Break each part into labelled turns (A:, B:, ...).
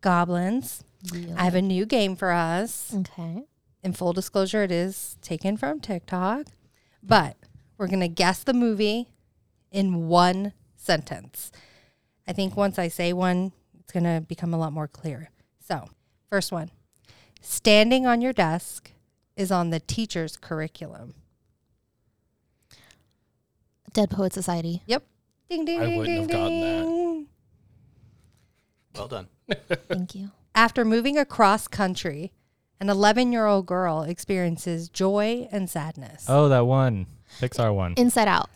A: goblins.
B: Really?
A: I have a new game for us.
B: Okay.
A: In full disclosure, it is taken from TikTok, but we're going to guess the movie in one sentence. I think once I say one, it's going to become a lot more clear. So, first one standing on your desk is on the teacher's curriculum.
B: Dead Poet Society.
A: Yep. Ding, ding,
C: I
A: ding,
C: wouldn't
A: ding,
C: have gotten that.
A: ding.
D: Well done.
B: Thank you.
A: After moving across country, an 11 year old girl experiences joy and sadness.
C: Oh, that one. Pixar one.
B: Inside Out.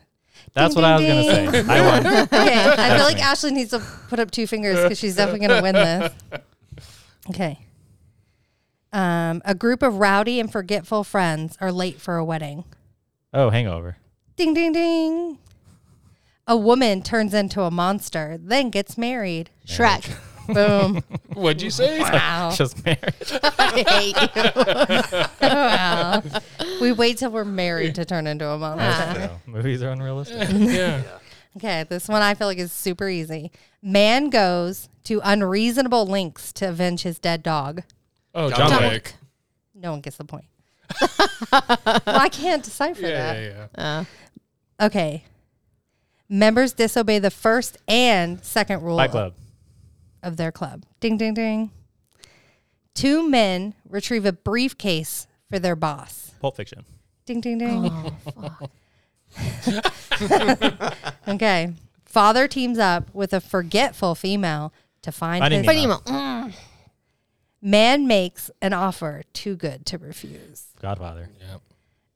C: That's
A: Ding,
C: what I was
A: ding,
C: going to say. I won.
A: okay, I feel like
C: me.
A: Ashley needs to put up two fingers because she's definitely going to win this. Okay. Um, a group of rowdy and forgetful friends are late for a wedding.
C: Oh, hangover.
A: Ding, ding, ding. A woman turns into a monster, then gets married.
B: Shrek.
A: Boom.
C: What'd you say?
A: Wow.
C: Just marriage.
B: I hate you.
A: wow. We wait till we're married to turn into a monster.
C: So, movies are unrealistic.
D: yeah.
A: Okay, this one I feel like is super easy. Man goes to unreasonable lengths to avenge his dead dog.
C: Oh,
D: John
B: John
D: Wick.
B: Wick.
A: No one gets the point. well, I can't decipher that.
C: yeah.
B: Uh,
A: Okay. Members disobey the first and second rule
C: Fight Club.
A: of their club. Ding, ding, ding. Two men retrieve a briefcase for their boss.
C: Pulp Fiction.
A: Ding, ding, ding.
B: oh, fuck.
A: Okay. Father teams up with a forgetful female to find
C: Finding
A: his
C: Nemo.
B: Finding Nemo. Mm.
A: man makes an offer too good to refuse.
C: Godfather.
D: Yeah.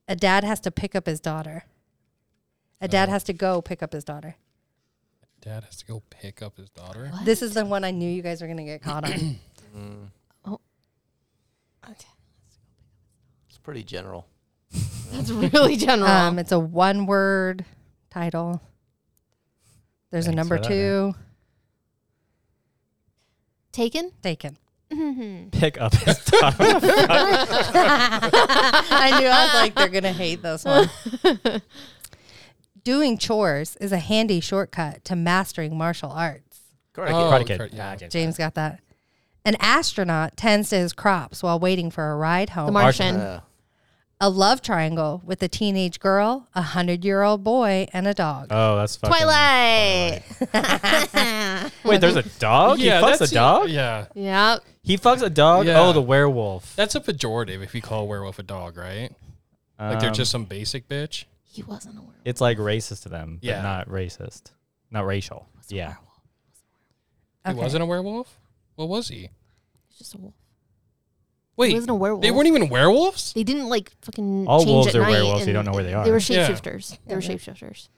A: a dad has to pick up his daughter. A
C: Oh.
A: dad has to go pick up his daughter.
D: Dad has to go pick up his daughter.
B: What?
A: This is the one I knew you guys were going to get caught on.
B: Okay.
D: It's pretty general.
B: That's really general.
A: um, it's a one word title. There's a
C: Thanks
A: number
C: for that,
A: two
B: Taken?
A: taken.
B: Mm-hmm.
C: Pick up his daughter.
A: I knew. I was like, they're going to hate this one. Doing chores is a handy shortcut to mastering martial arts.
D: Karate
C: Oh,
D: Kid.
C: Karate Kid.
D: Kar- yeah.
C: Ah, okay.
A: James got that. An astronaut tends to his crops while waiting for a ride
B: The
A: home.
B: Martian.
E: Uh,
A: a
D: Yeah.
A: love triangle with a teenage girl, a hundred year old boy, and a dog.
C: Oh, that's fucking.
B: Twilight.
C: Wait, there's a dog?
D: yeah,
C: he fucks a
D: that's-
C: dog?
D: Yeah.
B: yep.
C: He fucks a dog?
D: Yeah.
C: Oh, the werewolf.
D: That's a pejorative if you call a werewolf a dog, right? Like they're
C: Um,
D: just some basic bitch.
B: He wasn't a werewolf.
C: It's like racist to them, but
D: Yeah.
C: not racist. Not racial.
B: He was a
C: Yeah.
B: werewolf.
A: Okay.
D: He wasn't a werewolf? What was he?
B: He's just a wolf.
D: Wait.
B: He wasn't a werewolf.
D: They weren't even werewolves?
B: They didn't like fucking.
C: All
B: change
C: wolves
B: at
C: are
B: night
C: werewolves, you
B: and
C: don't know where they
B: They
C: are.
B: were
D: Yeah.
B: shapeshifters. They were shapeshifters.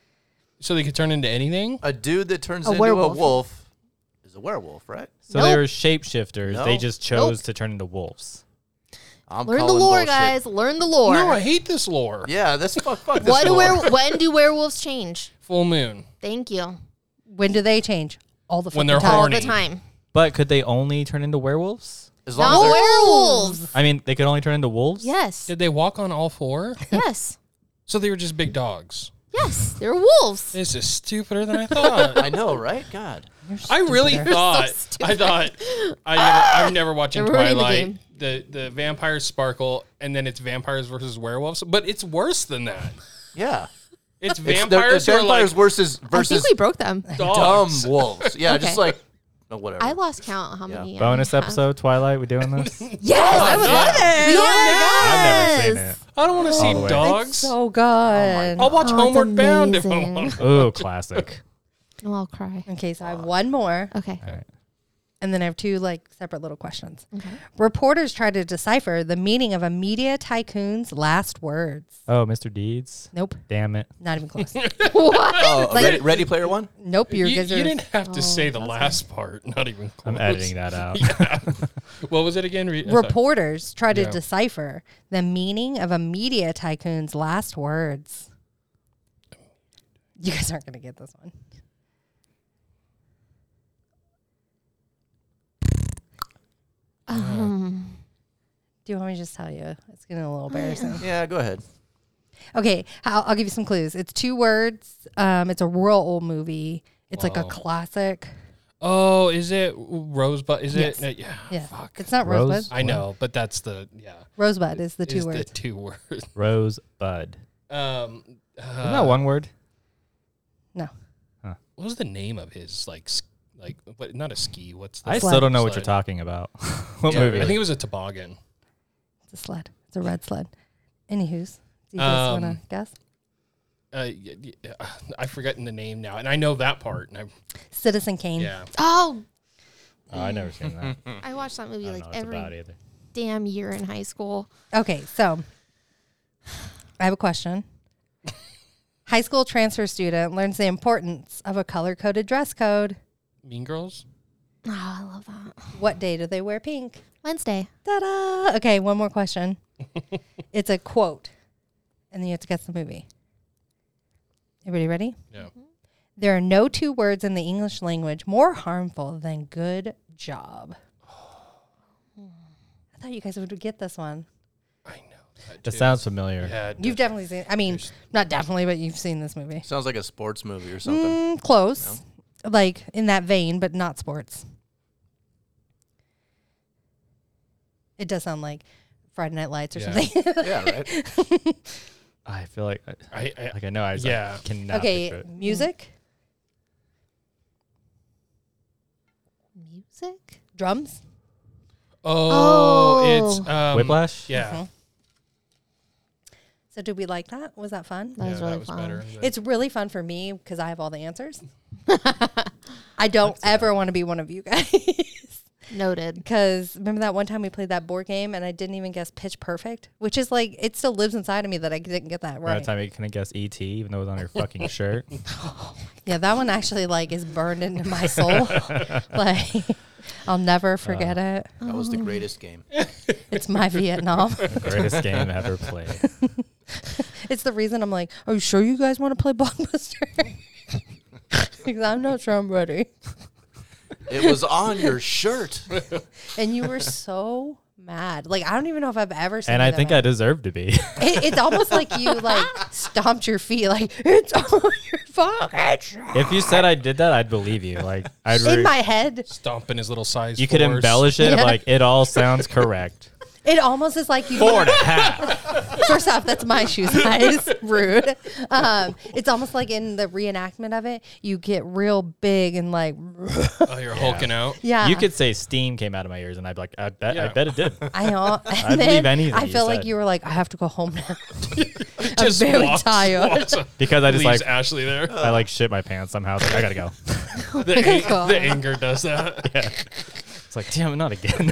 D: So they could turn into anything?
E: A dude that turns
B: A
E: into
B: werewolf.
E: a wolf is a werewolf, right?
C: So
B: Nope.
C: they were shapeshifters. They
E: Nope.
C: just chose to turn into wolves.
E: I'm
B: Learn the
E: calling
B: lore,
E: bullshit.
B: guys. Learn the lore.
D: No, I hate this lore.
E: Yeah, that's fuck, fuck this
B: what do
E: lore.
B: were, when do werewolves change?
D: Full moon.
B: Thank you.
A: When do they change? All the fucking
D: When they're
A: time.
B: All
D: horny.
B: the time.
C: But could they only turn into werewolves?
E: As long
B: No
E: as they're-
B: werewolves.
C: I mean, they could only turn into wolves?
B: Yes.
D: Did they walk on all four?
B: Yes.
D: So they were just big dogs.
B: Yes. They're wolves.
D: This is stupider than I thought.
E: I know, right? God.
D: I really
A: You're so
D: thought. I
B: stupid.
D: thought. I never, I'm never watching
B: You're ruining the
D: Twilight.
B: game.
D: The, the vampires sparkle, and then it's vampires versus werewolves. But it's worse than that.
E: Yeah.
D: It's
E: It's the-
D: vampires
E: it's vampires
D: who are
E: versus
B: I think
E: versus
B: we broke them.
D: like
E: dumb
D: dogs.
E: wolves. Yeah, just
B: Okay.
E: like oh, whatever.
B: I lost count how many. I
C: Bonus
B: have. Oh
C: episode, Twilight, we doing this?
A: Yes, I would love it.
C: I've never seen it.
D: I don't want to
C: All the
D: see
C: way.
D: dogs.
A: So good.
D: I'll watch
B: Oh, it's
D: Homeward Bound if I
B: amazing.
D: want.
C: Oh, classic.
B: Oh, I'll cry.
A: okay, so I have one more,
B: Okay.
A: and then I have two like separate little questions.
B: Okay.
A: Reporters try to decipher the meaning of a media tycoon's last words.
C: Oh, Mr. Deeds.
A: Nope,
C: Damn it.
A: not even close.
E: oh,
A: like-
E: ready, ready Player One?
A: nope,
D: You,
A: your
D: you
A: guys are.
D: didn't have to
B: Oh,
D: say the
B: that's
D: last part. Not even close.
C: I'm editing that out.
D: What was it again? Re- I'm sorry.
A: Reporters try to
D: Yeah.
A: decipher the meaning of a media tycoon's last words. You guys aren't going to get this one.
B: Um,
A: Do you want me to just tell you? It's getting a little embarrassing.
E: Yeah, go ahead.
A: Okay, I'll, I'll give you some clues. It's two words. Um, it's a real old movie. It's like a
D: Wow.
A: classic.
D: Oh, is it Rosebud? Is
A: Yes.
D: it? Yeah.
A: Yeah.
D: Fuck.
A: It's not
C: Rose?
A: rosebud.
D: I know, but that's the yeah.
A: Rosebud is the two
D: is
A: words.
D: The two words.
C: Rosebud.
D: Um,
C: Isn't
D: uh,
C: that one word?
A: no.
D: what was the name of his like s- like what? Not a ski. What's the
C: I
A: Sled.
C: still don't know what
D: Sled.
C: you're talking about. what
D: Yeah,
C: movie?
D: I think it was a toboggan.
A: It's a sled. It's a red sled. Anywho's. Do you guys
D: Um,
A: want to guess?
D: Uh, y- y- uh, I've forgotten the name now, and I know that part. And I
A: Citizen Kane.
D: yeah,
B: Oh,
C: oh, I never seen that. I
B: I watched that movie
C: don't know
B: like
C: what it's about
B: every
C: either.
B: damn year in high school.
A: Okay, so I have a question. High school transfer student learns the importance of a color coded dress code.
D: Mean Girls.
B: Oh, I love that.
A: What day do they wear pink?
B: Wednesday.
A: Ta da! Okay, one more question. it's a quote, and then you have to guess the movie. Everybody ready?
D: Yeah.
C: Mm-hmm.
A: There are no two words in the English language more harmful than good job. I thought you guys would get this one.
D: I know. That
C: It
D: too.
C: sounds familiar.
D: Yeah, it
A: You've
D: does.
A: definitely seen, I mean, not definitely, but you've seen this movie.
E: Sounds like a sports movie or something.
A: Mm, close. Like in that vein, but not sports. It does sound like Friday Night Lights or
D: Yeah.
A: something.
B: Mm.
E: yeah, right.
C: I feel like I-
D: I, I
C: like I know I just
D: Yeah.
C: yeah. cannot
A: okay,
C: picture it.
A: music,
B: Music?
A: drums.
D: oh, it's
B: Oh.
D: um,
C: Whiplash?
D: Yeah,
A: Mhm. So did we like that? Was that fun?
B: Mm-hmm. That
D: yeah,
B: was really
D: that was
B: fun.
D: better.
A: It's really fun for me because I have all the answers. I don't ever want to be one of you guys
B: Noted.
A: because remember that one time we played that board game and I didn't even guess pitch perfect, which is like it still lives inside of me that I didn't get that
C: By
A: right.
C: the time you couldn't guess ET, even though it was on your fucking shirt.
A: Yeah, that one actually like is burned into my soul. like I'll never forget it.
E: That was the greatest game.
A: It's my Vietnam.
C: Greatest game ever played.
A: it's the reason I'm like, are you sure you guys want to play Blockbuster? because I'm not sure I'm ready.
E: It was on your shirt.
A: And you were so mad. Like I don't even know if I've ever seen.
C: And
A: you
C: I
A: that
C: think I
A: mad.
C: deserve to be.
A: It, it's almost like you like stomped your feet. Like it's on your pocket.
C: if you said I did that, I'd believe you. Like I'd
A: In
C: re-
A: my head,
D: stomping his little size.
C: you could
D: fours.
C: embellish it
A: Yeah.
C: like it all sounds correct.
A: it almost is like you
C: Four and a half.
A: First off, that's my shoe size. Rude. Um, it's almost like in the reenactment of it, you get real big and like,
D: Oh, you're hulking out.
A: yeah.
C: You could say steam came out of my ears, and I'd be like, I bet, I
D: Yeah.
C: bet it did.
A: I know. And
C: I'd
A: then
C: believe anything
A: I
C: you
A: feel like
C: said.
A: you were like, I have to go home now.
D: Just
A: very
D: walks-
A: tired.
D: walks-
C: Because I just
D: leaves
C: like
D: Ashley there.
C: I like shit my pants somehow. It's Like I gotta go.
D: the, ang-
A: God.
D: the anger does that.
C: It's like damn, not again.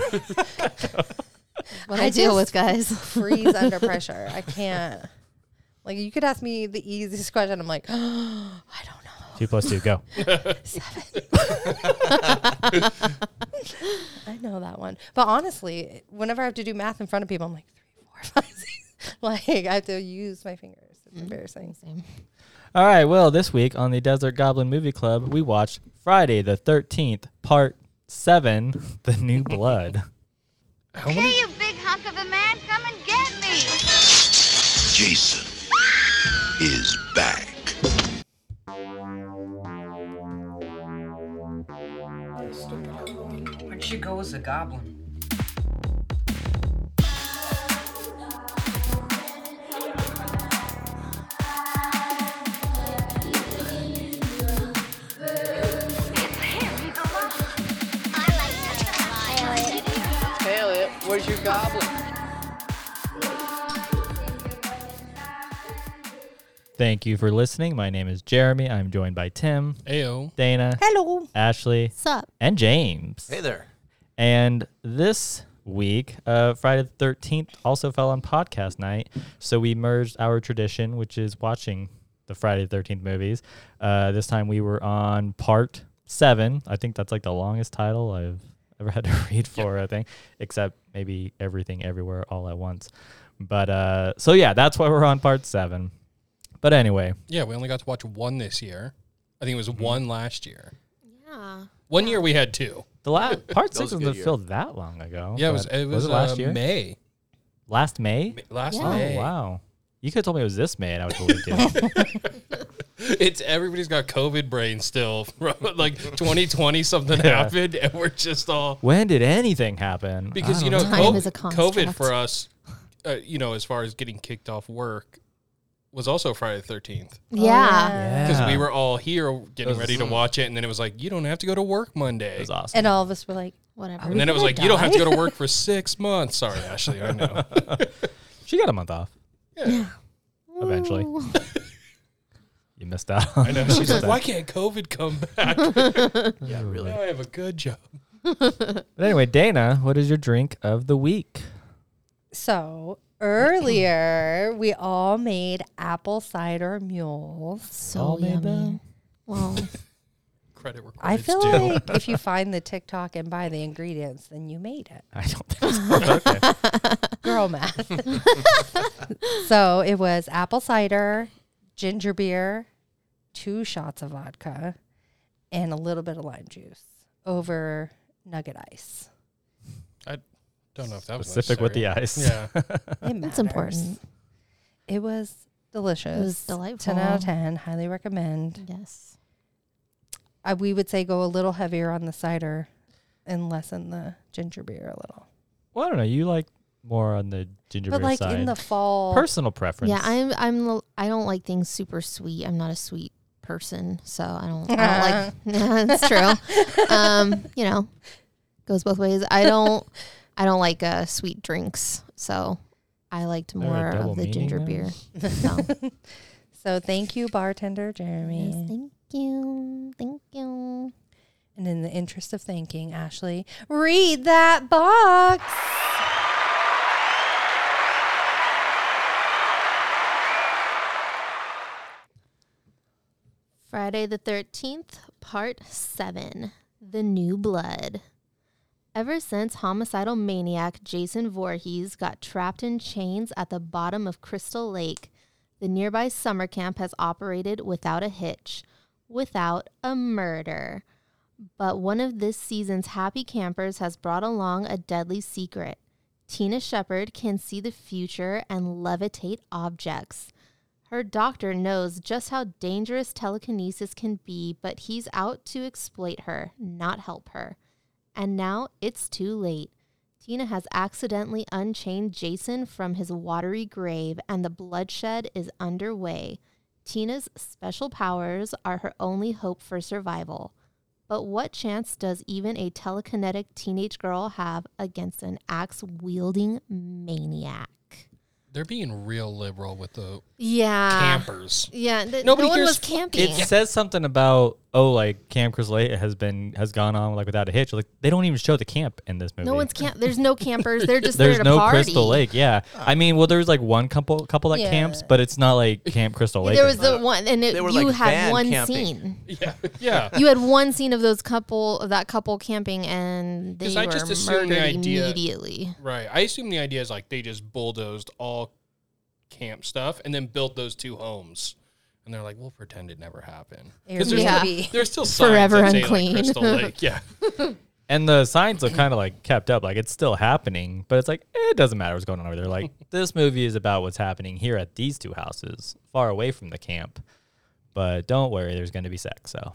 A: When
B: I, deal with
A: just
B: guys.
A: freeze under pressure. I can't. Like you could ask me the easiest question. I'm like, I don't know.
C: two plus two, go.
A: I know that one. But honestly, whenever I have to do math in front of people, I'm like three, four, five, six. Like I have to use my fingers. It's embarrassing.
B: Mm-hmm. Same.
C: All right. Well, this week on the Desert Goblin Movie Club, we watched Friday the Thirteenth Part Seven: The New Blood.
F: Hey, you big hunk of a man, come and get me!
G: Jason is back.
H: When she goes, a goblin. Elliot, where's your goblin?
C: Thank you for listening. My name is Jeremy. I'm joined by Tim,
D: Ayo.
C: Dana,
A: Hello.
C: Ashley,
B: Sup?
C: and James.
E: Hey there.
C: And this week, uh, Friday the 13th also fell on podcast night. So we merged our tradition, which is watching the Friday the 13th movies. Uh, this time we were on part seven. I think that's like the longest title I've ever had to read for, I think, except maybe Everything Everywhere All at Once. But uh, so yeah, that's why we're on part seven. But anyway,
D: Yeah, we only got to watch one this year. I think it was
C: Mm-hmm.
D: one last year.
B: Yeah.
D: One year we had two.
C: the la- part
E: That was
C: six
E: a
C: doesn't
E: good year.
C: feel that long ago.
D: Yeah, it was.
C: but-
D: It was,
C: it last
D: uh,
C: year?
D: May.
C: Last May?
D: May- Last
B: Yeah.
C: Oh
D: May.
C: wow! You could have told me it was this May, and I would believe you.
D: It's everybody's got COVID brain still. bro. like 2020, something happened, and we're just all
C: When did anything happen? Ah,
D: because
C: I
D: you know,
C: don't
B: know. Time is a
D: COVID, COVID for
B: construct.
D: us, uh, you know, as far as getting kicked off work, was also Friday the 13th
A: Oh,
B: Yeah.
D: because we
C: Yeah.
D: were all here getting
C: was-
D: ready to watch it, and then it was like, you don't have to go to work Monday.
C: It was awesome.
A: And uh, all of us were like,
B: Whatever.
D: And then it was like, you don't have to go to work for six months. Sorry, Ashley, I know.
C: she got a month off.
D: Yeah.
C: Eventually.
B: Ooh.
C: You missed out. I
D: No, she's like, why can't COVID come back?
E: Yeah, really.
D: Now I have a good job.
C: But anyway, Dana, what is your drink of the week?
A: so earlier we all made apple cider mules.
B: So Oh, yummy. Well,
D: Credit required.
A: I feel
D: due.
A: like if you find the TikTok and buy the ingredients, then you made it.
C: I don't think so. okay.
A: Girl math. so it was apple cider, ginger beer, two shots of vodka, and a little bit of lime juice over nugget ice.
D: I don't know if that was
C: Specific with the
D: necessary.
C: ice.
D: Yeah.
A: It
B: that's
A: matters.
B: important.
A: It was delicious.
B: delightful.
A: 10 out of 10. Highly recommend.
B: Yes.
A: I, we would say go a little heavier on the cider and lessen the ginger beer a little.
C: Well, I don't know. You like more on the ginger
A: But
C: beer
A: like
C: side.
A: in the fall,
C: Personal preference.
B: Yeah, I'm. I'm. l- I don't like things super sweet. I'm not a sweet person, so I don't. I don't like. That's true. Um, you know, goes both ways. I don't. I don't like uh, sweet drinks, so I liked
C: there a
B: more
C: double
B: of the
C: meaning
B: ginger
C: there?
B: beer. No.
A: so thank you, bartender Jeremy.
B: Yes, thank you. Thank you.
A: And in the interest of thanking Ashley, read that box.
B: Friday the 13th, Part 7 The New Blood. Ever since homicidal maniac Jason Voorhees got trapped in chains at the bottom of Crystal Lake, the nearby summer camp has operated without a hitch, without a murder. But one of this season's happy campers has brought along a deadly secret. Tina Shepard can see the future and levitate objects. Her doctor knows just how dangerous telekinesis can be, but he's out to exploit her, not help her. And now it's too late. Tina has accidentally unchained Jason from his watery grave, and the bloodshed is underway. Tina's special powers are her only hope for survival. But what chance does even a telekinetic teenage girl have against an axe wielding maniac?
D: They're being real liberal with the
B: Yeah.
D: campers.
B: Yeah, th-
D: Nobody
B: no one
D: cares
B: was
D: fu-
B: camping.
C: It says something about oh, like Camp Crisley has been has gone on like without a hitch. Like they don't even show the camp in this movie.
B: no one's camp. There's no campers. They're just
C: There's
B: there to
C: no
B: party.
C: Crystal Lake. Yeah, I mean, well, there's like one couple couple that
A: Yeah.
C: camps, but it's not like Camp Crystal Lake.
B: There
C: or
B: was
D: uh,
B: the one, and it,
E: They were,
B: you
E: like,
B: had
E: van
B: one
E: camping.
B: scene.
D: Yeah. Yeah.
B: You had one scene of those couple of that couple camping, and they
D: 'Cause
B: were
D: I just assumed
B: murdered
D: the idea-
B: immediately.
D: Right. I assume the idea is like they just bulldozed all camp stuff and then built those two homes. And they're like, we'll pretend it never happened. 'Cause There's,
B: Yeah.
D: still, there's still signs
B: Forever
D: that say, like,
B: unclean.
D: Crystal Lake. Yeah.
C: And the signs are kind of like kept up, like it's still happening, but it's like eh, it doesn't matter what's going on over there. Like this movie is about what's happening here at these two houses, far away from the camp. But don't worry, there's going to be sex. So,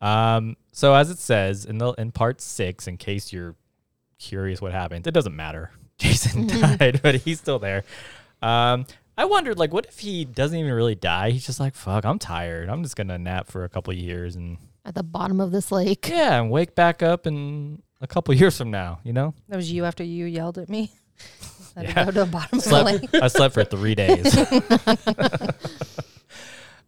C: um, so as it says in the in part six, in case you're curious what happened, it doesn't matter. Jason died, but he's still there. Um, I wondered, like, what if he doesn't even really die? He's just like, fuck, I'm tired. I'm just gonna nap for a couple of years and
B: At the bottom of this lake,
C: yeah, and wake back up in a couple years from now, you know?
A: That was you after you yelled at me. I had
C: Yeah.
A: to go to the bottom of the
C: Slept,
A: lake.
C: I slept for three days.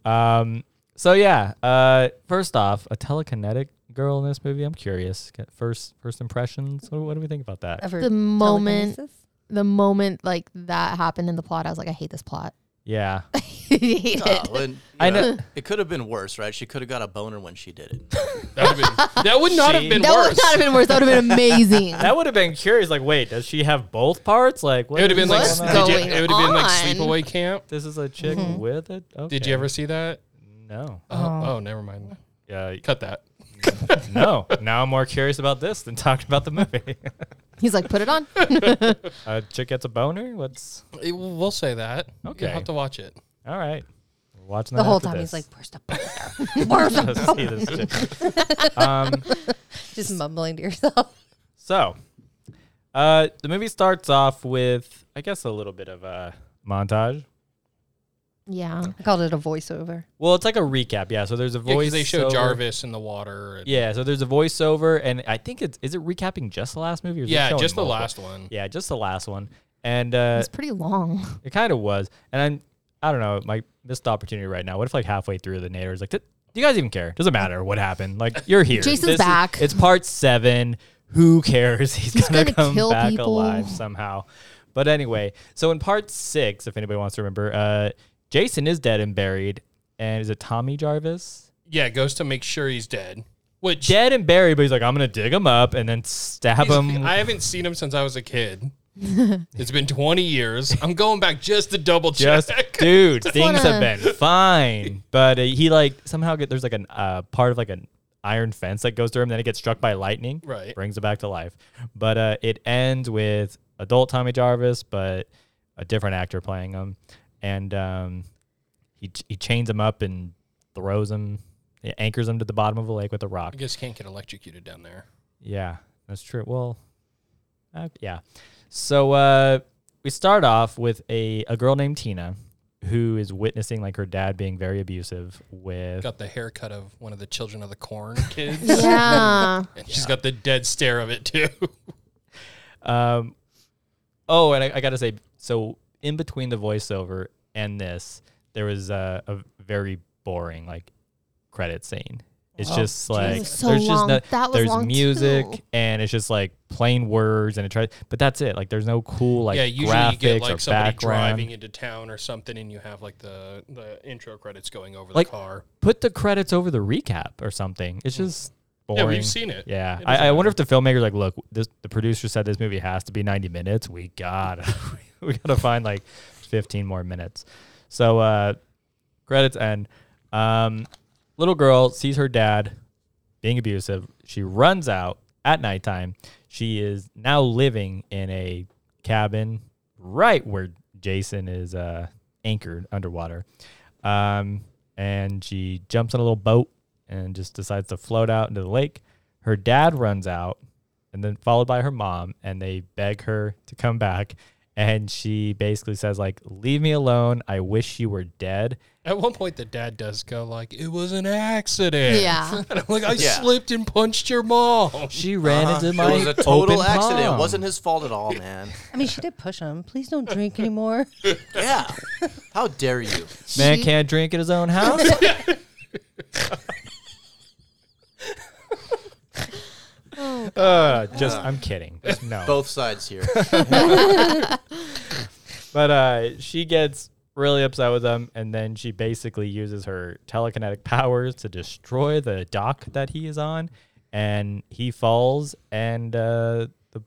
C: um, so, yeah, uh, first off, a telekinetic girl in this movie. I'm curious. Ca- First first impressions. What, what do we think about that?
A: Ever
B: the moment,
A: telekinesis?
B: the moment like that happened in the plot, I was like, I hate this plot.
C: Yeah.
B: I hate it.
E: Oh, and, you
C: I
E: know, It could have been worse, right? She could have got a boner when she did it.
D: That, would have been, that would not have been
B: That
D: worse.
B: would not have been worse. That would have been amazing.
C: That would have been curious. Like, wait, does she have both parts? Like, what
D: it would have been like,
B: What's
D: did you-
B: going
D: it would have been like
B: on?
D: sleepaway camp.
C: this is a chick with it?
D: Did you ever see that?
C: No.
D: Oh,
C: Uh-huh.
D: oh, never mind.
C: Uh,
D: Cut that.
C: no. Now I'm more curious about this than talking about the movie.
B: He's like, put it on.
C: a chick gets a boner? What's.
D: It- We'll say that.
C: Okay.
D: You'll have to watch it.
C: All right. We'll watching
A: The
C: that
A: whole
C: after
A: time he's
C: this.
A: like, "Where's the boner? Where's the
C: Let's see
A: boner?"
C: this shit. um,
A: Just mumbling to yourself.
C: So, uh, the movie starts off with, I guess, a little bit of a montage.
B: Yeah.
D: Uh,
A: I called it a voiceover.
C: Well, it's like a recap, yeah. So there's a
D: Yeah, 'cause
C: voice.
D: they show Jarvis in the water. and-
C: Yeah, so there's a voiceover, and I think it's is it recapping just the last movie? Or is it
D: Yeah,
C: showing
D: just the
C: multiple?
D: last one.
C: Yeah, just the last one, and uh,
B: It's pretty long.
C: it kind of was. And I'm, I don't know, my missed opportunity right now. What if like halfway through the narrator's like, "Do you guys even care? Doesn't matter what happened. Like you're here.
B: Jason's
C: This is-
B: back."
C: it's part seven. Who cares? He's, gonna,
B: gonna
C: come
B: kill
C: back
B: people.
C: alive somehow. But anyway, so in part six, if anybody wants to remember, uh, Jason is dead and buried, and is it Tommy Jarvis?
D: Yeah, goes to make sure he's dead. Which
C: dead and buried, but he's like, I'm gonna dig him up and then stab
D: he's-
C: him.
D: I haven't seen him since I was a kid. it's been 20 years. I'm going back just to double check.
C: just dude, things have
B: wanna-
C: been fine, but uh, he like somehow get there's like an uh, part of like an iron fence that goes through him. Then it gets struck by lightning,
D: Right.
C: Brings it back to life. But uh, it ends with adult Tommy Jarvis, but a different actor playing him, and um, he he chains him up and throws him, yeah, anchors him to the bottom of a lake with a rock.
D: I guess can't get electrocuted down there.
C: Yeah, that's true. Well, uh, yeah. So uh, we start off with a, a girl named Tina who is witnessing like her dad being very abusive with
D: Got the haircut of one of the children of the corn kids.
B: Yeah.
D: and she's got the dead stare of it too.
C: um oh and I, I gotta say so in between the voiceover and this there was a, a very boring like credit scene it's just like
B: so
C: there's just
B: long.
C: no,
B: That was
C: there's
B: long,
C: music
B: too.
C: and it's just like plain words and it tries but that's it like there's no cool like
D: yeah, usually
C: graphics
D: you get
C: or
D: like somebody
C: background
D: driving into town or something and you have like the, the intro credits going over the
C: Like,
D: car.
C: put the credits over the recap or something. It's just boring.
D: Yeah, we've seen it.
C: Yeah,
D: It doesn't
C: I, I wonder if the filmmaker's like, look, this, the producer said this movie has to be 90 minutes. We got we got to find like 15 more minutes. So uh, credits end. Um, little girl sees her dad being abusive. She runs out at nighttime. She is now living in a cabin right where Jason is uh, anchored underwater. Um, and she jumps on a little boat and just decides to float out into the lake. Her dad runs out and then followed by her mom and they beg her to come back and she basically says like leave me alone i wish you were dead
D: At one point, the dad does go like, "It was an accident."
B: Yeah.
D: And I'm like, "I
E: Yeah.
D: slipped and punched your mom."
C: she ran
E: Uh-huh.
C: into my
E: it was a total
C: open
E: accident.
C: palm.
E: It wasn't his fault at all, man.
A: I mean, she did push him. Please don't drink anymore.
E: Yeah. How dare you?
C: man
B: She-
C: can't drink at his own house uh, just i'm kidding Just no
E: Both sides here.
C: But uh, she gets really upset with them, and then she basically uses her telekinetic powers to destroy the dock that he is on, and he falls. And uh, the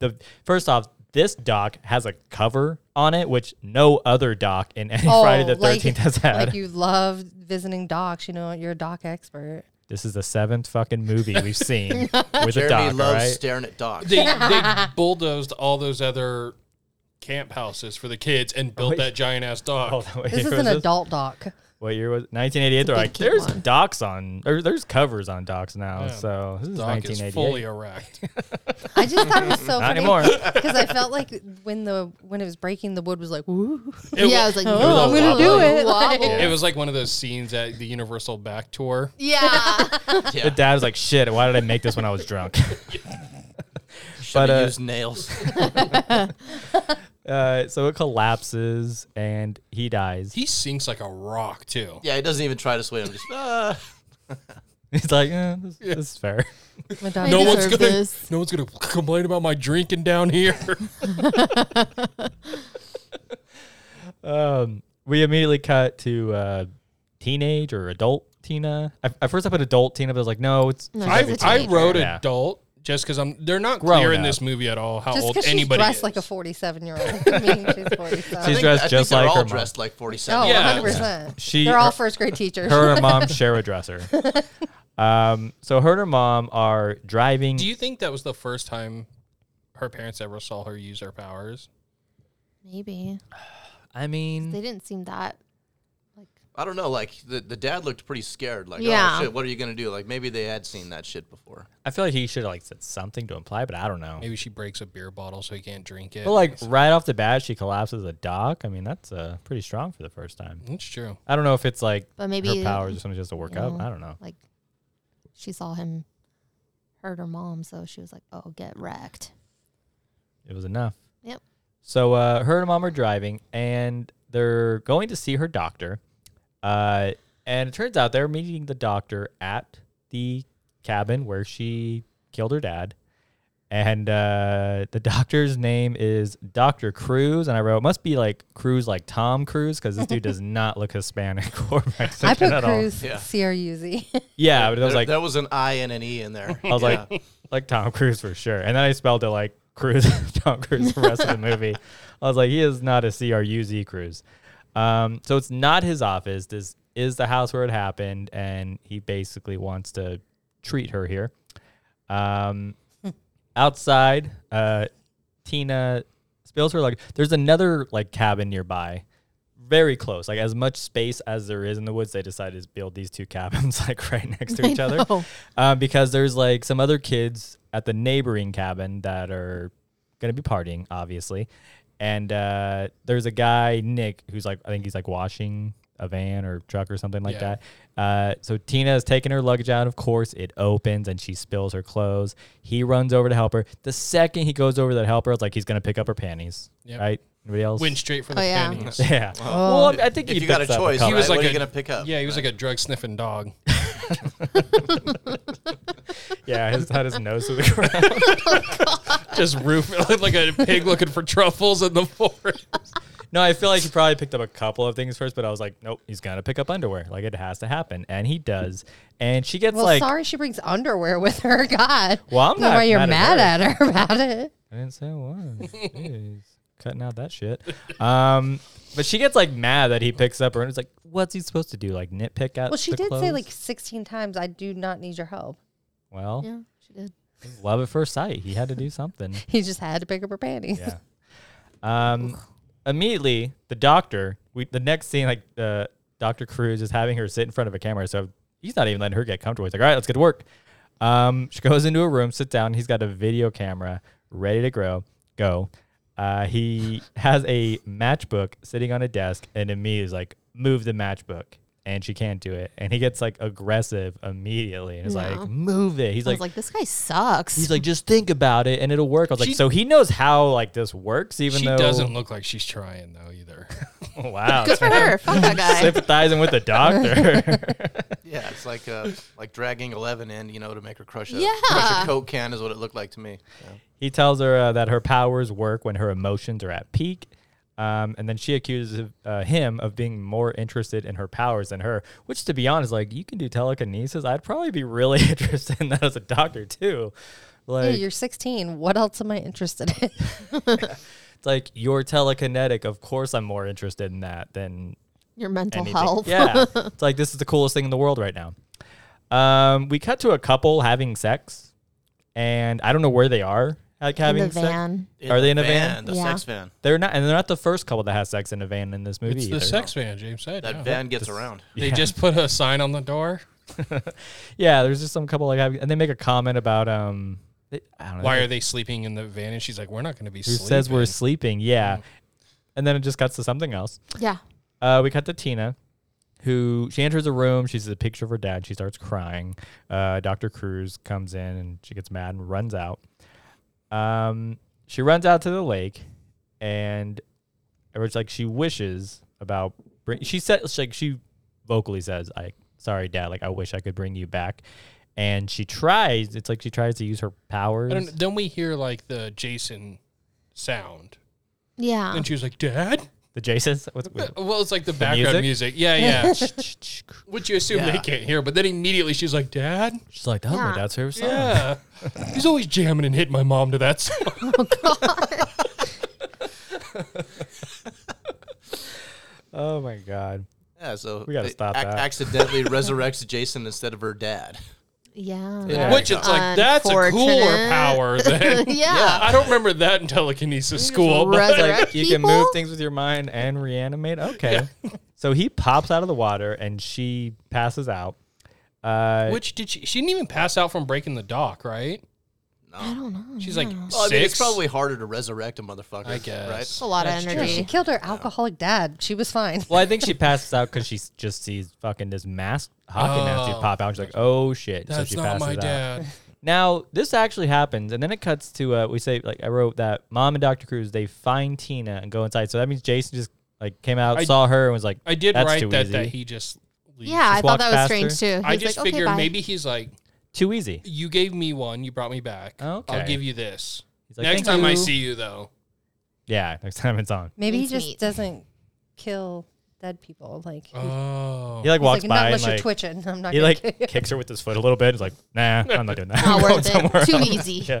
C: the first off, this dock has a cover on it, which no other dock in any Friday the
A: Oh, like-
C: Thirteenth has had.
A: Like you love visiting docs. You know, you're a doc expert.
C: this is the seventh fucking movie we've seen with a
E: Jeremy
C: dock, all
E: loves
C: right?
E: staring at dogs.
D: they, they bulldozed all those other camp houses for the kids and built
C: Wait.
D: that giant ass dog.
C: Hold on, what
A: This
C: year
A: is
C: was
A: an adult doc.
C: What year was 1988? They're
B: big
C: like,
B: cute
C: there's
B: one.
C: docks on, or there's covers on docks now. So this is
D: dog is
C: 1988.
D: fully erect.
A: I just thought it was so
C: Not
A: funny
C: anymore.
A: because I felt like when the when it was breaking, the wood was like, "Woo!"
B: yeah, I was like,
A: Oh, I'm
B: wobble,
A: gonna do it.
B: wobble.
D: It was like one of those scenes at the Universal back tour.
B: Yeah.
E: yeah.
C: The dad was like, "Shit, why did I make this when I was drunk?"
E: Should
C: but,
E: have
C: uh,
E: used nails.
C: uh, so it collapses and he dies.
D: He sinks like a rock too.
E: Yeah, he doesn't even try to swim. Just, uh,
C: He's like, eh, this, this is fair."
A: Madonna
D: No
B: I
D: one's
B: deserve
D: gonna.
B: this.
D: No one's gonna complain about my drinking down here.
C: Um, we immediately cut to uh, teenage or adult Tina. I, at first, I put adult Tina, but I was like, "No, it's
B: No, she's
D: I,
B: a
D: I
B: teenager.
D: wrote
C: Yeah.
D: adult just because I'm. They're not
C: Grown
D: clear in
C: up.
D: this movie at all how
A: just
D: old
A: because she's
D: anybody
A: dressed
D: is.
A: like a 47 year old. I mean, she's 47.
C: She's
E: I think,
C: dressed
E: I
C: just
E: think they're
C: like
E: all
C: her mom.
E: dressed like
A: oh,
E: 47.
D: yeah.
A: 100%.
C: She-
A: They're all
C: her-
A: first grade teachers.
C: her and her mom share a dresser." um, so her and her mom are driving.
D: Do you think that was the first time her parents ever saw her use her powers?
B: Maybe.
C: I mean, Hmm.
B: They didn't seem that like
E: I don't know. Like the, the dad looked pretty scared. Like,
B: Yeah.
E: oh shit, what are you gonna do? Like maybe they had seen that shit before.
C: I feel like he should have like said something to imply, but I don't know.
D: Maybe she breaks a beer bottle so he can't drink it.
C: But like right off the bat, she collapses a dock. I mean, that's uh, pretty strong for the first time.
D: that's true.
C: I don't know if it's like
B: But maybe-
C: her powers or something just to work up. I don't know.
B: Like she saw him hurt her mom, so she was like, "Oh, get wrecked."
C: It was enough.
B: Yep.
C: So uh, her and mom are driving, and they're going to see her doctor. Uh, and it turns out they're meeting the doctor at the cabin where she killed her dad. And uh, the doctor's name is Doctor Cruz, and I wrote must be like Cruz, like Tom Cruise, because this dude does not look Hispanic or Mexican
A: I put
C: at all.
A: Cruz
E: Yeah.
A: C R U Z.
C: Yeah, but it was
E: There-
C: like
E: there was an I and an E in there.
C: I was like, like Tom Cruise for sure. And then I spelled it like Cruise, Tom Cruise, for the rest of the movie. I was like, he is not a C R U Z Cruise. Um, so it's not his office. This is the house where it happened, and he basically wants to treat her here. Um, outside, uh, Tina spills her like there's another like cabin nearby. Very close, like as much space as there is in the woods. They decided to build these two cabins like right next to each other,
B: know.
C: um, because there's like some other kids at the neighboring cabin that are gonna be partying, obviously. And uh, there's a guy Nick who's like I think he's like washing a van or truck or something like
D: Yeah.
C: that. Uh, so Tina is taking her luggage out. Of course, it opens and she spills her clothes. He runs over to help her. The second he goes over to help her, it's like he's gonna pick up her panties,
D: Yep.
C: right? Anybody else?
D: Went straight for
B: Oh,
D: the
B: yeah.
D: panties.
C: Yeah. Well, I- I think
E: if
C: he
E: you got a
C: picks up
E: choice,
C: couple.
E: he
D: Right, what
E: was like, "What
D: are
E: are
D: you
E: you gonna pick up?"
D: Yeah, he was like a drug sniffing dog.
C: yeah, his had his nose to the ground.
D: Just roof it looked like a pig looking for truffles in the forest.
C: No, I feel like he probably picked up a couple of things first, but I was like, nope, he's gonna pick up underwear. Like it has to happen, and he does. And she gets
A: Well,
C: like,
A: sorry she brings underwear with her. God.
C: Well,
A: I
C: I'm
A: don't know
C: not
A: why you're
C: mad
A: mad
C: at
A: at her about it.
C: I didn't say it was. Jeez. Cutting out that shit. Um, but she gets like mad that he picks up her, and it's like, what's he supposed to do? Like nitpick at?
A: Well, she
C: the
A: did say
C: clothes?
A: like 16 times, I do not need your help.
C: well,
B: Yeah, she did.
C: love at first sight. He had to do something.
A: He just had to pick up her panties.
C: Yeah. Um, immediately, the doctor, we, the next scene, like uh, Dr. Cruz is having her sit in front of a camera. So he's not even letting her get comfortable. He's like, all right, let's get to work. Um, she goes into a room, sits down. He's got a video camera ready to grow, go. Uh, he has a matchbook sitting on a desk, and immediately is like, move the matchbook. And she can't do it. And he gets like aggressive immediately. And is
B: No.
C: like, move it. He's
B: I
C: like,
B: was like, "This guy sucks."
C: He's like, just think about it and it'll work. I was
D: She-
C: like, so he knows how like this works, even
D: she
C: though
D: doesn't look like she's trying though either.
C: Oh, wow,
B: Good for her. Fuck that guy.
C: sympathizing with the doctor.
E: Yeah, it's like uh, like dragging Eleven in, you know, to make her crush a,
B: Yeah.
E: crush a coke can is what it looked like to me. Yeah.
C: he tells her uh, that her powers work when her emotions are at peak. Um, and then she accuses uh, him of being more interested in her powers than her, which, to be honest, like you can do telekinesis. I'd probably be really interested in that as a doctor too.
A: Hey,
C: Like,
A: you're 16. What else am I interested in?
C: it's like you're telekinetic. Of course, I'm more interested in that than
B: Your mental
C: anything.
B: health.
C: Yeah. it's like this is the coolest thing in the world right now. Um, we cut to a couple having sex, and I don't know where they are. Like
B: In
C: having
B: the
C: sex.
B: van.
C: Are they in a van?
E: The
B: Yeah.
E: sex van.
C: They're not, and they're not the first couple that has sex in a van in this movie.
D: it's
C: either.
D: the sex van, James said.
E: That
D: yeah.
E: van gets around.
D: They just put a sign on the door.
C: Yeah, there's just some couple like, having- and they make a comment about um, they, I don't know.
D: Why are they sleeping in the van? And she's like, "We're not going to be
C: who
D: sleeping."
C: says we're sleeping? Yeah, and then it just cuts to something else.
B: Yeah.
C: Uh, we cut to Tina, who she enters a room. She sees a picture of her dad. She starts crying. Uh, Dr. Cruz comes in and she gets mad and runs out. Um, she runs out to the lake, and it's like she wishes about. Bring, she says like she vocally says, "I sorry, dad. Like I wish I could bring you back." And she tries. It's like she tries to use her powers.
D: I don't- then we hear like the Jason sound,
B: Yeah.
D: and she was like, "Dad."
C: The Jasons. What's, what's,
D: Well, it's like the background
C: music?
D: music? Yeah, yeah. Which you assume they
E: Yeah.
D: can't hear, but then immediately she's like, "Dad."
C: she's like, "That was
B: Yeah.
C: my dad's favorite song."
D: Yeah. He's always jamming and hitting my mom to that song.
C: Oh my god.
E: Yeah, so
C: We gotta
E: they
C: stop that.
E: Accidentally resurrects Jason instead of her dad.
B: Yeah.
C: Yeah.
D: Which it's like that's a cooler
B: Unfortunate.
D: power than
B: Yeah.
D: I don't remember that in telekinesis school. But
B: Resurrect
C: you can
B: people?
C: move things with your mind and reanimate. Okay. so he pops out of the water and she passes out. Uh,
D: which did she? She didn't even pass out from breaking the dock, right?
B: I don't know.
D: She's
B: yeah.
D: like six.
E: Well, Oh, I mean, it's probably harder to resurrect a motherfucker.
D: I guess.
B: It's
E: Right?
B: a lot of
D: That's true.
A: Yeah, she
B: energy.
A: killed her alcoholic dad. She was fine.
C: well, I think she passes out because she s- just sees fucking this mask hockey mask dude
D: Oh.
C: pop out. She's like, oh shit. so
D: That's
C: she
D: not
C: passes
D: my
C: out.
D: dad.
C: Now this actually happens, and then it cuts to uh, we say like I wrote that mom and Doctor Cruz they find Tina and go inside. So that means Jason just like came out,
D: I-
C: saw her, and was like,
D: I did
C: That's
D: write
C: too
D: that
C: easy.
D: that he just leaves.
B: Yeah, I
C: Just
B: thought
C: walk
B: that was
C: past
B: strange
C: her.
B: too. He's
D: I just
B: like,
D: figured
B: okay, bye.
D: maybe he's like,
C: too easy.
D: you gave me one, you brought me back.
C: Okay.
D: I'll give you this.
C: He's like,
D: Next
C: "Thank
D: time I
C: you."
D: see you, though,
C: yeah, next time it's on.
A: Maybe he
B: Mince
A: just
B: meat.
A: doesn't kill dead people. Like he-
D: oh,
C: He like
A: he's
C: walks
A: like,
C: by
A: not unless
C: and
A: you're
C: like
A: twitching. I'm not
C: he
A: gonna
C: like
A: kill you."
C: kicks her with his foot a little bit. He's like, nah, I'm not doing that.
B: Not
C: I'm going
B: worth it.
C: somewhere
B: Too
C: else."
B: easy.
C: yeah.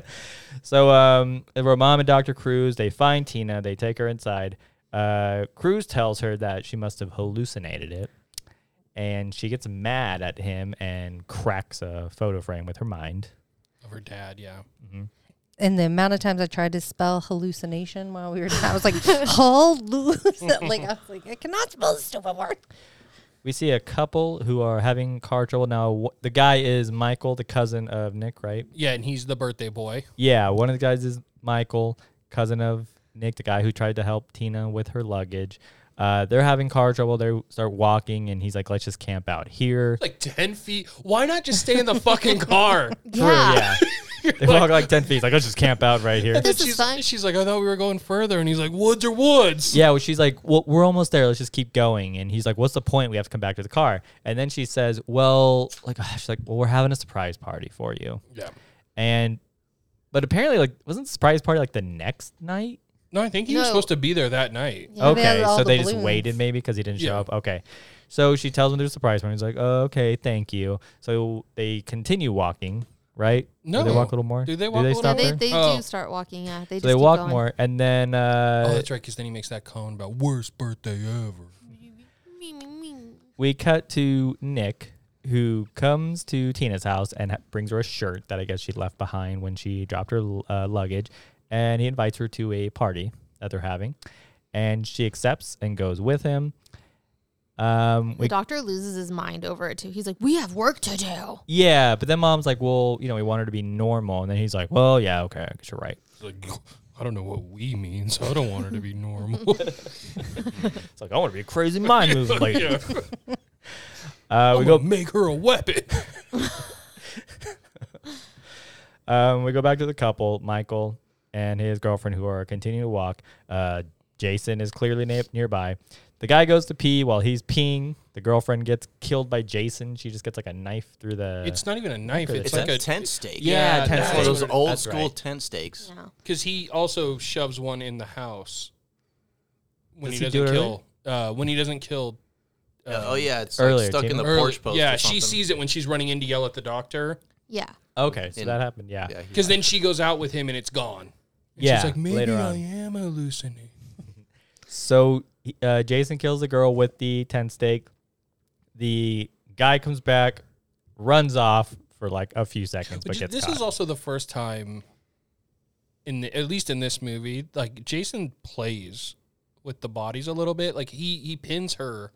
C: So um, Romam and Doctor Cruz they find Tina, they take her inside. Uh, Cruz tells her that she must have hallucinated it, and she gets mad at him and cracks a photo frame with her mind.
D: of her dad. Yeah,
A: and the amount of times I tried to spell hallucination while we were, I was like, hallucination. like I was like, I cannot spell this stupid word.
C: We see a couple who are having car trouble. Now, wh- the guy is Michael, the cousin of Nick, right?
D: yeah, and he's the birthday boy.
C: Yeah, one of the guys is Michael, cousin of Nick, the guy who tried to help Tina with her luggage. Uh, they're having car trouble. They start walking, and he's like, let's just camp out here.
D: Like ten feet. Why not just stay in the fucking car?
C: True, yeah. they walk like 10 feet. He's like, let's just camp out right here.
D: And then
B: This is
D: she's,
B: fine.
D: she's like, I thought we were going further, and he's like, woods or woods.
C: Yeah, well, she's like, well, we're almost there. Let's just keep going. And he's like, what's the point? We have to come back to the car. And then she says, well, like, she's like, well, we're having a surprise party for you.
D: Yeah.
C: And, but apparently, like, wasn't the surprise party like the next night?
D: No, I think he was
B: No.
D: supposed to be there that night.
A: Yeah, they had
C: okay,
A: all
C: so
A: the
C: they just
A: balloons.
C: waited maybe because he didn't show
D: Yeah.
C: up. Okay, so she tells him there's a surprise party. He's like, oh, okay, thank you. So they continue walking, right?
D: No.
C: do they walk a little more.
D: Do they walk a little
C: stop
B: They,
C: there?
B: they
D: Oh.
B: do start walking. Yeah, they just
C: so they
B: keep
C: walk
B: going.
C: more, and then uh,
D: oh, that's right, because then he makes that cone about worst birthday ever.
B: Me, me, me.
C: we cut to Nick, who comes to Tina's house and ha- brings her a shirt that I guess she left behind when she dropped her l- uh, luggage, and he invites her to a party that they're having, and she accepts and goes with him. Um,
B: The doctor loses his mind over it too. He's like, "We have work to do."
C: Yeah, but then mom's like, well, you know, we want her to be normal. And then he's like, well, yeah, okay, I guess you're right.
D: He's like, I don't know what we means. I don't want her to be normal.
C: It's like, I want to be a crazy mind moving lady.
D: yeah. Oh
C: uh, we
D: We
C: go
D: go make her a weapon.
C: Um, we go back to the couple, Michael and his girlfriend, who are continuing to walk. Uh, Jason is clearly na- nearby. The guy goes to pee while he's peeing. The girlfriend gets killed by Jason. She just gets like a knife through the.
D: It's not even a knife. It's,
E: It's,
D: like
E: a,
D: a
E: tent stake.
D: Yeah,
C: Yeah, tent
E: It's
D: that's
E: one of
C: stake.
D: what
E: those
D: it-
E: old
C: That's
E: school
C: right.
E: tent stakes.
B: Yeah.
D: Because he also shoves one in the house when
C: Does
D: he
C: he
D: doesn't
C: do it
D: kill. Uh, when he doesn't kill. um,
E: Uh, oh yeah, it's
C: Earlier,
E: like stuck in
C: Tina.
E: the
D: early-
E: porch post.
D: yeah,
E: or
D: she
E: something.
D: sees it when she's running in to yell at the doctor.
B: Yeah.
C: okay, so
E: in-
C: that happened. Yeah.
E: Yeah, he-
D: Because then she goes out with him and it's gone. And
C: Yeah,
D: she's like, maybe
C: later
D: I
C: on.
D: am hallucinating.
C: So he- uh, Jason kills the girl with the tent stake. The guy comes back, runs off for like a few seconds, but
D: Which,
C: gets
D: this
C: caught.
D: is also the first time, in the, at least in this movie, like Jason plays with the bodies a little bit. Like he he pins her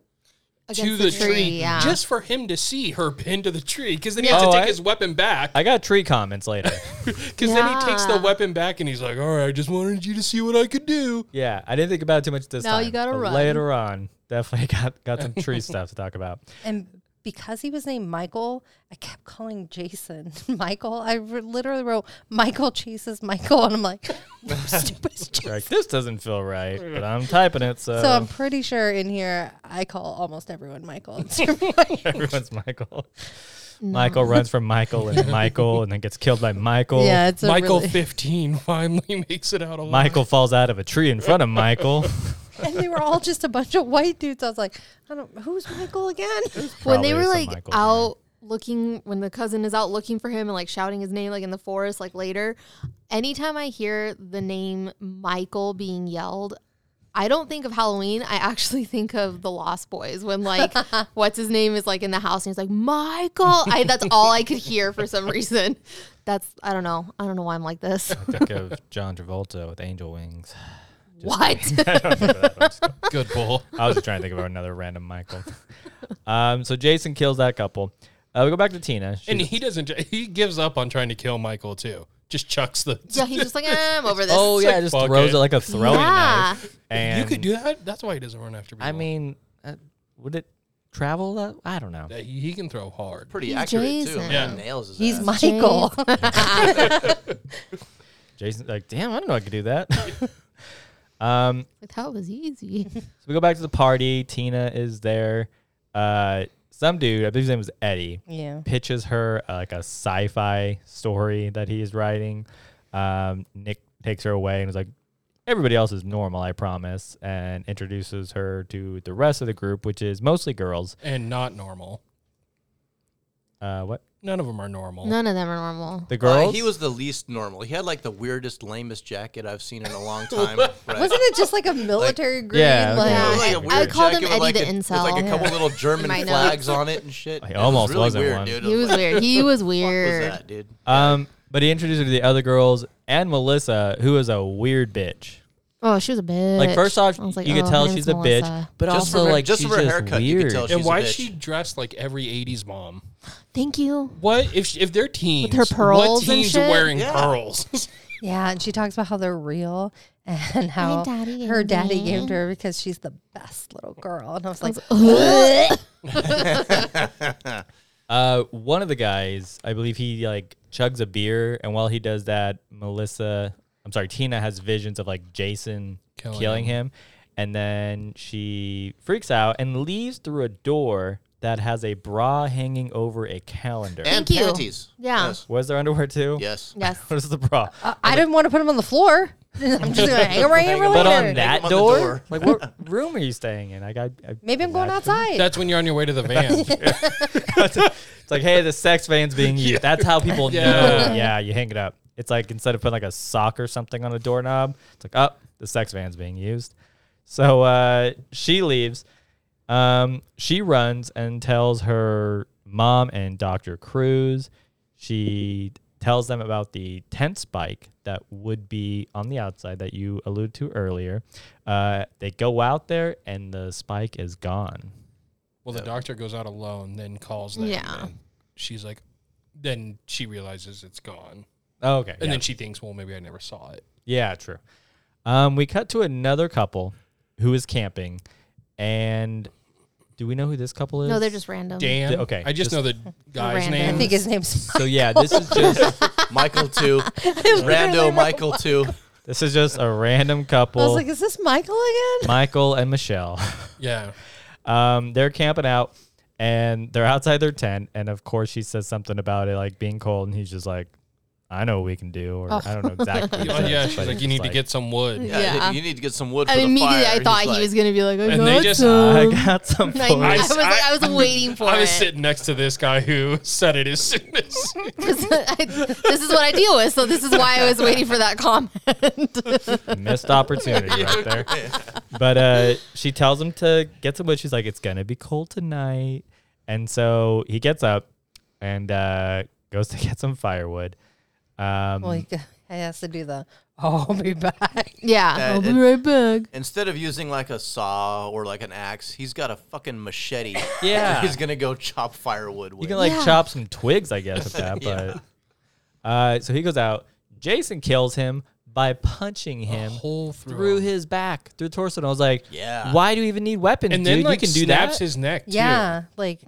D: to
B: Against
D: the, tree,
B: Yeah.
D: just for him to see her pinned to the tree. Because then he has
C: Yeah.
D: to
C: Oh,
D: take
C: I-
D: his weapon back.
C: I got tree comments later.
D: Because then he takes the
B: Yeah.
D: weapon back and he's like, all right, I just wanted you to see what I could do.
C: yeah, I didn't think about it too much this
B: No,
C: time.
B: you gotta
C: but
B: run.
C: Later on, definitely got got some tree stuff to talk about.
A: And because he was named Michael, I kept calling Jason Michael. I re- literally wrote Michael chases Michael, and I'm like, stupid. as Jason.
C: Like this doesn't feel right, but I'm typing it, so,
A: So I'm pretty sure in here I call almost everyone Michael.
C: everyone's Michael. Michael runs from Michael and Michael, and then gets killed by Michael.
A: yeah, it's a
D: Michael
A: really-
D: 15 finally makes it out alive.
C: Michael falls out of a tree in front of Michael.
A: and they were all just a bunch of white dudes. I was like, I don't who's Michael again?
B: when
C: Probably
B: they were
C: some
B: like
C: Michael
B: out looking when the cousin is out looking for him and like shouting his name like in the forest like later anytime i hear the name michael being yelled I don't think of Halloween. I actually think of the Lost Boys when like what's his name is like in the house and he's like Michael. I that's all I could hear for some reason. That's I don't know. I don't know why I'm like this.
C: Think of John Travolta with angel wings.
B: what?
C: I don't remember that one.
D: Good bull.
C: I was just trying to think of another random Michael. Um, so Jason kills that couple. Uh, we go back to Tina. She's-
D: And he doesn't. He gives up on trying to kill Michael too. Just chucks the.
B: yeah, he's just like "Eh, I'm over this.
C: oh yeah,
D: like,
C: just
D: fuck
C: throws
D: it.
C: it like a throwing
B: Yeah.
C: knife. And
D: you could do that. That's why he doesn't run after people.
C: I mean, uh, would it travel? That I don't know.
D: That he, he can throw hard.
E: Pretty
B: He's
E: accurate too.
B: Jason.
D: Yeah.
E: Nails his
A: He's
E: ass.
A: Michael.
C: Jason's like, damn, I don't know. I could do that. um,
B: Like that was easy.
C: so we go back to the party. Tina is there. Uh, some dude, I believe his name was Eddie,
A: yeah.
C: pitches her uh, like a sci-fi story that he is writing. Um, Nick takes her away and is like, "Everybody else is normal, I promise," and introduces her to the rest of the group, which is mostly girls.
D: And not normal.
C: Uh, what
D: None of them are normal.
B: None of them are normal.
C: the girls?
E: Uh, he was the least normal. He had like the weirdest, lamest jacket I've seen in a long time. right?
A: Wasn't it just like a military green?
C: yeah,
A: like,
E: It was
B: Yeah.
E: like a
B: I-
E: weird
B: I called him
E: jacket with,
B: Eddie
E: like
B: the
E: a, with,
B: incel.
E: like a couple
A: Yeah.
E: little German
B: might know.
E: flags on it and shit.
C: He
E: It
C: almost
E: was
C: wasn't
E: really
C: one.
E: weird, dude.
B: He was weird. He was weird.
E: What was that, dude?
C: um, but he introduced her to the other girls and Melissa, who is a weird bitch.
B: Oh, she was a bitch.
C: Like first off,
B: I was like,
C: you
B: "Oh,
C: could tell
B: name's
C: she's a bitch,
B: Melissa."
C: but
E: Just
C: also
E: from her-
C: like
E: just
C: she's
E: from her
C: just
E: haircut, you
C: weird.
E: could tell she's
D: and why
E: a
D: is
E: bitch.
D: she dressed like every '80s mom?
B: Thank you.
D: What if she, if they're teens?
B: her pearls
D: What
B: and
D: teens
B: shit?
D: are wearing
E: Yeah.
D: pearls?
A: Yeah, and she talks about how they're real and how
B: daddy gave
A: her
B: them
A: daddy
B: to
A: gave
B: me.
A: to her because she's the best little girl. And I was like,
C: Uh, one of the guys, I believe he like chugs a beer, and while he does that, Melissa, I'm sorry, Tina has visions of like Jason killing,
D: Killing
C: him. and then she freaks out and leaves through a door that has a bra hanging over a calendar.
E: And
B: Thank you.
E: panties.
B: Yeah.
E: Yes.
C: Was there underwear too?
E: Yes.
B: Yes.
C: What is the bra?
A: I didn't want to put him on the floor. I'm just gonna hang him right here.
C: but
A: later.
C: on that
E: him on the
C: door?
E: door.
C: like what room are you staying in? Like, I, I
A: Maybe I'm going outside.
D: That's when you're on your way to the van.
C: It's like, hey, the sex van's being used. That's how people
D: Yeah.
C: know. Yeah, you hang it up. It's like instead of putting like a sock or something on a doorknob, it's like, oh, the sex van's being used. So uh, she leaves. Um, she runs and tells her mom and Dr. Cruz. She tells them about the tent spike that would be on the outside that you alluded to earlier. Uh, they go out there and the spike is gone.
D: Well, the doctor goes out alone, then calls them.
B: Yeah.
D: and she's like, then she realizes it's gone,
C: Oh, okay.
D: and
C: yeah.
D: then she thinks, well, maybe I never saw it.
C: Yeah, true. Um, we cut to another couple who is camping, and do we know who this couple is?
B: No, they're just random.
D: Dan.
C: D- okay,
D: I just,
C: just-
D: know the guy's
B: Um, Random.
A: I
D: name.
A: think his name's
C: So yeah, this is just
E: Michael too. Rando Michael too.
C: this is just a random
A: I was
C: couple,
A: like, is this Michael again?
C: Michael and Michelle.
D: yeah.
C: Um, they're camping out, and they're outside their tent, and of course she says something about it like being cold, and he's just like, "I know what we can do,r I don't know exactly." what he
D: Oh,
C: says,
D: yeah.
C: but
D: She's like,
C: it's
D: you need to
C: like,
D: get some wood.
E: Yeah,
B: Yeah.
E: You need to get some wood for
B: I
E: the
B: mean, immediately
E: fire.
B: I thought
E: He's
B: he was
E: like,
B: gonna be like, "Oh, I
D: And
B: got
D: they just-
B: some.
C: I got some.
B: I, knew-
C: for
B: I
C: you."
B: was like, I was waiting for
D: I was
B: it.
D: sitting next to this guy who said it as soon as.
B: I- this is what I deal with, so this is why I was waiting for that comment.
C: missed opportunity right there. But uh, she tells him to get some wood. She's like, "It's gonna be cold tonight," and so he gets up and uh, goes to get some firewood. Um,
A: Well, he, he has to do the. I'll be back.
B: yeah,
E: Uh,
B: I'll be
E: it-
B: right back.
E: Instead of using like a saw or like an axe, he's got a fucking machete.
C: Yeah.
E: he's gonna go chop firewood with.
C: you can like
B: Yeah.
C: chop some twigs, I guess, with that.
E: Yeah.
C: But uh, so he goes out. Jason kills him by punching him.
D: hole through
C: Through
D: him.
C: his back, through the torso, and I was like,
E: Yeah.
C: Why do you even need weapons,
D: And
C: dude?
D: then like
C: you can do
D: snaps
C: that."
D: his neck. Too.
A: Yeah, like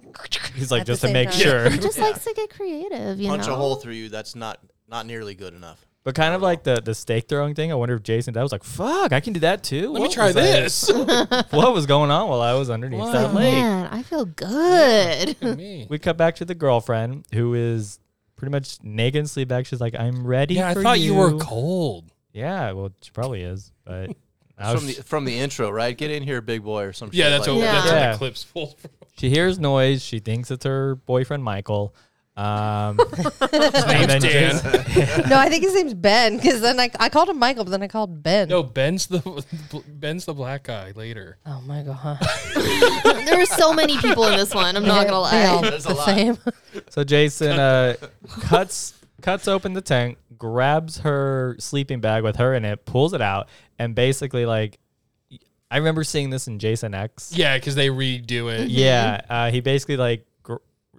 C: He's like,
A: at the
C: just to
A: same
C: make
A: time.
C: sure.
B: He just likes to get creative, you
E: punch
B: know.
E: a hole through you. That's not not nearly good enough.
C: But kind of like the the steak throwing thing, I wonder if Jason that was like, "Fuck, I can do that too."
D: Let
C: What
D: me try
C: was I-
D: this.
C: what was going on while I was underneath that lake?
B: Man, I feel good.
D: Me.
C: We cut back to the girlfriend who is pretty much naked in sleep bag. She's like, "I'm ready."
D: Yeah, I
C: for
D: thought you were cold.
C: Yeah, well, she probably is, but I was-
E: From the from the intro, right? Get in here, big boy, or some.
D: Yeah,
E: shit
D: that's
E: like
D: what
B: Yeah.
D: that's what
C: Yeah.
D: the clips full.
C: she hears noise. She thinks it's her boyfriend Michael. Um,
D: Name's
C: then
D: Dan.
A: No, I think his name's Ben because then I, I called him Michael, but then I called Ben.
D: No, Ben's the Ben's the black guy later.
A: Oh my god.
B: There were so many people in this one. I'm not gonna
A: They all
B: lie.
A: look the same.
C: So Jason uh, cuts cuts open the tent, grabs her sleeping bag with her in it, pulls it out, and basically like I remember seeing this in Jason X.
D: Yeah, because they redo it.
C: Yeah, uh, he basically like gr-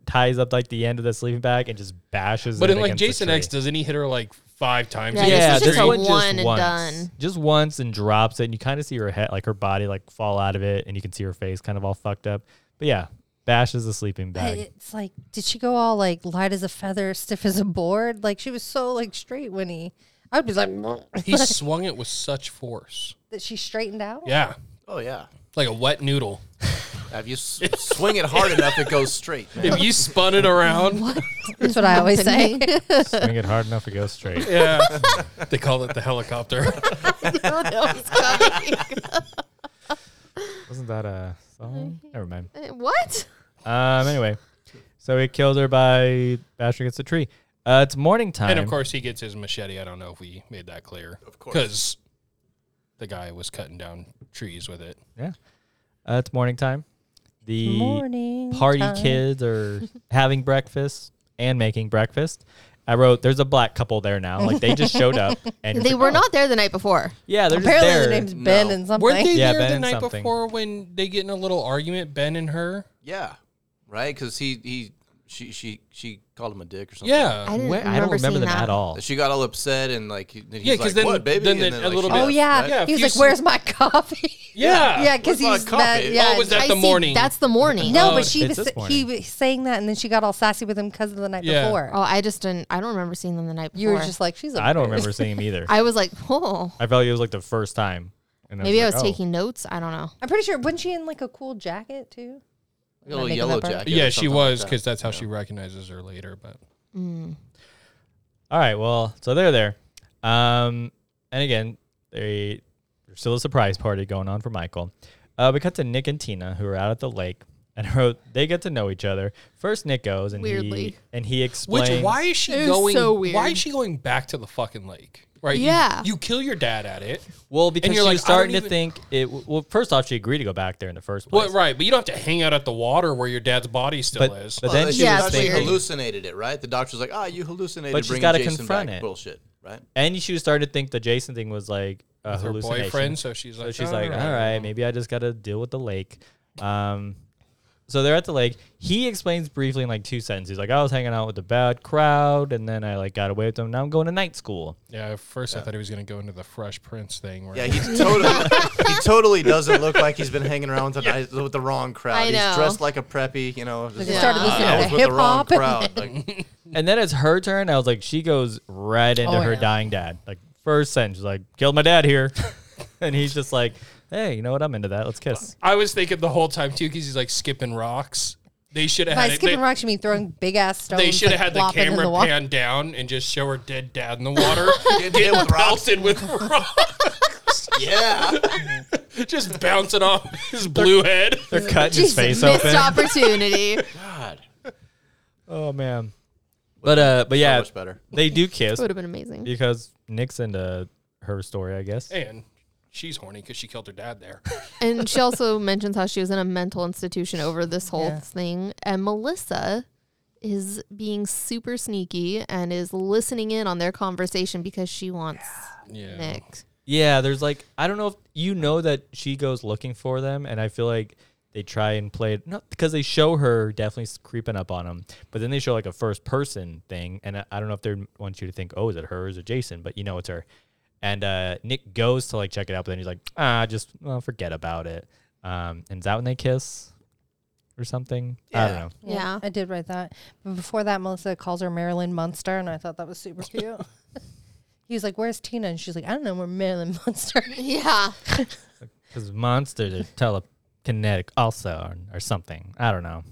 C: ties up like the end of the sleeping bag and just bashes.
D: But
C: it
D: in like
C: against the
D: Jason X,
C: tree.
D: doesn't he hit her like five times?
B: Yeah,
D: against
C: yeah,
B: it's
D: the
B: just a
C: this
D: tree?
C: one just
B: one and
C: once,
B: done.
C: just once, and drops it, and you kind of see her head, like her body, like fall out of it, and you can see her face kind of all fucked up. But yeah, bashes the sleeping
A: But
C: bag.
A: it's like, did she go all like light as a feather, stiff as a board? Like she was so like straight when he. I would be like
D: he swung it with such force.
A: that she straightened out.
D: Yeah,
E: Oh yeah.
D: like a wet noodle.
E: If you s- swing it hard enough, it goes straight. Man.
D: If you spun it around,
A: That's what I always say.
C: Swing it hard enough, it goes straight.
D: yeah, they call it the helicopter.
C: Wasn't that a song? Never mind.
B: what?
C: Um. Anyway, so he kills her by bashing against a tree. Uh, it's morning time.
D: and of course, he gets his machete. I don't know if we made that clear. Of
E: course.
D: because the guy was cutting down trees with it.
C: yeah. Uh, it's morning time. The
A: Morning
C: party
A: time.
C: kids are having breakfast and making breakfast. I wrote, "There's a black couple there now. Like they just showed up, and
B: They were not there the night before.
C: Yeah, they're
A: Apparently
C: just there.
A: their name's Ben
E: No.
A: and something.
D: Weren't they
C: Yeah,
D: there
C: Ben
D: the
C: and
D: night
C: something.
D: before when they get in a little argument, Ben and her?
E: Yeah, right. Because he he she she she called him a dick or something.
D: Yeah.
B: I didn't
C: Where- I don't remember
B: seeing
C: them
B: that.
C: at all.
E: She got all upset and like he- then he's
D: Yeah, 'cause
E: like,
D: then-
E: what, baby?
D: then
E: and
D: the- a little
E: she
D: bit-
A: Oh
E: left,
A: yeah,
E: right?
D: Yeah,
A: he was
D: you
A: like,
D: see-
A: "Where's my coffee?"
D: yeah.
A: yeah, because
E: Where's my
A: he's mad.
E: coffee?
A: Yeah,
D: Oh, was that
B: I
D: the
B: see,
D: morning?
B: That's the morning.
A: no,
D: Oh,
A: but she was
C: it's this
A: he
C: morning.
A: was saying that, and then she got all sassy with him because of the night
D: Yeah.
A: before.
B: Oh, I just didn't. I don't remember seeing them the night before.
A: you were just like, "She's." I
C: I don't remember seeing him either. I,
B: I was like, oh,
C: felt like it was like the first time. And
B: maybe I was
C: like, oh.
B: taking notes. I don't know.
A: I'm pretty sure. Wasn't she in like a cool jacket too?
E: A little
A: Am I making
E: yellow
A: that part?
E: jacket. or
D: yeah, she
E: something
D: was
E: like
D: because
E: that.
D: that's how she recognizes her later. But
C: All right. Well, so they're there. Um, and again, they there's still a surprise party going on for Michael. Uh, we cut to Nick and Tina, who are out at the lake, and I wrote, they get to know each other. First, Nick goes and he
B: Weirdly.
C: and he
D: which
C: explains.
D: why is she
B: It was
D: going?
B: so
D: Why
B: weird.
D: is she going back to the fucking lake? Right? You-
B: Yeah.
D: You, kill your dad at it.
C: Well, because she
D: you're like,
C: was
D: "I don't
C: starting to
D: even-"
C: think it. Well, first off, she agreed to go back there in the first place.
D: Well, right, but you don't have to hang out at the water where your dad's body still
C: But,
D: is.
C: but
E: Well,
C: then
E: she
C: she
B: Yeah,
C: was
E: thought
B: it's
E: she
C: thinking,
B: weird.
E: hallucinated it, right? The doctor's like, ah, you hallucinated.
C: But she's
E: bringing
C: gotta
E: Jason
C: confront
E: back.
C: it.
E: Bullshit, right?
C: and she was starting to think the Jason thing was like a
D: With her
C: hallucination.
D: boyfriend, so she's
C: So
D: like,
C: she's
D: "All
C: like,
D: right."
C: all right, maybe I just got to deal with the lake. Um, so they're at the lake. He explains briefly in like two sentences. Like I was hanging out with a bad crowd, and then I like got away with them. Now I'm going to night school.
D: Yeah. At first, I thought he was going to go into the Fresh Prince thing. Where
E: Yeah, he totally he totally doesn't look like he's been hanging around with the, nice- with the wrong crowd.
B: I know.
E: He's dressed like a preppy, you know. Just
A: They
E: like,
A: started
E: "Ah,
A: listening
E: I
A: to
E: was with the wrong
A: hip-hop and
E: crowd. Like,
C: And then it's her turn. I was like, she goes right into
A: Oh,
C: her
A: yeah.
C: dying dad. Like first sentence, she's like, killed my dad here, and he's just like, hey, you know what? I'm into that. Let's kiss.
D: I was thinking the whole time too, because he's like skipping rocks. They should have
A: By
D: had it.
A: skipping
D: they-
A: rocks, you mean throwing big ass stones.
D: They should
A: like,
D: have had the
A: flopping in
D: camera
A: wa-
D: pan down and just show her dead dad in the water,
E: hit
D: getting
E: with rocks.
D: pelted with rocks,
E: yeah,
D: just bouncing off his blue head.
C: They're cutting
B: Jesus,
C: his face
B: missed
C: open.
B: opportunity.
E: God,
C: Oh man. But uh, but yeah,
E: much better.
C: they do kiss
B: would have been amazing.
C: because Nick's into her story, I guess.
D: And she's horny because she killed her dad there.
B: And she also mentions how she was in a mental institution over this whole thing. And Melissa is being super sneaky and is listening in on their conversation because she wants
D: Yeah.
B: Nick.
C: Yeah, there's like I don't know if you know that she goes looking for them, and I feel like they try and play it not because they show her definitely s- creeping up on them, but then they show like a first person thing, and I, I don't know if they want you to think, oh, is it her, or is it Jason? But you know it's her. And uh, Nick goes to like check it out, but then he's like, ah, just well, forget about it. Um, and is that when they kiss or something? I don't
E: Yeah.
C: know.
B: Yeah.
A: I did write that. But before that, Melissa calls her Marilyn Munster, and I thought that was super cute. he was like, "Where's Tina?" And she's like, "I don't know where Marilyn Munster." is."
B: Yeah.
C: Because monsters are telekinetic, also, or, or something. I don't know.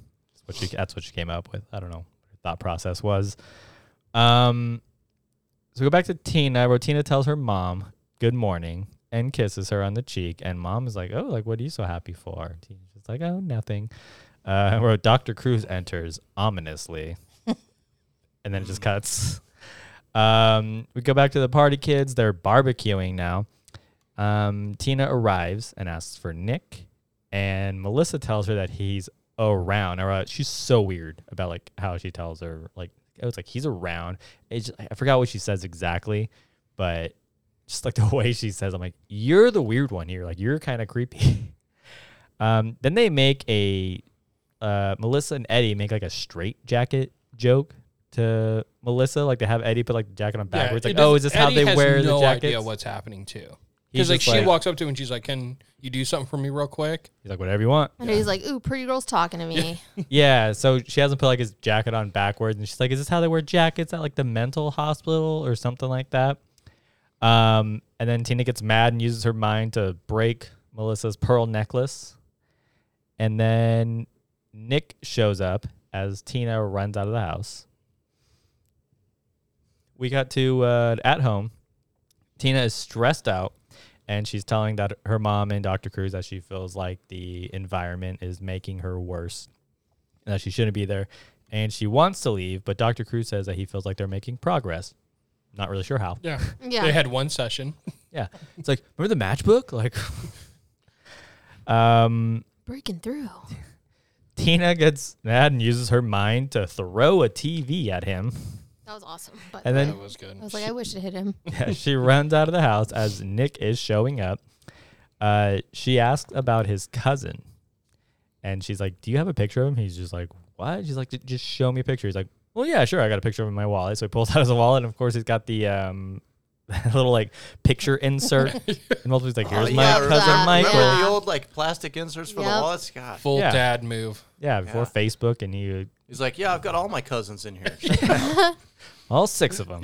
C: That's what, she, that's what she came up with. I don't know what her thought process was. Um, so go back to Tina. Where Tina tells her mom, "Good morning," and kisses her on the cheek. And mom is like, "Oh, like what are you so happy for?" Tina's just like, "Oh, nothing." Uh, where Doctor Cruz enters ominously. and then it just cuts. Um, we go back to the party kids. They're barbecuing now. Um, Tina arrives and asks for Nick, and Melissa tells her that he's around. Or, uh, she's so weird about like how she tells her like it was like he's around. It's just- I forgot what she says exactly, but just like the way she says, I'm like you're the weird one here. Like you're kind of creepy. um, then they make a uh, Melissa and Eddie make like a straight jacket joke to Melissa. Like they have Eddie put like the jacket on
D: Yeah,
C: backwards.
D: it
C: like,
D: does-
C: oh, is this how
D: Eddie
C: they
D: has
C: wear
D: no
C: the jackets?
D: idea what's happening too.
C: He's
D: Because like
C: just
D: she
C: like-
D: walks up to him and she's like, "Can you do something for me real quick?"
C: He's like, whatever you want.
B: And he's like, ooh, pretty girl's talking to me.
C: Yeah, so she hasn't put like his jacket on backwards, and she's like, "Is this how they wear jackets at like the mental hospital or something like that?" Um, and then Tina gets mad and uses her mind to break Melissa's pearl necklace, and then Nick shows up as Tina runs out of the house. We got to uh, at home. Tina is stressed out, and she's telling that her mom and Dr. Cruz that she feels like the environment is making her worse and that uh, she shouldn't be there. And she wants to leave, but Dr. Cruz says that he feels like they're making progress. Not really sure how.
D: Yeah,
B: Yeah.
D: They had one session.
C: Yeah. It's like, remember the matchbook? Like, um,
B: Breaking through.
C: Tina gets mad and uses her mind to throw a TV at him.
B: That was awesome. But
C: And
D: That
C: then
D: was good.
B: I was like, I wish it hit him.
C: yeah, she runs out of the house as Nick is showing up. Uh, she asks about his cousin, and she's like, "Do you have a picture of him?" He's just like, "What?" She's like, "J- "Just show me a picture." He's like, "Well, yeah, sure. I got a picture of him in my wallet." So he pulls out his wallet, and of course, he's got the um, little like picture insert. and multiple's like, "Here's
E: Oh,
C: my
E: yeah,
C: cousin
E: remember-
B: that.
C: Michael."
E: Remember
B: Yeah.
E: the old like plastic inserts for
B: Yep.
E: the wallets? God.
D: Full
C: Yeah.
D: dad move.
C: Yeah, before
E: Yeah.
C: Facebook, and you
E: He's like, yeah, I've got all my cousins in here.
C: all six of them.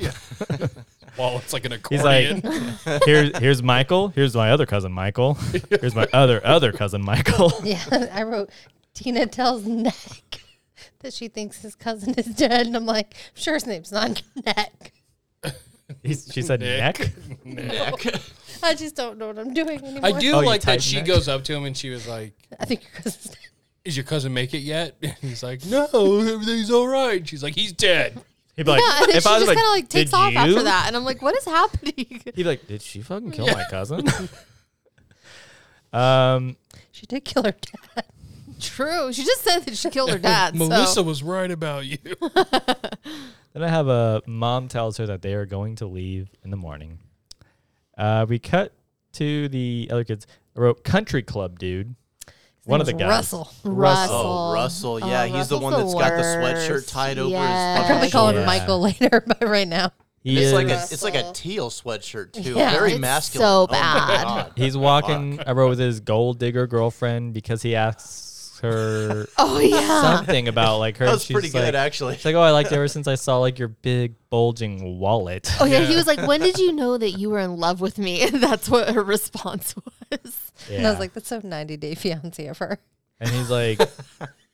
D: Well, it's like an accordion.
C: He's like, here's here's Michael. Here's my other cousin Michael. Here's my other other cousin Michael.
A: Yeah, I wrote Tina tells Nick that she thinks his cousin is dead, and I'm like, I'm sure his name's not Nick.
C: He's, she said
D: Nick.
C: neck.
A: I just don't know what I'm doing anymore.
D: I do
C: Oh, you
D: like that
C: typed
D: she
C: that?
D: goes up to him and she was like,
A: I think your cousin's dead.
D: "Is your cousin make it yet?" And he's like, "No, everything's all right." She's like, "He's dead."
C: He'd be like,
B: yeah, and then
C: if
B: she
C: I was
B: just
C: like,
B: kind of like takes
C: "Did
B: off
C: you?"
B: after that, and I'm like, what is happening?
C: He'd be like, did she fucking kill my cousin? um,
A: She did kill her dad.
B: True. She just said that she killed her dad.
D: Melissa
B: so.
D: was right about you.
C: then I have a mom tells her that they are going to leave in the morning. Uh, we cut to the other kids. I wrote country club dude. One of the
A: His name
C: guys.
A: was Russell.
B: Russell.
E: Oh, Russell. Yeah,
B: Oh,
E: he's
B: Russell's
E: the one that's got the sweatshirt
B: worst.
E: tied over his
B: Yes.
A: I'll probably call
C: Yeah.
A: him Michael later, but right now.
C: He
E: It's
C: is,
E: like a, it's like a teal sweatshirt too. Very
B: It's
E: masculine.
B: so
E: Oh my
B: bad.
E: God.
C: he's walking. I wrote with his gold digger girlfriend because he asks her
B: Oh, yeah.
C: something about like her.
E: That
C: and
E: was
C: she's
E: pretty
C: like-
E: good actually.
C: She's like, oh, I liked you ever since I saw like your big bulging wallet.
B: Oh yeah, he was like, "When did you know that you were in love with me?" And that's what her response was.
A: And I was
C: Yeah.
A: like, that's a 90 day fiance of her.
C: And he's like,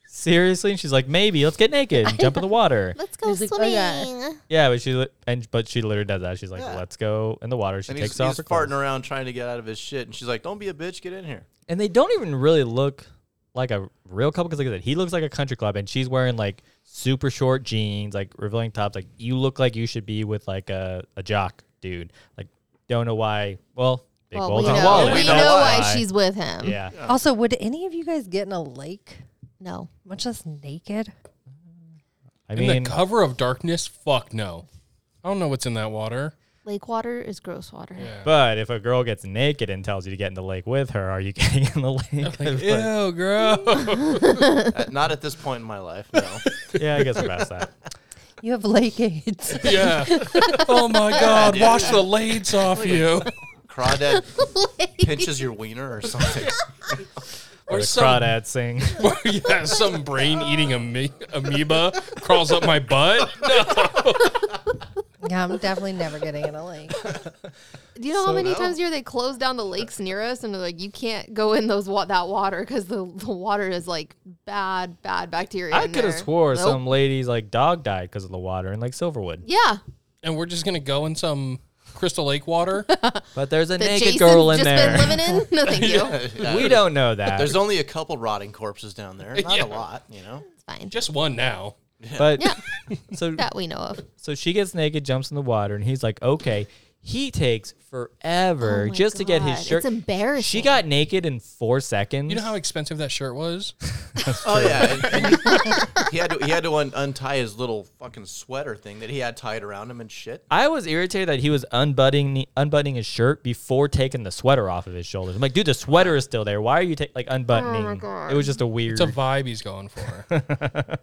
C: seriously? And she's like, maybe. Let's get naked and jump in the water.
B: Let's go
A: He's like, "Oh,
B: swimming.
A: yeah."
C: Yeah, but she li- and but she literally does that. She's like,
E: Yeah.
C: let's go in the water. She
E: And he's,
C: takes
E: he's
C: off her
E: farting
C: clothes.
E: around trying to get out of his shit, and she's like, "Don't be a bitch, get in here."
C: And they don't even really look like a real couple because like I said, he looks like a country club, and she's wearing like super short jeans, like revealing tops. Like you look like you should be with like a, a jock dude. Like don't know why. Well, big
B: Well, we
C: bulging
B: know,
C: wallet.
B: we
E: Don't
B: know
E: lie.
B: why she's with him.
C: Yeah.
A: Also, would any of you guys get in a lake,
B: No.
A: much less naked?
C: I
D: in
C: mean,
D: the cover of darkness, fuck no. I don't know what's in that water.
B: Lake water is gross water.
C: but if a girl gets naked and tells you to get in the lake with her, are you getting in the lake?
D: Like, Ew, gross.
E: Uh, Not at this point in my life, no.
C: yeah, I guess we're past that.
A: You have lake aids.
D: yeah. Oh my god, wash the lades off you.
E: Crawdad pinches your wiener or something.
C: Or the
D: some-
C: crawdads sing.
D: yeah, some brain eating ame- amoeba crawls up my butt.
A: yeah, I'm definitely never getting in a lake.
B: Do you know how many times a year they close down the lakes near us and they're like, "You can't go in those wa- that water because the, the water is like bad, bad bacteria."
C: I
B: in
C: could have
B: there."
C: swore
B: Nope.
C: some ladies like dog died because of the water in like Silverwood.
B: Yeah,
D: And we're just gonna go in some Crystal Lake water.
C: But there's a
B: that
C: naked
B: Jason's
C: girl in
B: just
C: there.
B: been living in. No, thank you.
E: Yeah.
C: we don't know that.
E: There's only a couple rotting corpses down there. Not
D: Yeah.
E: a lot, you know.
B: It's fine.
D: Just one now.
C: But
B: Yeah.
C: so
B: that we know of.
C: so she gets naked, jumps in the water, and he's like, okay. He takes forever
B: Oh my
C: just to get
B: God,
C: his
B: it's
C: shirt. She
B: embarrassing.
C: got naked in four seconds.
D: You know how expensive that shirt was?
E: Oh yeah, and- and he had to he had to un- untie his little fucking sweater thing that he had tied around him and shit.
C: I was irritated that he was unbuttoning unbuttoning his shirt before taking the sweater off of his shoulders. I'm like, dude, the sweater is still there. Why are you ta- like unbuttoning?
B: Oh
C: It was just a weird.
D: It's a vibe he's going for.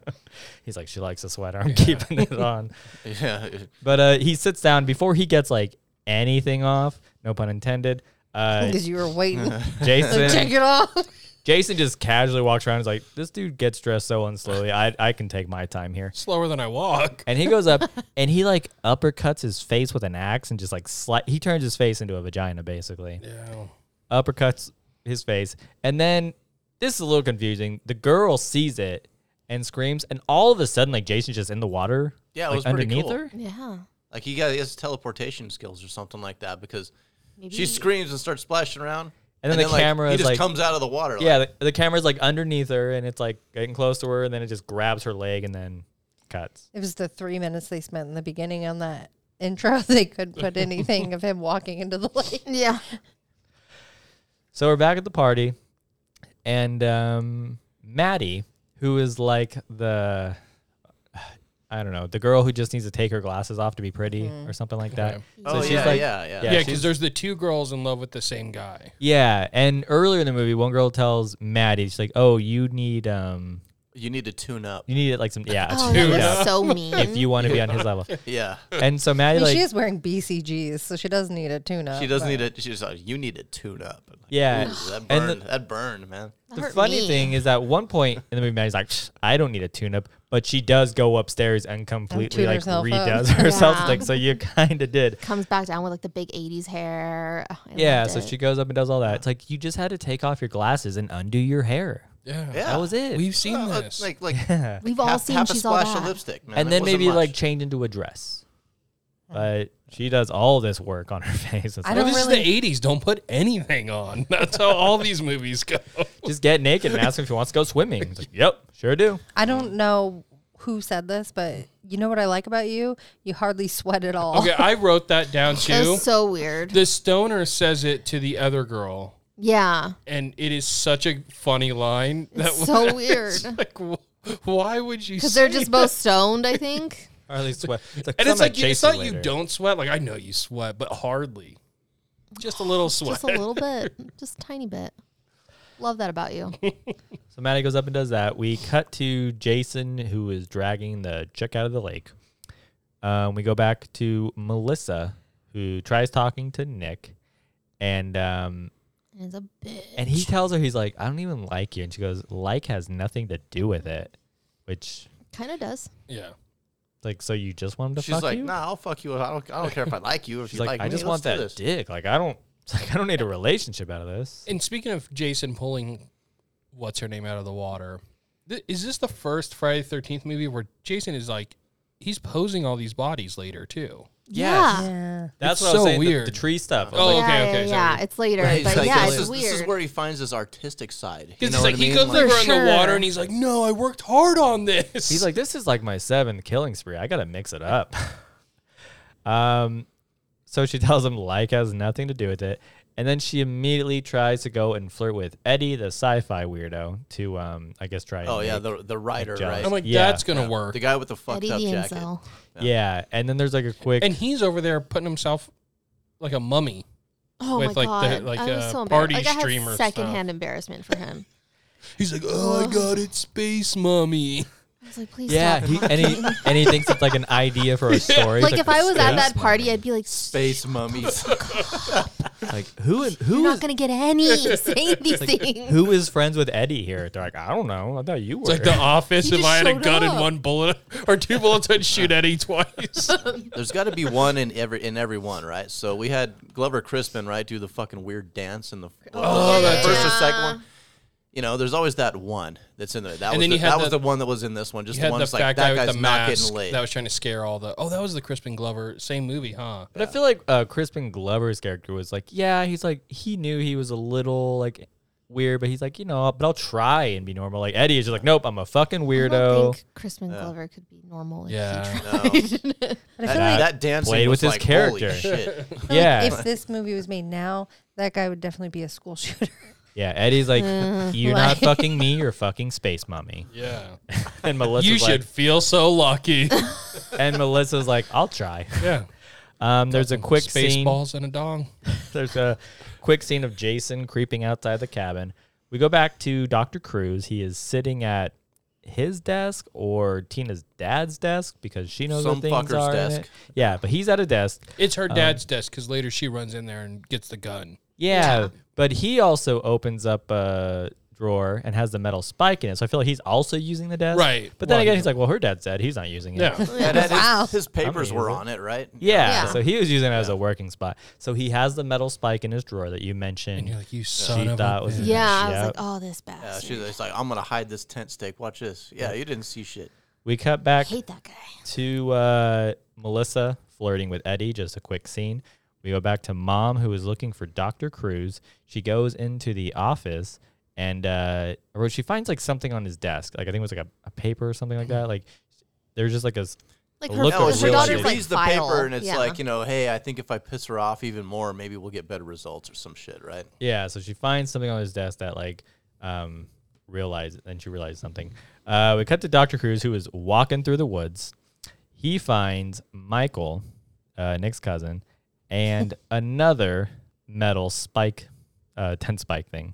C: He's like, she likes the sweater. I'm keeping it on.
E: Yeah,
C: But uh, he sits down before he gets like anything off. No pun intended. Uh,
A: because you were waiting. Take
C: Jason
A: it off.
C: Jason just casually walks around. He's like, this dude gets dressed so unslowly. I I can take my time here.
D: Slower than I walk.
C: And he goes up and he like uppercuts his face with an axe and just like sli- he turns his face into a vagina basically.
D: Yeah.
C: uppercuts his face. And then this is a little confusing. The girl sees it and screams, and all of a sudden, like Jason's just in the water.
E: Yeah, it
C: like,
E: was pretty
C: underneath
E: cool.
C: her.
B: Yeah.
E: like he got his teleportation skills or something like that because
B: Maybe
E: she screams and starts splashing around,
C: And then the
E: like,
C: camera
E: he
C: is
E: just
C: like-
E: comes out of the water.
C: Yeah,
E: like,
C: the, the camera's like underneath her, and it's like getting close to her, and then it just grabs her leg and then cuts.
A: It was the three minutes they spent in the beginning on that intro. They couldn't put anything of him walking into the lake.
B: Yeah.
C: So we're back at the party, and um, Maddie, who is like the. I don't know the girl who just needs to take her glasses off to be pretty or something like that.
E: oh
C: she's
E: yeah,
C: like-
E: yeah, yeah,
C: yeah,
D: Yeah,
C: she's-
D: because there's the two girls in love with the same guy.
C: Yeah, and earlier in the movie, one girl tells Maddie, she's like, "Oh, you need um,
E: You need to tune up.
C: you need like some yeah,
B: Oh,
C: two
B: that was
C: up
B: so mean.
C: if you want to be on his level."
E: Yeah,
C: And so
A: I
C: Maddie
A: mean,
C: like,
A: she is wearing BCGs, so she does need a tune-up.
E: she doesn't
A: but-
E: need to. She's like, you need to tune up. And like,
C: Yeah.
E: ooh, that
C: And the-
E: burned. that burned, man.
C: the
B: hurt
C: funny
B: me.
C: thing is at one point in the movie, Maddie's like, "Psh, "I don't need a tune-up," but she does go upstairs and completely
A: tune
C: like
A: herself up.
C: redoes herself.
B: Yeah.
C: Like, so you kind of did.
B: comes back down with like the big 80s hair. Oh, I
C: Yeah,
B: loved
C: so
B: it.
C: she goes up and does all that. It's like you just had to take off your glasses and undo your hair.
D: Yeah.
E: Yeah,
C: That was it.
D: We've seen
E: Uh,
D: this.
E: like like
B: We've all
E: half,
B: seen
E: half
B: she's
E: a
B: all
E: splash
B: that.
E: of lipstick, man.
C: and
E: It
C: then
E: wasn't
C: maybe like
E: much.
C: change into a dress. But she does all this work on her face.
A: I
C: It's like,
D: Well,
A: don't
D: this
A: really-
D: is the 80s. Don't put anything on. That's how all these movies go.
C: just get naked and ask him if he wants to go swimming. He's like, yep, sure do.
A: I don't know who said this, but you know what I like about you? You hardly sweat at all.
D: Okay, I wrote that down
B: That
D: too.
B: was so weird.
D: the stoner says it to the other girl,
B: yeah.
D: and it is such a funny line. That
B: It's so
D: it's
B: weird.
D: Like, wh- why would you?
B: Because they're
D: say
B: just
D: that?
B: both stoned, I think.
C: Or at least sweat.
D: And it's like you- it's not you don't sweat. Like I know you sweat, but hardly. Just a little sweat.
B: Just a little bit. Just a tiny bit. Love that about you.
C: So Maddie goes up and does that. We cut to Jason, who is dragging the chick out of the lake. Um, we go back to Melissa, who tries talking to Nick, and um,
B: And it's a bit.
C: and he tells her he's like, I don't even like you, and she goes, like has nothing to do with it, which
B: Kind of does.
D: Yeah.
C: like so you just wanted to
E: She's
C: fuck
E: like,
C: you?
E: nah, I'll fuck you. I don't. I don't care if I like you. If
C: She's
E: you
C: like,
E: like,
C: I
E: me,
C: just
E: let's
C: want
E: do
C: that
E: this."
C: dick. Like I don't it's like I don't need a relationship out of this.
D: And speaking of Jason pulling what's her name out of the water, th- is this the first Friday Thirteenth movie where Jason is like he's posing all these bodies later too?
C: Yes.
B: Yeah.
A: Yeah.
C: That's
D: It's
C: what I was
D: so
C: saying. the- The,
D: weird.
C: tree stuff. I was
D: Oh,
C: like,
D: okay,
B: yeah,
D: okay,
B: Yeah,
D: sorry.
B: it's later.
E: Right,
B: But
E: he's like,
B: yeah,
E: this,
B: it's
E: is,
B: weird.
E: this is where he finds his artistic side. You
D: Because
E: know what
D: like,
E: I
D: he
E: mean?
D: goes
E: Like-
D: over in the water
A: sure.
D: and he's like, "No, I worked hard on this."
C: He's like, this is like my seventh killing spree. I gotta mix it up. um, so she tells him like has nothing to do with it, and then she immediately tries to go and flirt with Eddie, the sci-fi weirdo, to um, I guess try. and
E: Oh yeah,
C: make-
E: the the writer,
C: jealous.
E: right?
D: "I'm like,
C: yeah.
D: that's gonna work."
E: the guy with the fucked
B: Eddie
E: up
B: the
E: jacket.
B: Enzel.
C: yeah. And then there's like a quick.
D: And he's over there putting himself like a mummy.
B: Oh
D: With,
B: my
D: like, the-
B: god!
D: like,
B: I was
D: uh,
B: so embarrassed.
D: party
B: like, I had
D: streamer stuff.
B: secondhand embarrassment for him.
D: He's like, "Oh, I got it, space mummy."
B: I was like, please
C: yeah,
B: stop.
C: he, and he and he thinks it's like an idea for a story.
B: like
C: He's
B: if I was at
C: "Space
B: that party,
C: mummy."
B: I'd be like,
E: Space mummies.
C: like who and who
B: you're
C: is-
B: not gonna get any. Say these things.
C: who is friends with Eddie here? They're like, I don't know. I thought you were.
D: It's like the office.
B: He
D: If
B: just
D: I had a
B: showed
D: gun and
B: up.
D: one bullet or two bullets, I'd shoot Eddie twice.
E: There's got to be one in every in every one, right? So we had Glover Crispin, right, do the fucking weird dance in the
D: Oh,
E: the
D: that's
E: first or
B: right.
E: second one. You know, there's always that one that's in there. That
D: And
E: was
D: then
E: the,
D: you had
E: that was
D: the-
E: the one that was in this one. Just
D: You
E: the
D: had
E: one
D: the
E: that's
D: fat
E: like
D: guy
E: that
D: with
E: guy's
D: the
E: not
D: mask
E: getting laid.
D: that was trying to scare all the. Oh, that was the Crispin Glover same movie, huh?
C: But I feel like uh, Crispin Glover's character was like, yeah, he's like he knew he was a little like weird, but he's like, you know, but I'll try and be normal. Like Eddie is just like, nope, I'm a fucking
B: I don't
C: weirdo.
B: think Crispin Glover could be normal. If
D: Yeah.
B: He tried.
A: But I
E: That,
A: feel like
E: that dancing
C: Played
E: was
C: with his
E: like,
C: character.
E: Holy shit.
A: I feel like
C: Yeah,
A: if this movie was made now, that guy would definitely be a school shooter.
C: yeah. Eddie's like, you're not
B: Uh, like-
C: fucking me, you're fucking space mummy.
D: Yeah.
C: And Melissa's
D: you
C: like,
D: should feel so lucky.
C: and Melissa's like, I'll try.
D: yeah.
C: Um, there's a quick
D: space
C: scene.
D: balls and a dong.
C: There's a quick scene of Jason creeping outside the cabin. We go back to Dr. Cruz. He is sitting at his desk or Tina's dad's desk because she knows
E: Some
C: what things
E: fucker's
C: are in
E: desk.
C: it. Yeah, but he's at a desk.
D: It's her dad's desk because later she runs in there and gets the gun.
C: Yeah, but he also opens up a drawer and has the metal spike in it. So I feel like he's also using the desk.
D: Right.
C: But then
D: Well,
C: again, he's like, well, her dad's dead. He's not using it.
D: Yeah.
E: And that-
A: Wow.
E: his, his papers were
C: use it.
E: on it, right?
B: Yeah.
C: Yeah, so he was using it as a working spot. So he has the metal spike in his drawer that you mentioned.
D: And you're like, you son of
C: thought
D: a
C: was-
D: bitch.
B: yeah, I was
C: Yep.
B: like, oh, this bastard.
E: Yeah, she's just like, I'm gonna hide this tent stake. Watch this. Yeah, you didn't see shit.
C: we cut back
B: hate that guy.
C: to uh, Melissa flirting with Eddie, just a quick scene. We go back to mom, who is looking for Dr. Cruz. She goes into the office and uh, or she finds like something on his desk. Like, I think it was like a, a paper or something like that. Like, there's just like a, s-
B: Like
C: A
B: her,
C: look
E: No,
C: of
B: her
E: she, she
B: daughter's
C: realization.
E: reads
B: like
E: the
B: file.
E: paper and it's
B: yeah.
E: like, you know, hey, I think if I piss her off even more, maybe we'll get better results or some shit, right?
C: Yeah, so she finds something on his desk that like um realized and she realized something. Uh we cut to Dr. Cruz who is walking through the woods. He finds Michael, uh Nick's cousin, and another metal spike uh tent spike thing.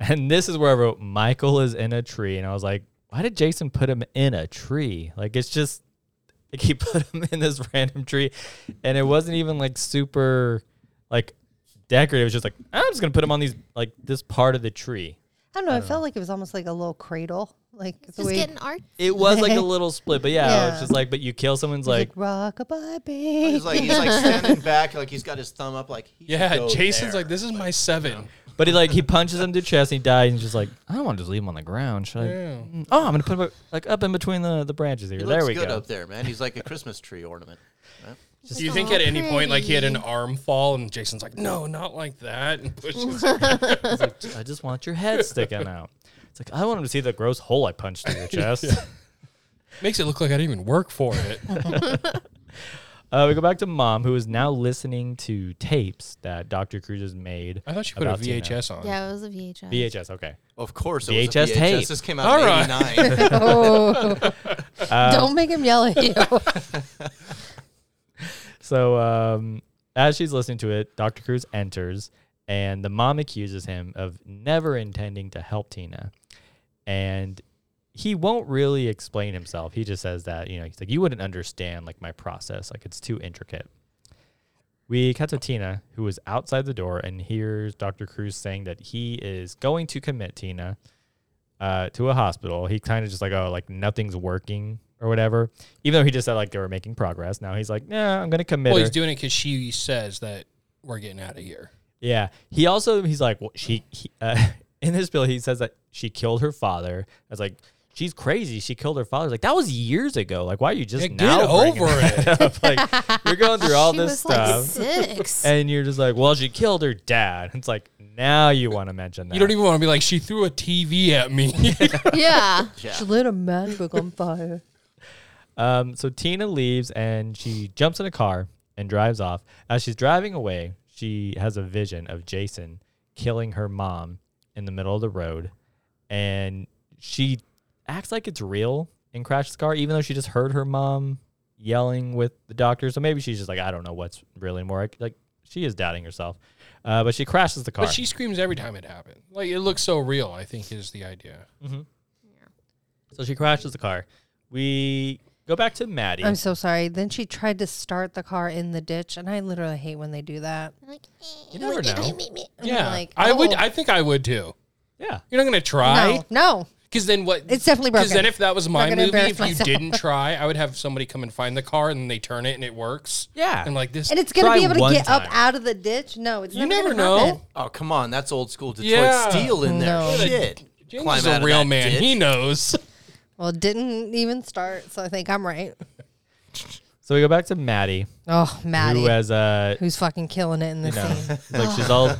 C: And this is where I wrote Michael is in a tree and I was like, why did Jason put him in a tree? Like it's just like he put him in this random tree and it wasn't even like super like decorative. It was just like "Ah, I'm just gonna put him on these like this part of the tree.
A: I don't know. it felt like it was almost like a little cradle, like the
B: just
A: way
B: getting art.
C: It was like a little split, but yeah, it's
A: Yeah.
C: just like but you kill someone's like,
A: like, rock a
E: He's
A: baby.
E: like, he's like standing back, like he's got his thumb up, like he should
D: Yeah,
E: go
D: Jason's
E: there.
D: like, this is my seven.
C: but he like he punches him to the chest and he dies and he's just like I don't want to just leave him on the ground. Should I? Mm, Oh, I'm gonna put him up- like up in between the the branches here.
E: He
C: there
E: looks
C: we
E: good
C: go.
E: up there, man. He's like a Christmas tree ornament.
D: Do you think at any point, like, he had an arm fall and Jason's like, no, not like that? And pushes.
C: I just want your head sticking out. It's like I want him to see the gross hole I punched in your chest.
D: Makes it look like I didn't even work for it.
C: Uh, we go back to mom, who is now listening to tapes that Dr. Cruz has made.
D: I thought she put a
C: about Tina.
D: VHS on.
B: Yeah, it was a VHS.
C: VHS, okay.
E: Of course, it
C: VHS
E: was a VHS.
C: tape.
E: This came out
D: All
E: in
D: right.
E: '89.
A: oh. Don't make him yell at you.
C: So um, as she's listening to it, Dr. Cruz enters, and the mom accuses him of never intending to help Tina. And he won't really explain himself. He just says that, you know, he's like, you wouldn't understand like my process. Like it's too intricate. We cut to Tina, who is outside the door and hears Dr. Cruz saying that he is going to commit Tina uh, to a hospital. He kind of just like, oh, like nothing's working or whatever. Even though he just said like they were making progress. Now he's like, nah, I'm going to commit
D: Well,
C: her.
D: he's doing it because she says that we're getting out of here.
C: Yeah. He also he's like well, she he, uh, in this bill he says that she killed her father. I was like she's crazy. She killed her father. Like that was years ago. Like why are you just
D: Yeah,
C: now
D: get
C: bringing
D: over
C: that
D: it.
C: up? Like you're going through all
B: she
C: this
B: was
C: stuff.
B: like six.
C: and you're just like, well, she killed her dad. It's like now you want to mention that.
D: You don't even want to be like, she threw a TV at me.
B: yeah.
A: She lit a matchbook on fire.
C: Um, so Tina leaves and she jumps in a car and drives off. As she's driving away, she has a vision of Jason killing her mom in the middle of the road. And she acts like it's real and crashes the car, even though she just heard her mom yelling with the doctor. So maybe she's just like, I don't know what's really more. Like, like she is doubting herself. Uh, but she crashes the car.
D: But she screams every time it happened. Like it looks so real. I think is the idea.
C: so she crashes the car. We go back to Maddie.
A: I'm so sorry. Then she tried to start the car in the ditch, and I literally hate when they do that.
C: you never know.
A: And I'm
D: Yeah,
A: like,
D: I would.
A: oh,
D: I think I would too.
C: Yeah.
D: You're not gonna try
A: no, no.
D: because then what?
A: It's definitely
D: Because
A: broken.
D: then if that was my
A: gonna
D: movie,
A: embarrass
D: if
A: myself.
D: you didn't try, I would have somebody come and find the car and they turn it and it works.
C: Yeah.
D: and like this.
A: And it's gonna
C: Try
A: be able to
C: one
A: get
C: time.
A: up out of the ditch. No, it's
D: You
A: never
D: never
A: gonna
D: know.
A: happen.
E: Oh come on, that's old school Detroit
D: Yeah.
E: steel in there.
A: No.
E: Shit.
D: James
E: Climb
D: is
E: out
D: a
E: of
D: real
E: that
D: man.
E: ditch.
D: He knows.
A: Well, it didn't even start, so I think I'm right.
C: So we go back to Maddie,
A: Oh, Maddie,
C: who has uh,
A: who's fucking killing it in
C: you
A: this
C: know,
A: scene.
C: like she's all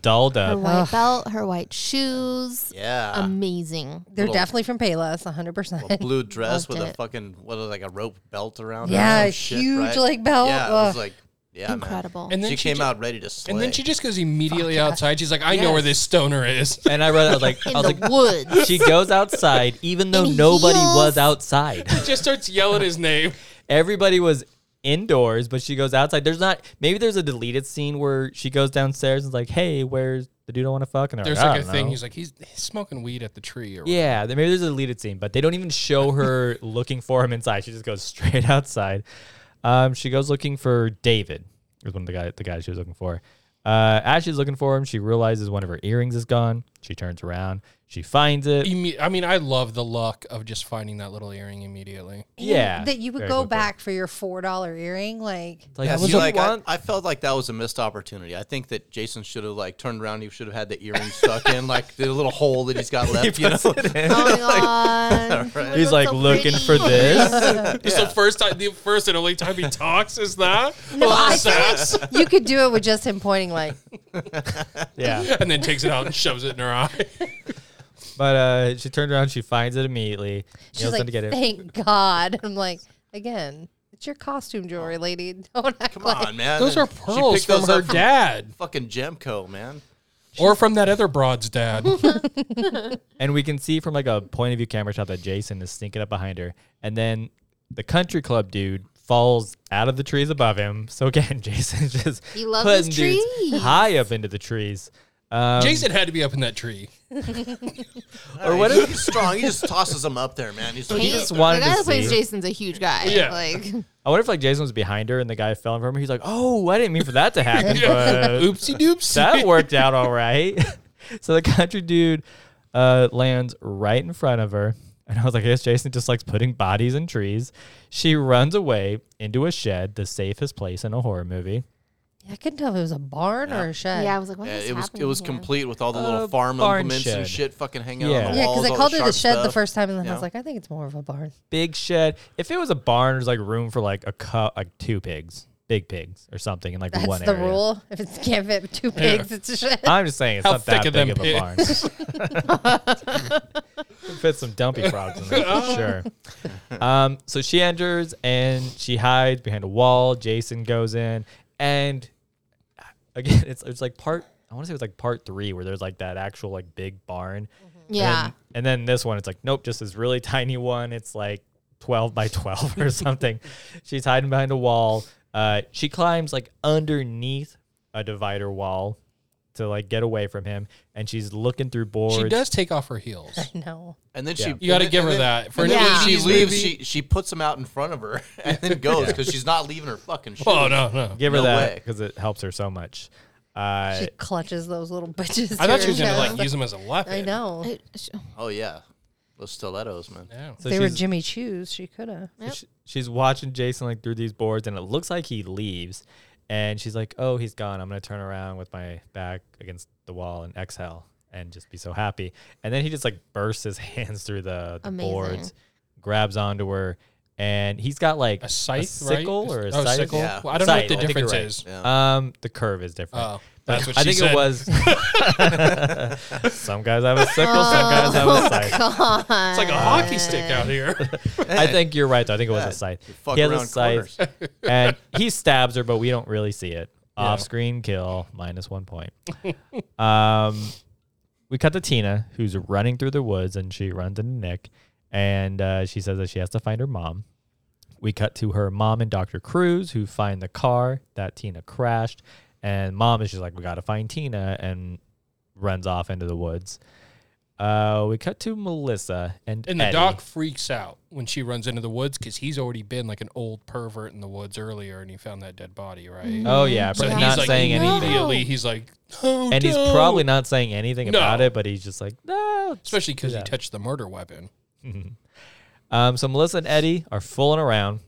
C: dolled
B: Her
C: up.
B: white
A: Ugh.
B: belt, her white shoes.
E: Yeah.
B: Amazing.
A: They're
E: Little-
A: definitely from Payless, 100%.
E: a blue dress with a
B: it.
E: fucking what was it, like a rope belt around.
A: Yeah,
E: it
A: a
E: or some shit,
A: huge,
E: right?
A: like, belt.
E: Yeah, it was
A: Ugh.
E: like yeah,
B: Incredible.
E: Man.
D: And then
E: she,
D: she
E: came
D: ju-
E: out ready to slay.
D: And then she just goes immediately outside. She's like, I know where
A: Yes.
D: this stoner is.
C: And I read, it, I was like,
B: In
C: I was
B: the
C: like,
B: woods.
C: she goes outside, even though
B: In
C: nobody
B: heels.
C: was outside.
D: just starts yelling his name.
C: Everybody was indoors, but she goes outside. There's not maybe there's a deleted scene where she goes downstairs and is like, "Hey, where's the dude I want to fuck?" And they're
D: There's
C: like,
D: like
C: "I
D: a
C: don't
D: thing.
C: know."
D: He's like, he's, he's smoking weed at the tree. Or
C: Yeah, th- maybe there's a deleted scene, but they don't even show her looking for him inside. She just goes straight outside. Um, she goes looking for David, is one of the guy the guy she was looking for. Uh, as she's looking for him, she realizes one of her earrings is gone. She turns around, she finds it.
D: Imme- I mean, I love the luck of just finding that little earring immediately.
C: Yeah,
A: That you would
C: very
A: go
C: quickly.
A: back for your $4 earring. Like,
C: It's Like,
E: Yeah,
C: what
E: see,
C: the
E: like, I,
C: fuck?
E: I felt like that was a missed opportunity. I think that Jason should have like turned around. He should have had the earrings stuck in, like the little hole that he's got left. you know,
B: oh my god.
E: Right.
C: He's like
B: so
C: looking
B: pretty.
C: for this.
D: It's the first time, the first and only time he talks is that. Well,
A: I
D: that's
A: feel like
D: sad.
A: you could do it with just him pointing, like,
C: yeah,
D: and then takes it out and shoves it in her eye.
C: but uh, she turns around, she finds it immediately.
A: she's
C: Kneels down
A: like,
C: to get it.
A: thank God. I'm like, again, it's your costume jewelry, lady. Don't act
E: Oh. come
A: like
E: on, man.
D: Those are
E: She
D: pearls
E: picked
D: from
E: those
D: her
E: up
D: dad,
E: Fucking Gemco, man.
D: or from that other broad's dad.
C: And we can see from like a point of view camera shot that Jason is sneaking up behind her. And then the country club dude falls out of the trees above him. So again, Jason's just
B: He loves
C: putting
B: his
C: dudes
B: trees.
C: high up into the trees. Um,
D: Jason had to be up in that tree.
E: Or what is he's strong? He just tosses them up there, man. He's like,
C: He just wanted
B: the guy
C: to
B: that plays
C: see.
B: Jason's a huge guy.
D: Yeah.
B: Like
C: I wonder if like Jason was behind her and the guy fell in front of her. He's like, oh, I didn't mean for that to happen. but
D: Oopsie doopsie.
C: that worked out all right. so the country dude uh, lands right in front of her. And I was like, I guess Jason just likes putting bodies in trees. She runs away into a shed, the safest place in a horror movie.
A: I couldn't tell if it was a barn or a shed.
B: Yeah, I was like, what
E: Yeah,
B: is
E: it was
B: happening
E: it was
B: here?
E: complete with all the
C: Uh,
E: little farm
C: barn
E: implements and
C: shed.
E: shit fucking hanging
C: Yeah.
E: on the
A: Yeah,
E: walls.
A: because I
E: all
A: called it a
E: sharp
A: shed the
E: stuff.
A: first time, and then I
E: Yeah.
A: was like, I think it's more of a barn.
C: Big shed. If it was a barn, there's like room for like a cu- like two pigs, big pigs or something in like
A: That's
C: one
A: the
C: area.
A: rule. If it's can't fit two pigs, it's a shed.
C: I'm just saying it's
D: How
C: not
D: thick
C: that
D: are
C: big
D: them
C: of a barn. Fit some dumpy frogs in there for sure. Um, so she enters and she hides behind a wall. Jason goes in and again, it's it's like part. I want to say it was like part three where there's like that actual like big barn.
B: Yeah.
C: And, and then this one, it's like, nope, just this really tiny one. It's like 12 by 12 or something. She's hiding behind a wall. Uh, she climbs like underneath a divider wall to like get away from him. And she's looking through boards.
D: She does take off her heels.
A: no.
E: And then
C: Yeah.
E: she
D: You got to
E: and
D: give her
E: then-
D: that for an
E: And then
B: Yeah.
E: she
D: 80s
E: leaves.
D: movie.
E: She she puts them out in front of her and then goes because she's not leaving her fucking shoes.
D: Oh no, no.
C: Give her
E: No
C: that
E: way.
C: because it helps her so much. Uh,
A: She clutches those little bitches.
D: I thought
A: to
D: she was
A: her
D: gonna
A: chest.
D: like use him as a weapon.
A: I know.
B: It- sh-
E: Oh yeah, those stilettos, man.
D: Yeah.
C: so
A: they were
C: she's-
A: Jimmy Choo's. She could have.
B: Yep.
C: sh- she's watching Jason like through these boards, and it looks like he leaves. And she's like, "Oh, he's gone. I'm gonna turn around with my back against the wall and exhale and just be so happy." And then he just like bursts his hands through the, the
B: Amazing.
C: boards, grabs onto her, and he's got like
D: A scythe,
C: sickle
D: right?
C: or a
D: oh,
C: scythe?
D: sickle?
E: Yeah.
D: Well, I don't
C: Scythe, I
D: know what the
C: think you're
D: difference
C: right.
D: is.
C: Um, the curve is different.
D: Oh, that's what
C: I
D: she
C: think
D: said.
C: it was. some guys have a sickle,
B: Oh.
C: some guys have a scythe.
D: It's like a hockey stick out here.
C: I think you're right. Though. I think it was a
E: God,
C: scythe.
E: you fuck
C: he has a
E: around
C: scythe, and he stabs her, but we don't really see it. Off screen kill minus one point. um, we cut to Tina, who's running through the woods, and she runs into Nick, and uh, she says that she has to find her mom. We cut to her mom and Dr. Cruz, who find the car that Tina crashed, and mom is just like, "We got to find Tina," and runs off into the woods. Uh, we cut to Melissa and
D: And the
C: Eddie.
D: doc freaks out when she runs into the woods because he's already been like an old pervert in the woods earlier, and he found that dead body, right?
C: Oh yeah,
D: So
C: but
D: he's
C: not
D: like
C: saying anything.
D: immediately. He's like, oh,
C: and he's
D: no."
C: probably not saying anything
D: No.
C: about it, but he's just like, no.
D: especially because
C: Yeah.
D: he touched the murder weapon.
C: Um, so Melissa and Eddie are fooling around.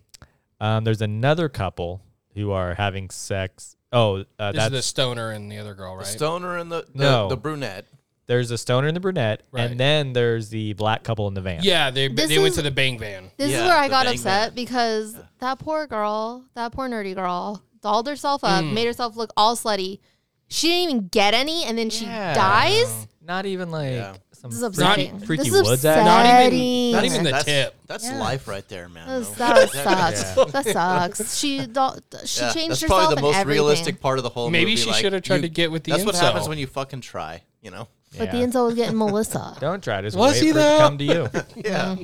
C: Um, there's another couple who are having sex. Oh, uh,
D: This is the
C: that's
D: stoner and the other girl, right?
E: Stoner and the, the
C: No.
E: the brunette.
C: There's the stoner and the brunette,
D: Right.
C: and then there's the black couple in the van.
D: Yeah, they
B: This
D: they went
B: is-
D: to the bang van.
B: This is
E: Yeah,
B: where I
E: the
B: got
E: bang
B: upset
E: bang.
B: because that poor girl, that poor nerdy girl, dolled herself up, made herself look all slutty. She didn't even get any, and then she
C: Yeah.
B: dies.
C: Not even like
E: Yeah.
C: some
B: This is
C: freaky-
B: upsetting.
C: freaky,
B: this is
C: woods act.
B: upsetting.
D: Not even- not even the
E: that's,
D: tip.
E: That's
A: Yeah.
E: life right there, man.
B: This-
E: though.
B: that
E: That-
B: sucks. That sucks. She doll- she
E: yeah,
B: changed
E: that's
B: herself
E: probably the
B: and
E: most
B: everything.
E: realistic part of the whole
D: Maybe
E: movie,
D: she
E: like,
D: should have tried
E: you-
D: to get with the
E: That's what
D: incel.
E: happens when you fucking try, you know?
B: But the
C: Yeah.
B: insult was getting Melissa.
C: Don't try. Just
D: Was
C: wait
D: he
C: for it
D: though?
C: to come to you.
E: Yeah.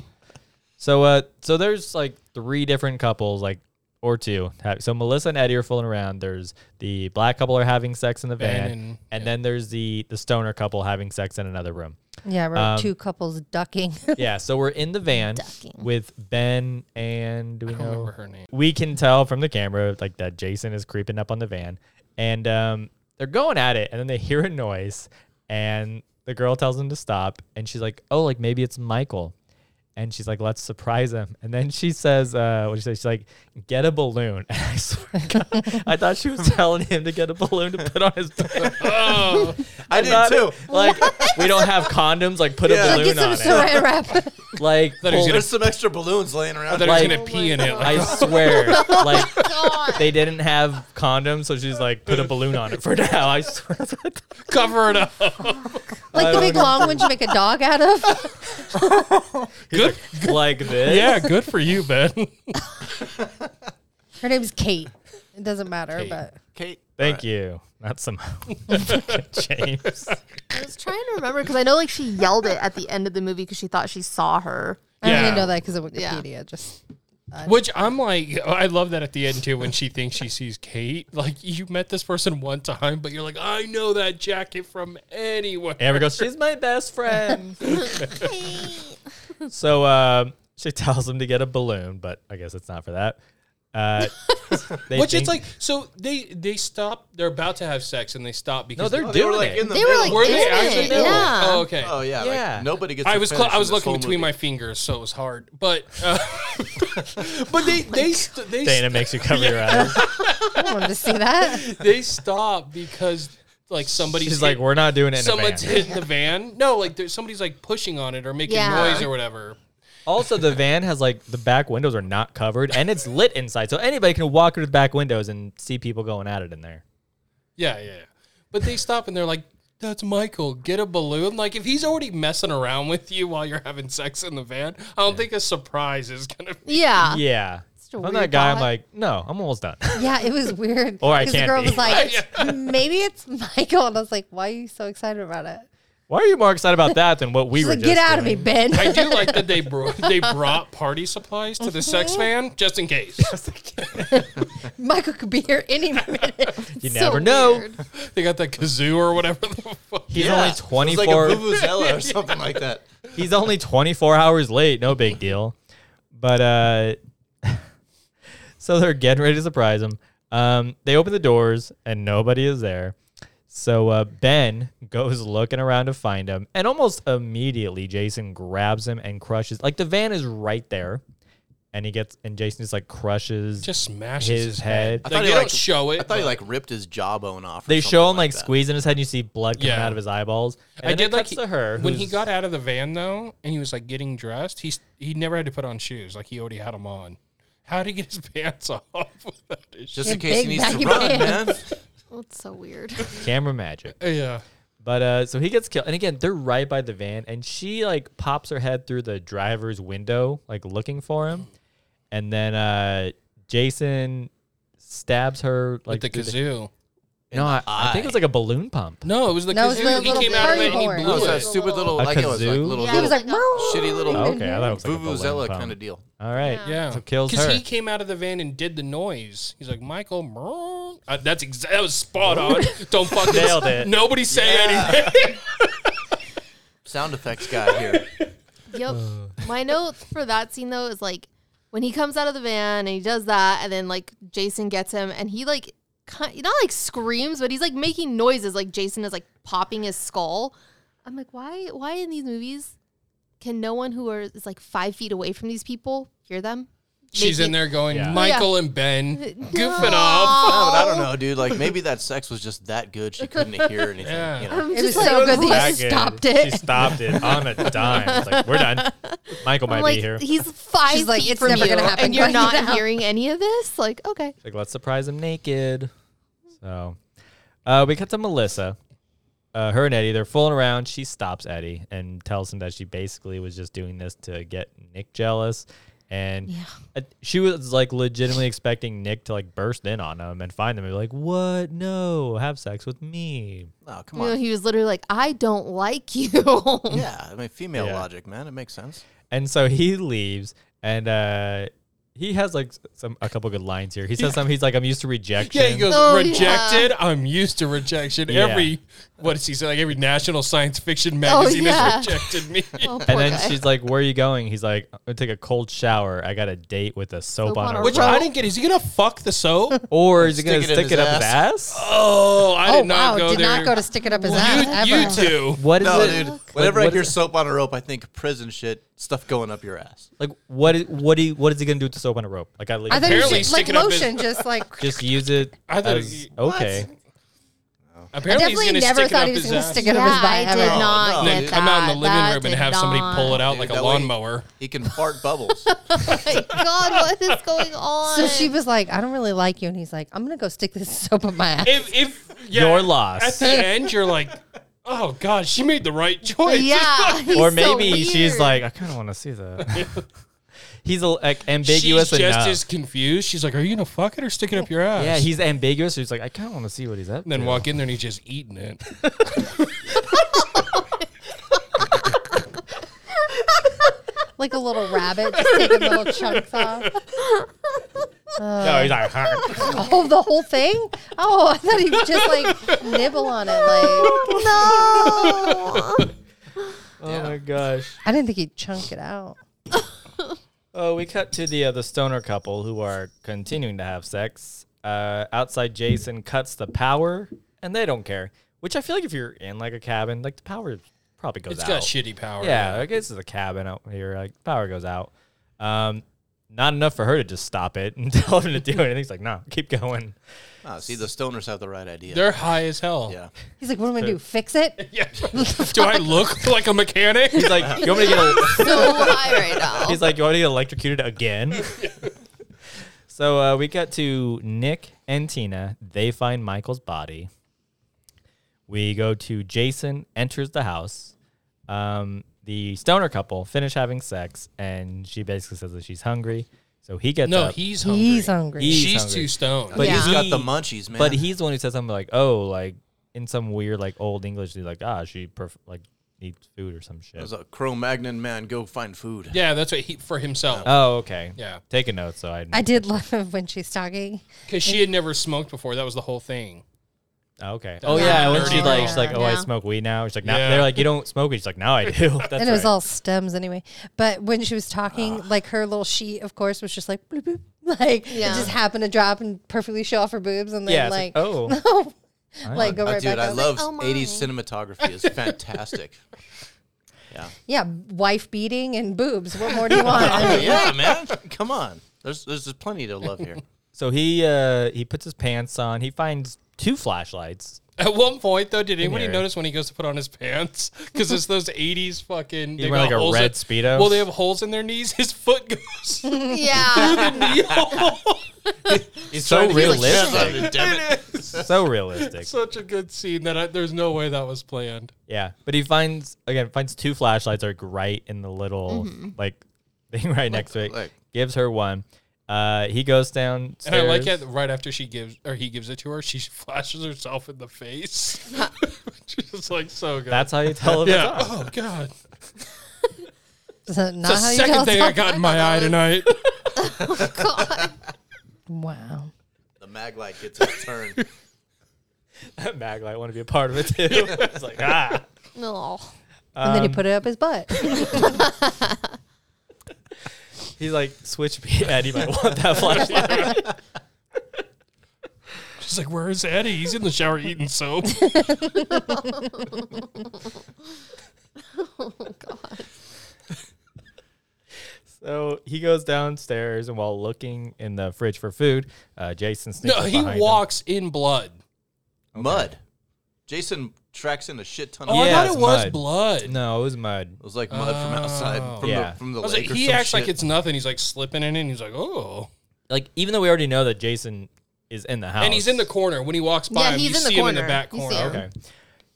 C: so, uh, so there's like three different couples, like or two. Ha- So Melissa and Eddie are fooling around. There's the black couple are having sex in the
D: Van
C: van,
D: and-
C: and, then there's the the stoner couple having sex in another room.
A: Yeah, we're
C: Um,
A: two couples ducking.
C: yeah. So we're in the van
B: Ducking.
C: with Ben and do we
D: I don't
C: know
D: remember her name.
C: we can tell from the camera like that Jason is creeping up on the van, and um, they're going at it, and then they hear a noise, and the girl tells them to stop, and she's like, "Oh, like maybe it's Michael," and she's like, "Let's surprise him," and then she says, uh, "What she say?" She's like, "Get a balloon." And I swear, to God, I thought she was telling him to get a balloon to put on his. Pants.
D: Oh,
E: I did too.
C: Like we don't have condoms, like put
E: Yeah.
C: a
E: Like,
A: Get
C: balloon
A: some
C: on it.
A: saran wrap.
C: Like
D: Thought he was
C: pull-
E: There's some extra balloons laying
D: I
E: around.
D: thought
C: Like-
D: he was gonna pee in it. Like,
C: I swear, like
B: God.
C: they didn't have condoms, so she's like, put a balloon on it for now. I swear.
D: cover it up.
A: like the
C: don't
A: big
C: know.
A: long ones you make a dog out of.
D: Good.
C: like this.
D: Yeah, good for you, Ben.
A: Her name's Kate. It doesn't matter,
D: Kate.
A: but
E: Kate.
C: Thank you. Not somehow. James.
B: I was trying to remember because I know like she yelled it at the end of the movie because she thought she saw her.
A: I don't
D: Yeah.
A: even know that because of
B: Yeah.
A: Wikipedia. Just
D: Which I'm like, I love that at the end too when she thinks she sees Kate. Like you met this person one time, but you're like, I know that jacket from anywhere.
C: And we go, she's my best friend. so um, she tells him to get a balloon, but I guess it's not for that. Uh, they
D: Which
C: think-
D: it's like, so they they stop. They're about to have sex and they stop because
C: no, they're
E: Oh, they
C: doing
E: were like
C: it.
E: in the
B: They were
E: middle.
B: like
D: were
B: in
D: they actually?
B: it. Yeah.
D: Oh, okay.
E: Oh yeah,
C: Yeah.
E: Like, nobody gets.
D: I
E: a
D: was cl-
E: finish
D: I was
E: in this
D: looking
E: whole
D: between my
E: movie.
D: fingers, so it was hard. But uh, but they they st- they
C: Dana
D: st-
C: makes you cover your eyes.
A: I don't want to see that.
D: they stop because like somebody's
C: She's like, we're not doing it. In a
D: someone's
C: van."
D: hitting the van. No, like there's somebody's like pushing on it or making
B: Yeah.
D: noise or whatever.
C: Also, the van has like the back windows are not covered, and it's lit inside, so anybody can walk through the back windows and see people going at it in there.
D: Yeah, yeah. yeah. But they stop and they're like, "That's Michael. Get a balloon." Like if he's already messing around with you while you're having sex in the van, I don't think a surprise is gonna. be.
B: Yeah.
C: Yeah.
B: a
C: If I'm
B: weird
C: that guy. I'm
B: thought.
C: like, no, I'm almost done.
A: Yeah, it was weird.
C: Or I
A: Because the
C: can't
A: girl
C: be.
A: was like, "It's- maybe it's Michael. And I was like, why are you so excited about it?
C: Why are you more excited about that than what we
A: She's
C: were
A: like,
C: just
A: get out of me,
C: doing?
A: Ben.
D: I do like that they bro- they brought party supplies to the sex van just in case.
A: Michael could be here any minute.
C: You
B: So
C: never know.
B: weird.
D: They got that kazoo or whatever the fuck.
C: He's
E: Yeah.
C: only
E: It was
C: 24
E: like a vuvuzela or something like that.
C: He's only 24 hours late. No big deal. But uh so they're getting ready to surprise him. Um they open the doors and nobody is there. So uh Ben goes looking around to find him and almost immediately Jason grabs him and crushes like the van is right there and he gets and Jason just like crushes
D: Just smashes
C: His
D: his,
C: head.
D: head.
C: I
D: Like, they don't show it.
E: I thought he
D: but
E: like ripped his jawbone off. or
C: they
E: something
C: show him like
E: that.
C: squeezing his head and you see blood coming
D: Yeah.
C: out of his eyeballs. And
D: I
C: then it
D: did like
C: cuts
D: he-
C: to her
D: when he
C: who's-
D: got out of the van though, and he was like getting dressed. He's he never had to put on shoes. Like he already had them on. How did he get his pants off without his
E: Just
A: Yeah,
E: in case
A: big
E: he needs to
A: baggy
E: run, man.
A: pants.
B: That's so weird.
C: camera magic.
D: Yeah.
C: But uh, so he gets killed, and again, they're right by the van, and she like pops her head through the driver's window, like looking for him, and then uh, Jason stabs her like
D: Like the
C: through the-
D: kazoo.
C: No, I, I think it was like a balloon pump.
D: No, it was the
A: No, it was the
D: kazoo. he
A: little
D: came out of it and he
A: party
E: It
D: blew
E: was that
D: it.
E: stupid
C: A
E: little, like it was like
C: kazoo?
E: little,
B: Yeah.
A: He was like,
E: shitty little
C: Oh, okay, I thought it was like a
E: vuvuzela
C: balloon pump.
E: kind of deal.
C: All right,
D: Yeah,
C: So kills her.
D: he came out of the van and did the noise. He's like Michael. brrrr." Uh, that's exa- that was spot on. Don't fuck this.
C: Nailed it.
D: Nobody say
E: Yeah.
D: anything.
E: Sound effects guy here.
B: Yep. My note for that scene though is like when he comes out of the van and he does that, and then like Jason gets him, and he like ki- not like screams, but he's like making noises. Like Jason is like popping his skull. I'm like, why? Why in these movies can no one who are, is like five feet away from these people hear them?
D: She's
B: Make
D: in
B: it-
D: there going,
C: Yeah.
D: Michael and Ben, goofing off.
E: No,
B: Aw.
E: but I don't know, dude. Like maybe that sex was just that good she couldn't hear anything.
D: Yeah.
E: You know?
B: I'm
A: It was
B: just like,
A: so good that
C: That
A: you
C: good.
A: stopped it.
C: She stopped it on a dime. It's like, we're done. Michael
B: I'm
C: might
B: like,
C: be here.
B: he's five
A: She's like,
B: feet
A: "It's
B: from
A: never
B: you,
A: gonna happen
B: and you're
A: right
B: not
A: now."
B: hearing any of this. Like, okay,
C: Like, let's surprise him naked. So uh, we cut to Melissa. Uh, her and Eddie, they're fooling around. She stops Eddie and tells him that she basically was just doing this to get Nick jealous. And
B: Yeah.
C: uh, she was like legitimately expecting Nick to like burst in on them and find them and be like, What? No, have sex with me.
E: No, Oh, come
B: you know,
E: on.
B: he was literally like, I don't like you.
E: Yeah, I mean female
C: Yeah.
E: logic, man. It makes sense.
C: And so he leaves and uh he has like s- some a couple good lines here. He says something he's like, I'm used to rejection.
D: Yeah, he goes,
B: Oh,
D: rejected. I'm used to rejection.
C: Yeah.
D: Every, what is he say? Like every national science
A: Oh,
D: fiction magazine
B: yeah.
D: has rejected me.
B: Oh, poor
C: and then
B: guy.
C: she's like, Where are you going? He's like, I'm gonna take a cold shower. I got a date with a soap, on, a
B: a
C: rope.
D: Which I didn't get. Is he going to fuck the soap?
C: Or is he
E: Stick
C: gonna
E: it in
C: stick
E: his
C: it up his
E: ass.
C: ass?
D: Oh, I
A: oh
D: did not
A: wow!
D: go
A: Did
D: there.
A: not go to stick it up his ass
D: Well, you,
A: ever.
D: you two.
C: What is
E: No,
C: it?
E: dude. Whenever I
C: what
E: hear
C: is-
E: soap on a rope, I think prison shit, stuff going up your ass.
C: Like what is what do you, what is he gonna do with the soap on a rope? Like I, like,
A: I thought you
D: Apparently
A: should
D: stick
A: like
D: it up his-
A: lotion, just like.
C: just use it
D: I thought
C: as-
D: he-
C: okay.
A: I
D: Apparently,
A: definitely
D: he's going to
A: never
D: stick it up
A: thought he was
D: his
A: going to
D: ass.
A: stick
D: And
A: it up his
B: Yeah, I
A: butt
B: did
A: ever.
B: not
E: No,
B: get
D: then come out in the living
B: that.
D: room
B: That
D: and have
B: did
D: somebody
B: not.
D: pull it out
E: Dude,
D: like a
E: that way-
D: lawnmower.
E: He can fart bubbles.
B: my God, what is going on?
A: So she was like, "I don't really like you," and he's like, "I'm gonna go stick this soap up my ass."
D: If, if yeah,
C: You're lost.
D: At the end, you're like, oh, God, she made the right choice.
B: yeah, he's
C: or
B: so
C: maybe she's
B: weird.
C: like, I kind of want to see that. he's a, like ambiguous
D: She's
C: enough.
D: just as confused. She's like, are you going to fuck it or stick it up your ass?
C: yeah, he's ambiguous. So he's like, I kind of want to see what he's up.
D: And then
C: to."
D: walk in there and he's just eating it.
A: like a little rabbit, just taking little chunks off.
C: No, he's like, "Huh."
A: Oh, the whole thing? Oh, I thought he'd just like nibble on it. Like
B: no.
C: oh my gosh.
A: I didn't think he'd chunk it out.
C: Oh, we cut to the uh, the stoner couple who are continuing to have sex. Uh, outside, Jason cuts the power, and they don't care. Which I feel like if you're in like a cabin, like the power probably goes
D: It's
C: out.
D: got shitty power.
C: Yeah, like this is a cabin out here. Like power goes out. Um, not enough for her to just stop it and tell him to do anything. He's like, no, keep going.
E: Oh, see, the stoners have the right idea.
D: They're high as hell.
E: yeah.
A: He's like, "What am I gonna do? Fix it?"
D: Yeah. Do I look like a mechanic?
C: He's like, you want me to get a-
B: so high right now.
C: He's like, you want me to get electrocuted again? so uh, we got to Nick and Tina. They find Michael's body. We go to Jason enters the house. Um, the stoner couple finish having sex, and she basically says that she's hungry. So he gets
D: No,
C: up.
D: he's hungry.
A: He's hungry.
C: He- He's
D: She's
C: hungry.
D: too stoned.
C: But
B: Yeah.
E: He's
C: he-
E: got the munchies, man.
C: But he's the one who says something like, "Oh, like in some weird like old English, he's like, ah, she perf- like needs food or some shit."
E: As a Cro-Magnon man, go find food.
D: yeah, that's what he for himself.
C: oh, okay.
D: Yeah.
C: Take a note, so I.
A: I did love when she's talking.
D: Because she had never smoked before. That was the whole thing.
C: Oh, okay. Oh
D: Yeah.
C: yeah. When
D: Nerdy
C: she's like, she's
B: girl.
C: like, oh, I
B: Yeah.
C: smoke weed now. She's like, no.
D: Yeah.
C: They're like, you don't smoke weed. She's like, no, I do. That's
A: and it was
C: right.
A: all stems anyway. But when she was talking, like her little sheet, of course, was just like bloop, bloop. like
B: Yeah.
A: it just happened to drop and perfectly show off her boobs, and then
C: Yeah. it's
A: like,
C: like, oh,
A: oh, like go
E: Oh,
A: right
E: dude,
A: back.
E: I
A: up.
E: love
B: oh my.
E: 80s cinematography. It's fantastic.
A: yeah, wife beating and boobs. What more do you want?
E: I mean, yeah, man. Come on. There's, there's there's plenty to love here.
C: so he uh he puts his pants on. He finds two flashlights.
D: At one point, though, did anybody
C: here.
D: notice when he goes to put on his pants? Because it's those 80s fucking.
C: He's
D: they
C: wearing
D: got
C: like a
D: holes
C: red
D: in-
C: Speedo.
D: Well, they have holes in their knees. His foot goes. through
B: yeah.
D: the knee hole.
E: He's
C: So
E: trying to get his
C: realistic.
E: hands on it, damn it.
C: so realistic.
D: Such a good scene that I, there's no way that was planned.
C: Yeah, but he finds again finds two flashlights are right in the little
A: Mm-hmm.
C: like thing right next to it.
E: like-
C: Gives her one. Uh, he goes down.
D: And I like it right after she gives or he gives it to her, she flashes herself in the face. Just like so good.
C: That's how you tell him.
D: yeah.
C: it's on.
D: Oh god.
A: Is that not
D: The
A: how Uh-huh, you
D: second
A: tell
D: thing
A: someone?
D: I got in my eye tonight.
B: God.
A: Wow.
E: The mag light gets a turn.
C: Mag might want to be a part of it too. it's like ah.
B: No.
A: And then he put it up his butt.
C: He's like switch me, Eddie might want that flashlight.
D: She's like, Where is Eddie? He's in the shower eating soap.
B: Oh, God.
C: so he he goes downstairs, and while looking in the fridge for food, uh, Jason sneaks
D: No,
C: up
D: he
C: behind him.
D: walks in blood.
E: Mud. Jason tracks in a shit ton of.
D: Oh,
E: mud.
D: I thought
C: Yes,
D: it was
C: mud.
D: blood.
C: No, it was mud.
E: It was like mud from outside, from
C: Yeah.
E: the from the
D: Oh. I was
E: lake
D: like,
E: or
D: he
E: some
D: acts like
E: shit.
D: it's nothing. He's like slipping in it, and he's like, oh.
C: Like even though we already know that Jason is in the house,
D: And he's in the corner when he walks by.
B: Yeah,
D: him,
B: he's
D: you
B: in the
D: see him in
B: corner.
D: the back
B: You see
D: corner.
B: him.
C: Okay.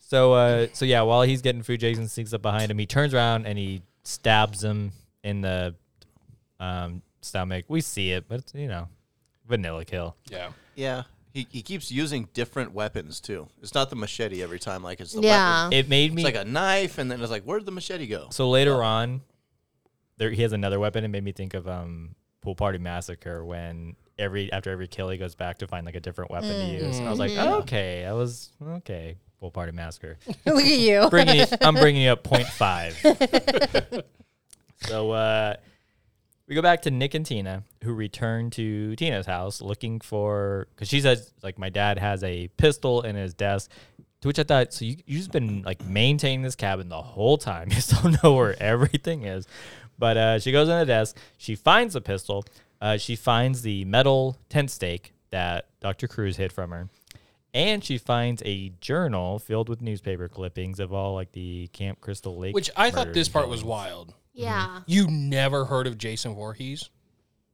C: So uh so yeah, while he's getting food, Jason sneaks up behind him. He turns around and he stabs him in the um stomach. We see it, but it's, you know, vanilla kill.
D: Yeah.
E: Yeah. He, he keeps using different weapons too. It's not the machete every time. Like it's the
B: Yeah.
E: weapon.
C: It made
E: It's
C: me
E: like a knife, and then it's like, where'd the machete go?
C: so later on there he has another weapon. It made me think of um Pool Party Massacre when every after every kill he goes back to find like a different weapon to use. And I was like, okay, that was okay. Pool Party Massacre.
A: Look at you.
C: bringing it, I'm bringing you up 0.5. so uh, we go back to Nick and Tina, who return to Tina's house looking for because she says like my dad has a pistol in his desk. To which I thought, so you you just been like maintaining this cabin the whole time. You just don't know where everything is. But uh, she goes in the desk. She finds the pistol. Uh, she finds the metal tent stake that Dr. Cruz hid from her and she finds a journal filled with newspaper clippings of all like the Camp Crystal Lake.
D: Which I thought
C: murders
D: this
C: and
D: part was
C: killings.
D: wild.
B: Yeah.
D: You never heard of Jason Voorhees?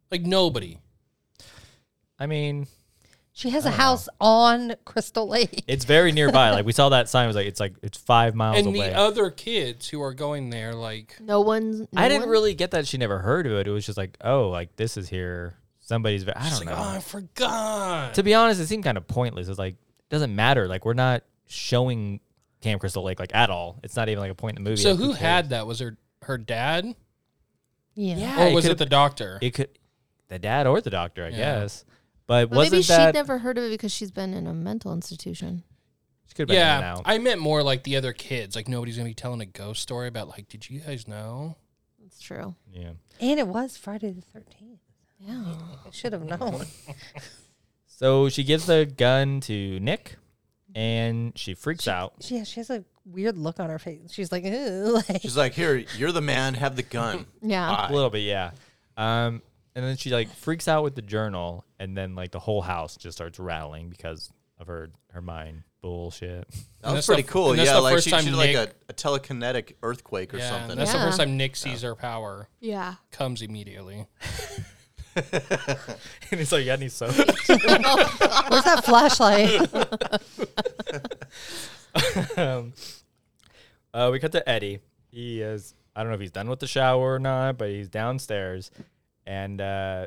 D: Like nobody.
C: I mean,
A: She has a house on Crystal Lake.
C: it's very nearby. like we saw that sign it was like it's like it's five miles
D: And
C: away.
D: the other kids who are going there, like
B: No one. no
C: I didn't
B: one-
C: really get that she never heard of it. It was just like oh, like this is here. Somebody's. I don't
D: it's like,
C: know.
D: oh, I forgot.
C: to be honest, it seemed kind of pointless. It's like it doesn't matter. Like we're not showing Camp Crystal Lake like at all. It's not even like a point in the movie.
D: so
C: Like,
D: who
C: cares?
D: had that? Was her her dad?
A: Yeah.
C: Yeah,
D: Or was it
C: could've-
D: the doctor?
C: It could the dad or the doctor, I
D: Yeah.
C: guess. But
B: But
C: wasn't
B: maybe
C: that
B: she'd never heard of it because she's been in a mental institution.
C: she could have been in and
D: Yeah,
C: out.
D: I meant more like the other kids. Like nobody's gonna be telling a ghost story about like, did you guys know?
B: That's true.
C: yeah.
A: And it was Friday the 13th.
B: Yeah.
A: I should have known.
C: So she gives the gun to Nick, and she freaks out.
A: She, yeah, she has a weird look on her face. She's like, "Ew," like
E: She's like, here, you're the man. Have the gun.
B: Yeah.
C: A little bit, yeah. Um, and then she like freaks out with the journal, and then like the whole house just starts rattling because of her her mind bullshit.
D: And
E: That was
D: that's
E: pretty
D: the-
E: cool.
D: and that's
E: Yeah,
D: the
E: like
D: first
E: she,
D: time
E: she did like a,
D: Nick-
E: a telekinetic earthquake or
D: Yeah,
E: something.
D: that's
B: Yeah.
D: the first time Nick sees her power
B: Yeah.
D: comes immediately.
C: and it's like, "You got any soda?"
A: where's that flashlight?
C: um, uh, we cut to Eddie. He is I don't know if he's done with the shower or not, but he's downstairs, and uh,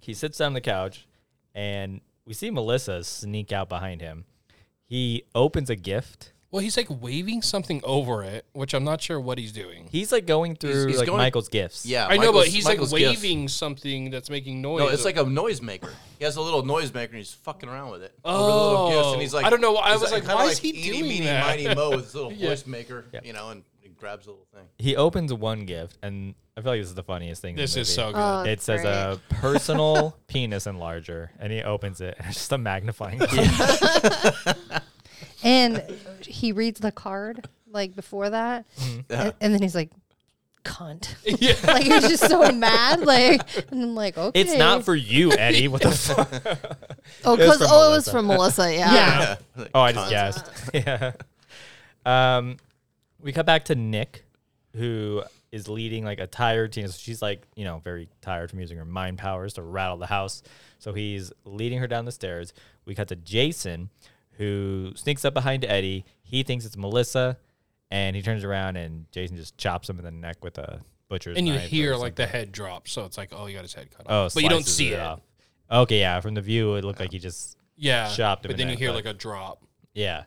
C: he sits down on the couch, and we see Melissa sneak out behind him. He opens a gift.
D: Well, he's like waving something over it, which I'm not sure what he's doing.
C: He's like going through
E: he's
C: like
E: going-
C: Michael's gifts.
E: Yeah,
D: I know, but
E: uh, Michael's-
D: he's
E: Michael's
D: like
E: gift.
D: waving something that's making noise.
E: No, it's like a noisemaker. He has a little noisemaker and he's fucking around with it.
D: Oh.
E: Over the little gifts, and he's like,
D: I don't know. I
E: he's
D: was like,
E: kinda
D: why is he
E: eeny,
D: doing
E: meeny,
D: that?
E: miny, mo with his little
D: Yeah.
E: noisemaker, you know, and he grabs the little thing.
C: He opens one gift, and I feel like this is the funniest thing. in the
D: this is so
C: movie.
D: good.
E: Uh,
B: Oh,
C: It says a personal penis enlarger, and he opens it, and it's just a magnifying glass.
A: and he reads the card like before that, and, and then he's like, "Cunt!"
D: yeah.
A: Like he was just so mad. Like and I'm like, "Okay,
C: It's not for you, Eddie. What the fuck?
B: Oh, because oh,
C: was from
B: it was
C: Melissa.
B: from Melissa. Yeah.
A: yeah."
E: Like,
C: Oh, I just
E: cunt.
C: guessed. yeah. Um, we cut back to Nick, who is leading like a tired teen. So she's like, you know, very tired from using her mind powers to rattle the house. So he's leading her down the stairs. We cut to Jason, who sneaks up behind Eddie. He thinks it's Melissa, and he turns around and Jason just chops him in the neck with a butcher's
D: and you
C: knife or
D: hear like
C: something.
D: the head drop, so it's like, oh, he got his head cut
C: oh,
D: off. but you don't
C: slices
D: see it.
C: off. Okay, yeah. From the view, it looked like he just
D: Yeah,
C: Chopped him
D: But
C: in
D: then you
C: that,
D: hear
C: but-
D: like a drop.
C: Yeah.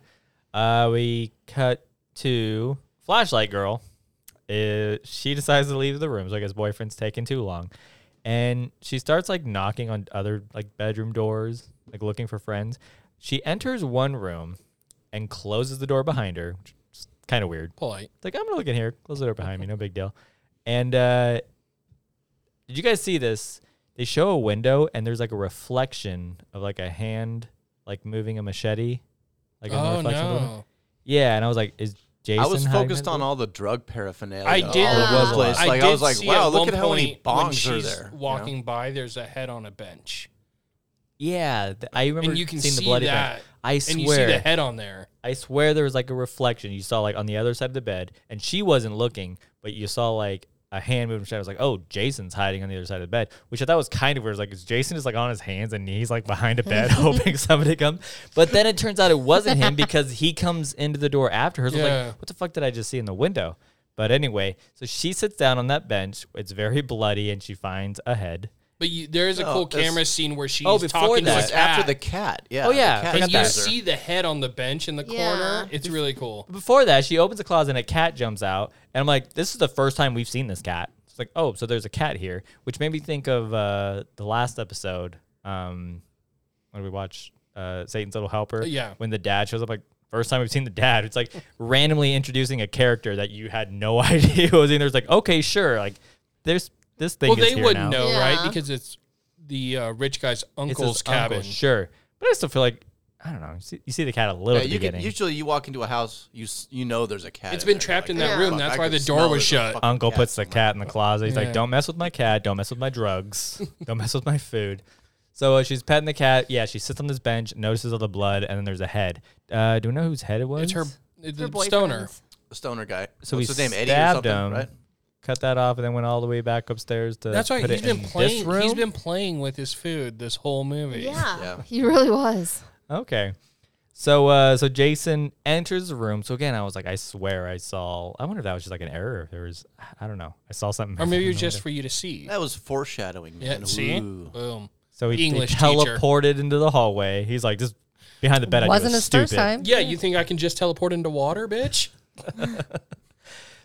C: Uh, we cut to Flashlight Girl. Uh, she decides to leave the room. So I guess boyfriend's taking too long. And she starts like knocking on other like bedroom doors, like looking for friends. She enters one room and closes the door behind her, which is kind of weird.
D: Polite.
C: It's like, I'm going to look in here. Close the door behind me. No big deal. And uh, did you guys see this? They show a window and there's like a reflection of like a hand like moving a machete. Like in the
D: oh
C: reflection of the window.
D: no.
C: Yeah, and I was like, "Is Jason.
E: I was focused on
C: Heidman?
E: all the drug paraphernalia.
D: I
E: all
D: did.
E: over the
B: Yeah.
E: place.
D: I,
E: Like I,
D: did
E: was like,
D: see at
E: wow, look
D: one
E: at how many
D: point when
E: bongs are
D: she's
E: there. you know?
D: Walking by, there's a head on a bench,
C: Yeah, th- I remember
D: and you can
C: seeing
D: see
C: the bloody
D: that.
C: bed. I swear,
D: and you see the head on there.
C: I swear there was like a reflection you saw like on the other side of the bed, and she wasn't looking, but you saw like a hand moving. I was like, oh, Jason's hiding on the other side of the bed, which I thought was kind of weird. It was Like, is Jason is like on his hands and knees, like behind a bed, hoping somebody comes. But then it turns out it wasn't him because he comes into the door after her. So I was
D: Yeah.
C: like, what the fuck did I just see in the window? But anyway, so she sits down on that bench. It's very bloody, and she finds a head.
D: But you, there is a
E: No,
D: cool
E: that's-
D: camera scene where she's
C: Oh, before
D: talking
C: that.
D: to
E: This
D: a
E: is after the
D: cat,
E: cat. Yeah.
C: Oh,
E: the
C: yeah,
E: cat
C: and cat
D: and you
E: catcher.
D: see the head on the bench in the
B: Yeah.
D: corner. It's really cool.
C: before that, she opens a closet and a cat jumps out, and I'm like, "This is the first time we've seen this cat." It's like, "Oh, so there's a cat here," which made me think of uh, the last episode um, when we watched uh, Satan's Little Helper.
D: Yeah.
C: when the dad shows up, like first time we've seen the dad. It's like randomly introducing a character that you had no idea was in there. It's like, okay, sure, like there's this thing.
D: Well,
C: is
D: they
C: here
D: wouldn't
C: now.
D: know,
B: Yeah.
D: right? Because it's the uh, rich guy's
C: It's
D: uncle's
C: his
D: cabin.
C: uncle, sure, but I still feel like I don't know. You see, you see the cat a little
E: Yeah,
C: at the
E: you
C: beginning.
E: can, usually you walk into a house, you s- you know there's a cat.
D: It's
E: in
D: been
E: there.
D: trapped
E: You're
D: in
E: like,
D: that
E: "Oh,
D: room.
E: fuck,
D: That's
E: I
D: why
E: can
D: the door was
E: smell there's a
D: shut."
E: fucking
C: Uncle puts the
E: somewhere.
C: cat in the closet. He's
D: Yeah.
C: like, "Don't mess with my cat. Don't mess with my drugs. Don't mess with my food." So uh, she's petting the cat. Yeah, she sits on this bench, notices all the blood, and then there's a head. Uh, do we know whose head it was?
D: It's her,
B: Her
D: the
B: boyfriend.
D: stoner.
E: The stoner guy.
C: So
E: What's
C: we
E: his name? Eddie or
C: stabbed
E: something,
C: him.
E: right?
C: Cut that off, and then went all the way back upstairs to.
D: That's right.
C: put
D: He's
C: it
D: been
C: in this
D: playing. He's
C: room?
D: been playing with his food this whole movie.
B: Yeah,
E: Yeah.
B: he really was.
C: Okay. So uh so Jason enters the room. So again, I was like, I swear I saw I wonder if that was just like an error. If there was I don't know. I saw something.
D: Or maybe
C: I don't
D: it was
C: know
D: just
C: what
D: for you to see.
B: Oh.
E: That was foreshadowing.
D: Yeah.
E: Man.
D: See.
E: Ooh.
D: Boom.
C: it- So he, he
D: English teacher.
C: teleported into the hallway. He's like just behind the bed. I
A: Wasn't
C: do a
A: his first
C: stupid.
A: time.
D: Yeah, you think I can just teleport into water, bitch?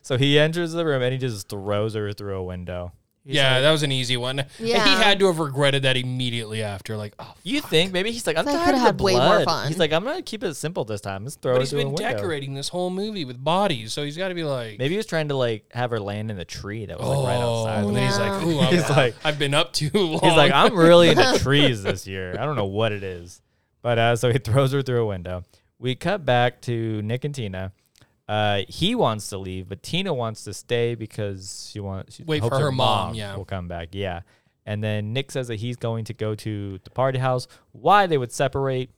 C: So he enters the room and he just throws her through a window. He's
D: yeah,
C: like-
D: that was an easy one. And
B: Yeah.
D: he had to have regretted that immediately after. Like, oh,
C: you think maybe he's like, I'm
B: So I
C: tired
B: could've
C: of the
B: had way more
C: blood.
B: fun.
C: He's like, I'm gonna keep it simple this time. Let's throw
D: but
C: her
D: he's
C: through a
D: been
C: window.
D: decorating this whole movie with bodies, so he's got to be like,
C: Maybe he was trying to like have her land in the tree that was like
D: oh,
C: right outside.
D: and
C: the
D: then he's like, ooh, I'm,
C: He's like-
D: I've been up too long.
C: He's like, I'm really into trees this year. I don't know what it is. But uh, so he throws her through a window. We cut back to Nick and Tina. Uh, he wants to leave, but Tina wants to stay because she wants she
D: Wait
C: hopes
D: for her mom, yeah.
C: will come back. Yeah. And then Nick says that he's going to go to the party house. Why they would separate,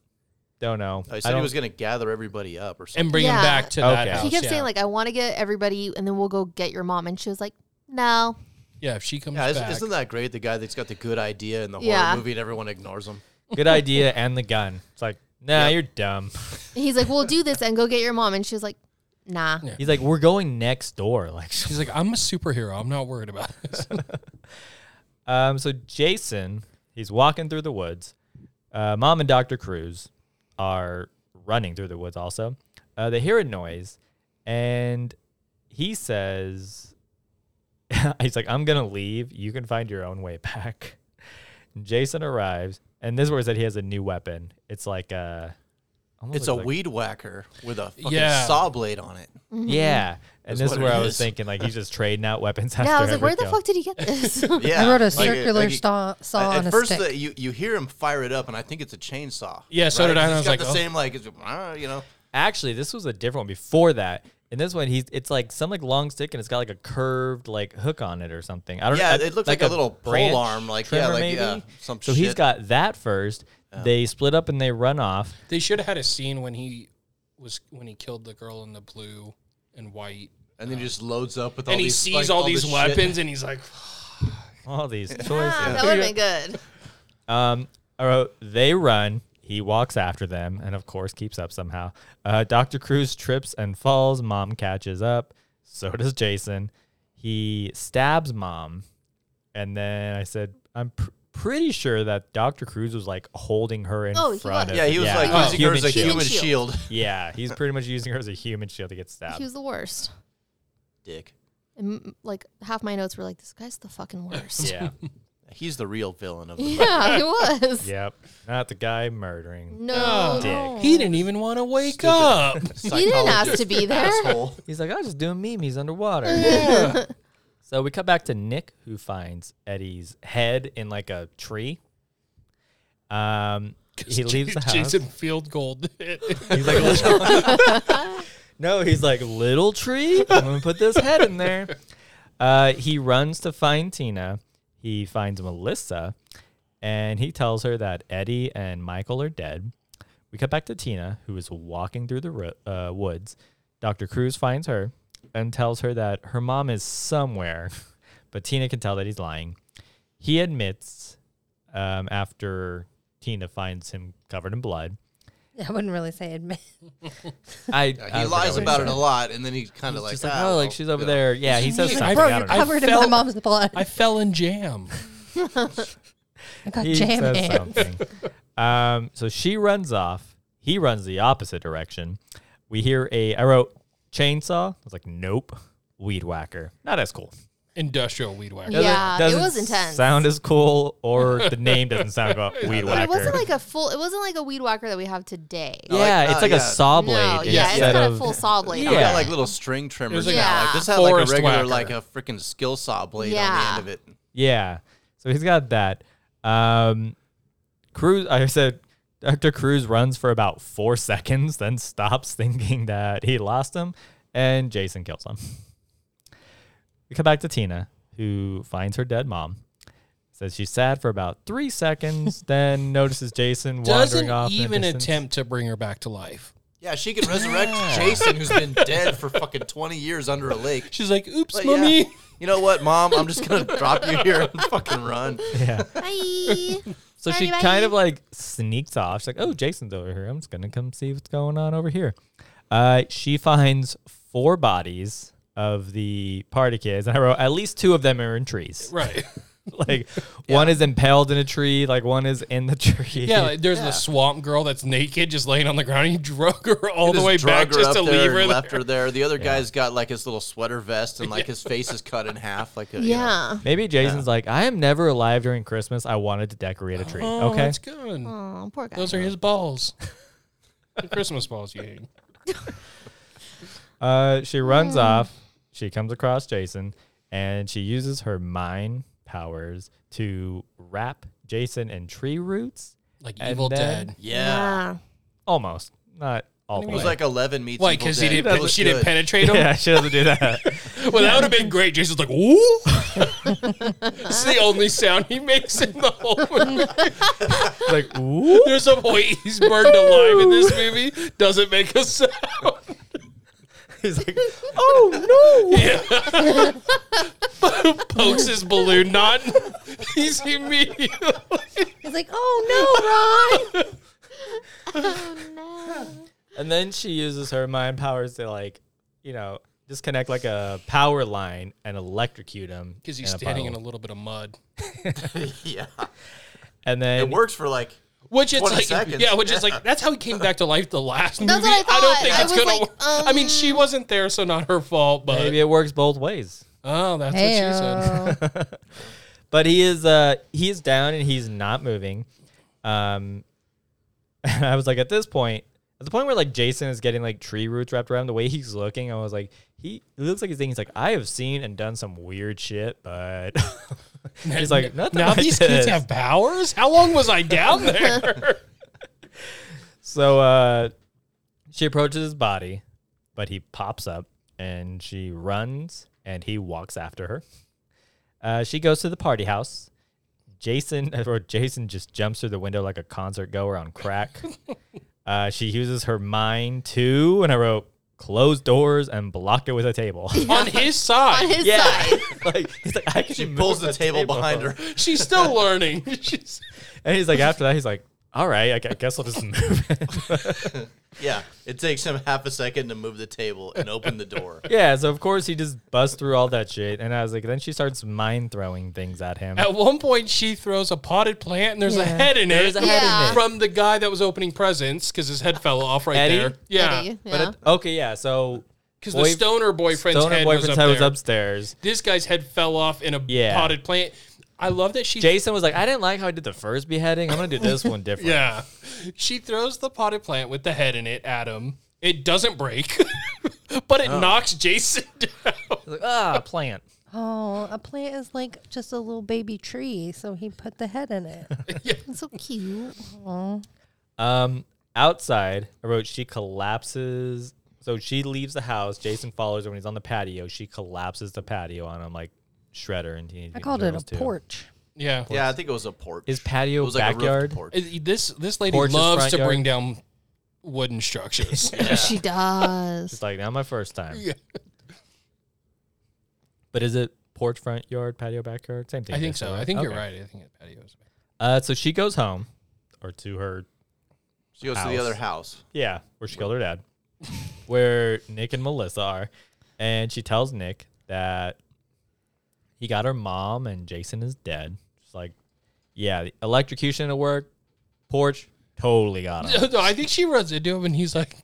C: don't know.
E: I
C: I
E: said
C: don't-
E: Oh, he was gonna gather everybody up or something.
D: and bring
B: Yeah.
D: him back to that
C: Okay.
D: house.
B: He kept
D: yeah.
B: saying like, "I want to get everybody, and then we'll go get your mom," and she was like, "No."
D: yeah, if she comes
E: Yeah,
D: back.
E: isn't, isn't that great? The guy that's got the good idea in the
B: Yeah.
E: horror movie and everyone ignores him.
C: good idea and the gun. It's like, nah, you're dumb.
B: And he's like, "We'll do this and go get your mom," and she was like, "Nah."
D: Yeah.
C: He's like, we're going next door. Like,
D: She's like, I'm a superhero. I'm not worried about this.
C: Um, so Jason, he's walking through the woods. Uh, Mom and Doctor Cruz are running through the woods. Also, uh, they hear a noise, and he says, "He's like, I'm gonna leave. You can find your own way back." Jason arrives, and this is where it said he has a new weapon. It's like a, almost
E: It's a
C: looks like-
E: weed whacker with a fucking
D: Yeah.
E: saw blade on it.
C: Yeah, and
E: That's
C: this
E: what
C: is where
E: it
C: I was
E: is.
C: thinking, like he's just trading out weapons. After
B: Yeah, I was like,
C: every
B: "Where the
C: kill.
B: fuck did he get this?"
E: Yeah,
A: I wrote a
E: like it-
A: circular
E: like it-
A: saw, saw
E: at,
A: on
E: at
A: a
E: first uh,
A: stick.
E: the- you you hear him fire it up, and I think it's a chainsaw.
D: Yeah, so did I, and I was
E: He's got
D: like,
E: the
D: oh.
E: same like, it's, ah, you know,
C: Actually, this was a different one before that. And this one, he's it's like some like long stick, and it's got like a curved like hook on it or something. I don't.
E: Yeah,
C: know. I-
E: it looks like a little pole
C: branch
E: arm, like, yeah,
C: trimmer
E: like, yeah, some
C: So he's
E: shit.
C: got that first. They split up and they run off.
D: they should have had a scene when he was when he killed the girl in the blue and white,
E: and then he just loads up with all
D: and he
E: these,
D: sees
E: like,
D: all, these
E: this shit.
D: weapons, and he's like,
C: All these choices.
B: Ah, that would have been good.
C: Um, all right, they run. He walks after them, and of course, keeps up somehow. Uh, Doctor Cruz trips and falls. Mom catches up. So does Jason. He stabs mom, and then I said, "I'm pr- pretty sure that Doctor Cruz was like holding her in
B: Oh, he
C: front
B: was.
C: of."
E: Yeah, he was like
D: Oh.
E: using her as a
C: shield.
E: human
B: shield.
E: shield.
C: Yeah, he's pretty much using her as a human shield to get stabbed.
B: He was the worst.
E: Dick.
B: And m- like half my notes were like, "This guy's the fucking worst."
C: yeah,
E: He's the real villain of the
B: yeah, he was.
C: yep, not the guy murdering.
B: No,
C: Dick.
B: no.
D: he didn't even want to wake up.
B: He didn't ask to
E: psychologist
B: be there.
E: asshole.
C: He's like, I was just doing memes underwater. so we cut back to Nick, who finds Eddie's head in like a tree. Um, he leaves the house.
D: Jason Field Gold.
C: He's like, No, he's like, little tree, I'm gonna put this head in there. Uh, he runs to find Tina. He finds Melissa, and he tells her that Eddie and Michael are dead. We cut back to Tina, who is walking through the ro- uh, woods. Dr. Cruz finds her and tells her that her mom is somewhere, but Tina can tell that he's lying. He admits um, after Tina finds him covered in blood.
A: I wouldn't really say admit.
C: I,
E: Yeah, he lies about it a lot, and then he kind of
C: Like,
E: like,
C: just like,
E: "Ah,
C: oh,
E: well,
C: like she's over
E: yeah."
C: there. Yeah, he says
D: He's
C: something.
D: like,
A: Bro,
C: I
A: you're
C: don't know.
A: covered in my
D: felt-
A: mom's blood.
D: I fell in jam.
A: I got
C: He
A: jam
C: says
A: hands.
C: something. um, so she runs off. He runs the opposite direction. We hear a. I wrote chainsaw. I was like, nope. Weed whacker. Not as cool.
D: Industrial weed whacker.
C: Doesn't-
B: Yeah, it
C: doesn't
B: was intense.
C: Sound as cool, or the name doesn't sound about weed
B: But
C: whacker.
B: it wasn't like a full. It wasn't like a weed whacker that we have today.
E: Yeah,
C: yeah,
E: like,
C: it's
E: uh,
C: like
E: yeah.
C: a saw blade
B: No, yeah, it's
C: instead
B: not
C: of
B: a full saw blade.
E: Yeah, we
C: Yeah.
E: got like little string trimmers.
D: There's like
E: now.
B: a
E: Like, this had like a
D: forest
E: regular,
D: whacker.
E: like a freaking skill saw blade
B: Yeah.
E: on the end of it.
C: Yeah. So he's got that. Um Cruz I said Dr. Cruz runs for about four seconds, then stops thinking that he lost him, and Jason kills him. We come back to Tina, who finds her dead mom. Says she's sad for about three seconds, then notices Jason wandering
D: Doesn't
C: off. in the
D: even
C: distance.
D: attempt to bring her back to life.
E: Yeah, she can resurrect Jason, who's been dead for fucking 20 years under a lake.
D: She's like, "Oops,
E: But
D: mommy."
E: yeah, you know what, mom? I'm just gonna drop you here and fucking run.
C: Yeah.
B: Bye.
C: So she
B: Bye-bye.
C: kind of like sneaks off. She's like, "Oh, Jason's over here. I'm just gonna come see what's going on over here." Uh, she finds four bodies of the party kids, and I wrote at least two of them are in trees.
D: Right.
C: like one is impaled in a tree, like one is in the tree.
D: Yeah, like, there's the swamp girl that's naked, just laying on the ground. and He drug her all the
E: Just
D: way back
E: drug her
D: just to
E: up there
D: leave
E: and
D: her
E: left
D: there.
E: her there. The other guy's got like his little sweater vest and like his face is cut in half. Like a, you know.
B: yeah.
C: Maybe Jason's like, "I am never alive during Christmas. I wanted to decorate a tree."
D: Oh,
C: okay.
D: that's good.
B: Oh, poor guy.
D: Those are his balls. the Christmas balls you ate.
C: Uh, she
D: Hmm.
C: runs off. She comes across Jason, and she uses her mind powers to wrap Jason in tree roots.
D: Like
C: And
D: Evil
C: then-
D: Dead.
E: yeah.
C: Almost, not all the
E: It
C: way.
E: was like Eleven meets.
D: Why?
E: Evil
D: Because he
E: Dead.
D: didn't.
E: That
D: pen-
E: was
D: she
E: good.
D: didn't penetrate him.
C: yeah, she doesn't do that.
D: Well, that would have been great. Jason's like, "Ooh." it's the only sound he makes in the whole movie.
C: like, whoop.
D: There's a point he's burned alive in this movie. Doesn't make a sound.
C: He's like, oh no!
D: Yeah. Pokes his balloon knot. He's immediately.
A: He's like, oh no, Ron.
C: And then she uses her mind powers to like, you know, disconnect like a power line and electrocute him
D: Because he's standing in a little bit of mud.
E: Yeah,
C: a. And then
E: it works for like.
D: Which it's
E: 20
D: like,
E: seconds.
D: yeah, which is like, that's how he came back to life the last movie.
B: That's what I
D: don't
B: thought.
D: think
B: I
D: it's
B: was
D: gonna
B: like, um,
D: work. I mean, she wasn't there, so not her fault, but.
C: maybe it works both ways.
D: Oh, that's what she said.
A: Heyo.
C: But he is uh he is down and he's not moving. Um and I was like at this point, at the point where like Jason is getting like tree roots wrapped around the way he's looking, I was like, he it looks like he's thinking he's like, I have seen and done some weird shit, but he's like, nothing.
D: Now
C: like
D: these kids
C: this."
D: have powers? How long was I down there?
C: So uh she approaches his body, but he pops up and she runs and he walks after her. Uh, she goes to the party house. Jason or Jason just jumps through the window like a concert goer on crack. uh, she uses her mind to, and I wrote, close doors and block it with a table.
D: On his side.
B: On his
C: Yeah.
B: side.
C: like he's like, I can
E: She
C: move
E: pulls the table, behind her.
D: She's still learning. She's,
C: And he's like, after that, he's like, all right, I gu- guess I'll just move it.
E: Yeah, it takes him half a second to move the table and open the door.
C: Yeah, so of course he just busts through all that shit, and I was like, then she starts mind throwing things at him.
D: at one point, she throws a potted plant and there's a
C: Yeah.
D: head in it.
C: There's a head in
B: Yeah.
C: it.
D: From the guy that was opening presents because his head fell off right
C: Eddie?
D: there. Yeah.
B: Eddie,
C: But
B: yeah.
C: it, okay, yeah, so
D: Because
C: Boy-
D: the stoner boyfriend's
C: Stoner
D: head
C: boyfriend's
D: was up
C: head was
D: there.
C: upstairs.
D: This guy's head fell off in a
C: Yeah.
D: potted plant. I love that she.
C: Jason was like, I didn't like how I did the first beheading. I'm gonna do this one different.
D: yeah. She throws the potted plant with the head in it at him. It doesn't break, but
C: Oh.
D: it knocks Jason down.
C: He's like, ah, plant.
A: Oh, a plant is like just a little baby tree, so he put the head in it.
B: So cute.
C: Um, outside, I wrote she collapses. So she leaves the house. Jason follows her when he's on the patio. She collapses the patio on him like Shredder and Teenage
A: I
C: Mutant
A: called it
C: Turtles
A: a
C: too.
A: porch.
D: Yeah.
E: Yeah, I think it was a porch.
C: Is patio
E: it was like A
C: backyard?
E: roofed porch.
D: It- it- this this lady
C: Porch is
D: loves
C: front
D: to
C: yard.
D: bring down wooden structures.
B: She does.
C: It's like not my first time.
D: Yeah.
C: But is it porch, front yard, patio, backyard? Same thing.
D: I think so.
C: basically,
D: I think you're
C: Okay.
D: right. I think it patios.
C: Uh, so she goes home, or to her,
E: She goes to the
C: house.
E: other house.
C: yeah, where she killed her dad, where Nick and Melissa are, and she tells Nick that he got her mom and Jason is dead. She's like, yeah, the electrocution at work, porch, totally got him.
D: no, I think she runs into him and he's like,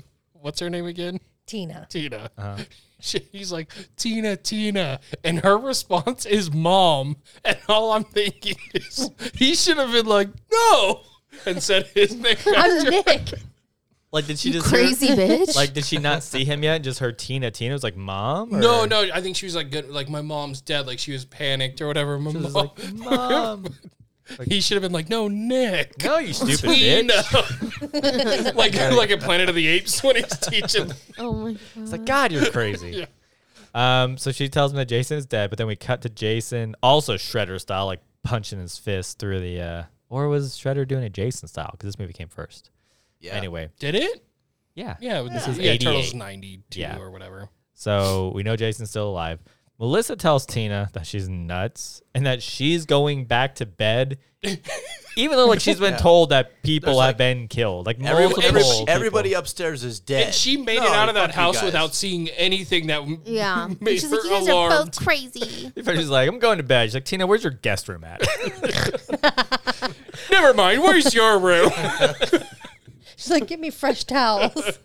D: "What's her name again?"
A: Tina.
D: Tina. She, he's like, Tina, Tina. And her response is mom. And all I'm thinking is, he should have been like, no, and said his name.
A: I'm
D: after-
A: Nick.
C: Like, did she just hear-
B: Crazy bitch.
C: Like, did she not see him yet? Just her Tina. Tina was like, mom. Or?
D: No, no, I think she was like, good, like, my mom's dead. Like, she was panicked or whatever. My
C: She was
D: mom-
C: like, mom.
D: he should have been like, no, Nick.
C: No, you stupid
D: Tina.
C: bitch.
D: like, like a Planet of the Apes when he's teaching.
B: oh my god.
C: It's like, God, you're crazy. Um, so she tells him that Jason is dead, but then we cut to Jason, also Shredder style, like punching his fist through the. Uh, or was Shredder doing it Jason style? Because this movie came first.
E: Yeah.
C: Anyway,
D: Did it?
C: yeah.
D: Yeah, but this is yeah,
C: 88.
D: Turtles 92
C: Yeah.
D: or whatever.
C: So we know Jason's still alive. Melissa tells Tina that she's nuts and that she's going back to bed, even though like she's been told that people
E: There's,
C: have
E: like,
C: been killed, like
E: Every,
C: multiple
E: every-
C: people.
E: everybody upstairs is dead.
D: And she made
E: No,
D: it out of that
E: fuck you
D: house
E: guys.
D: without seeing anything that m-
B: yeah. And
D: made
B: She's
D: her
B: like, you guys
D: alarmed.
B: are both crazy.
C: She's like, I'm going to bed. She's like, Tina, where's your guest room at?
D: Never mind. Where's your room?
A: She's like, give me fresh towels.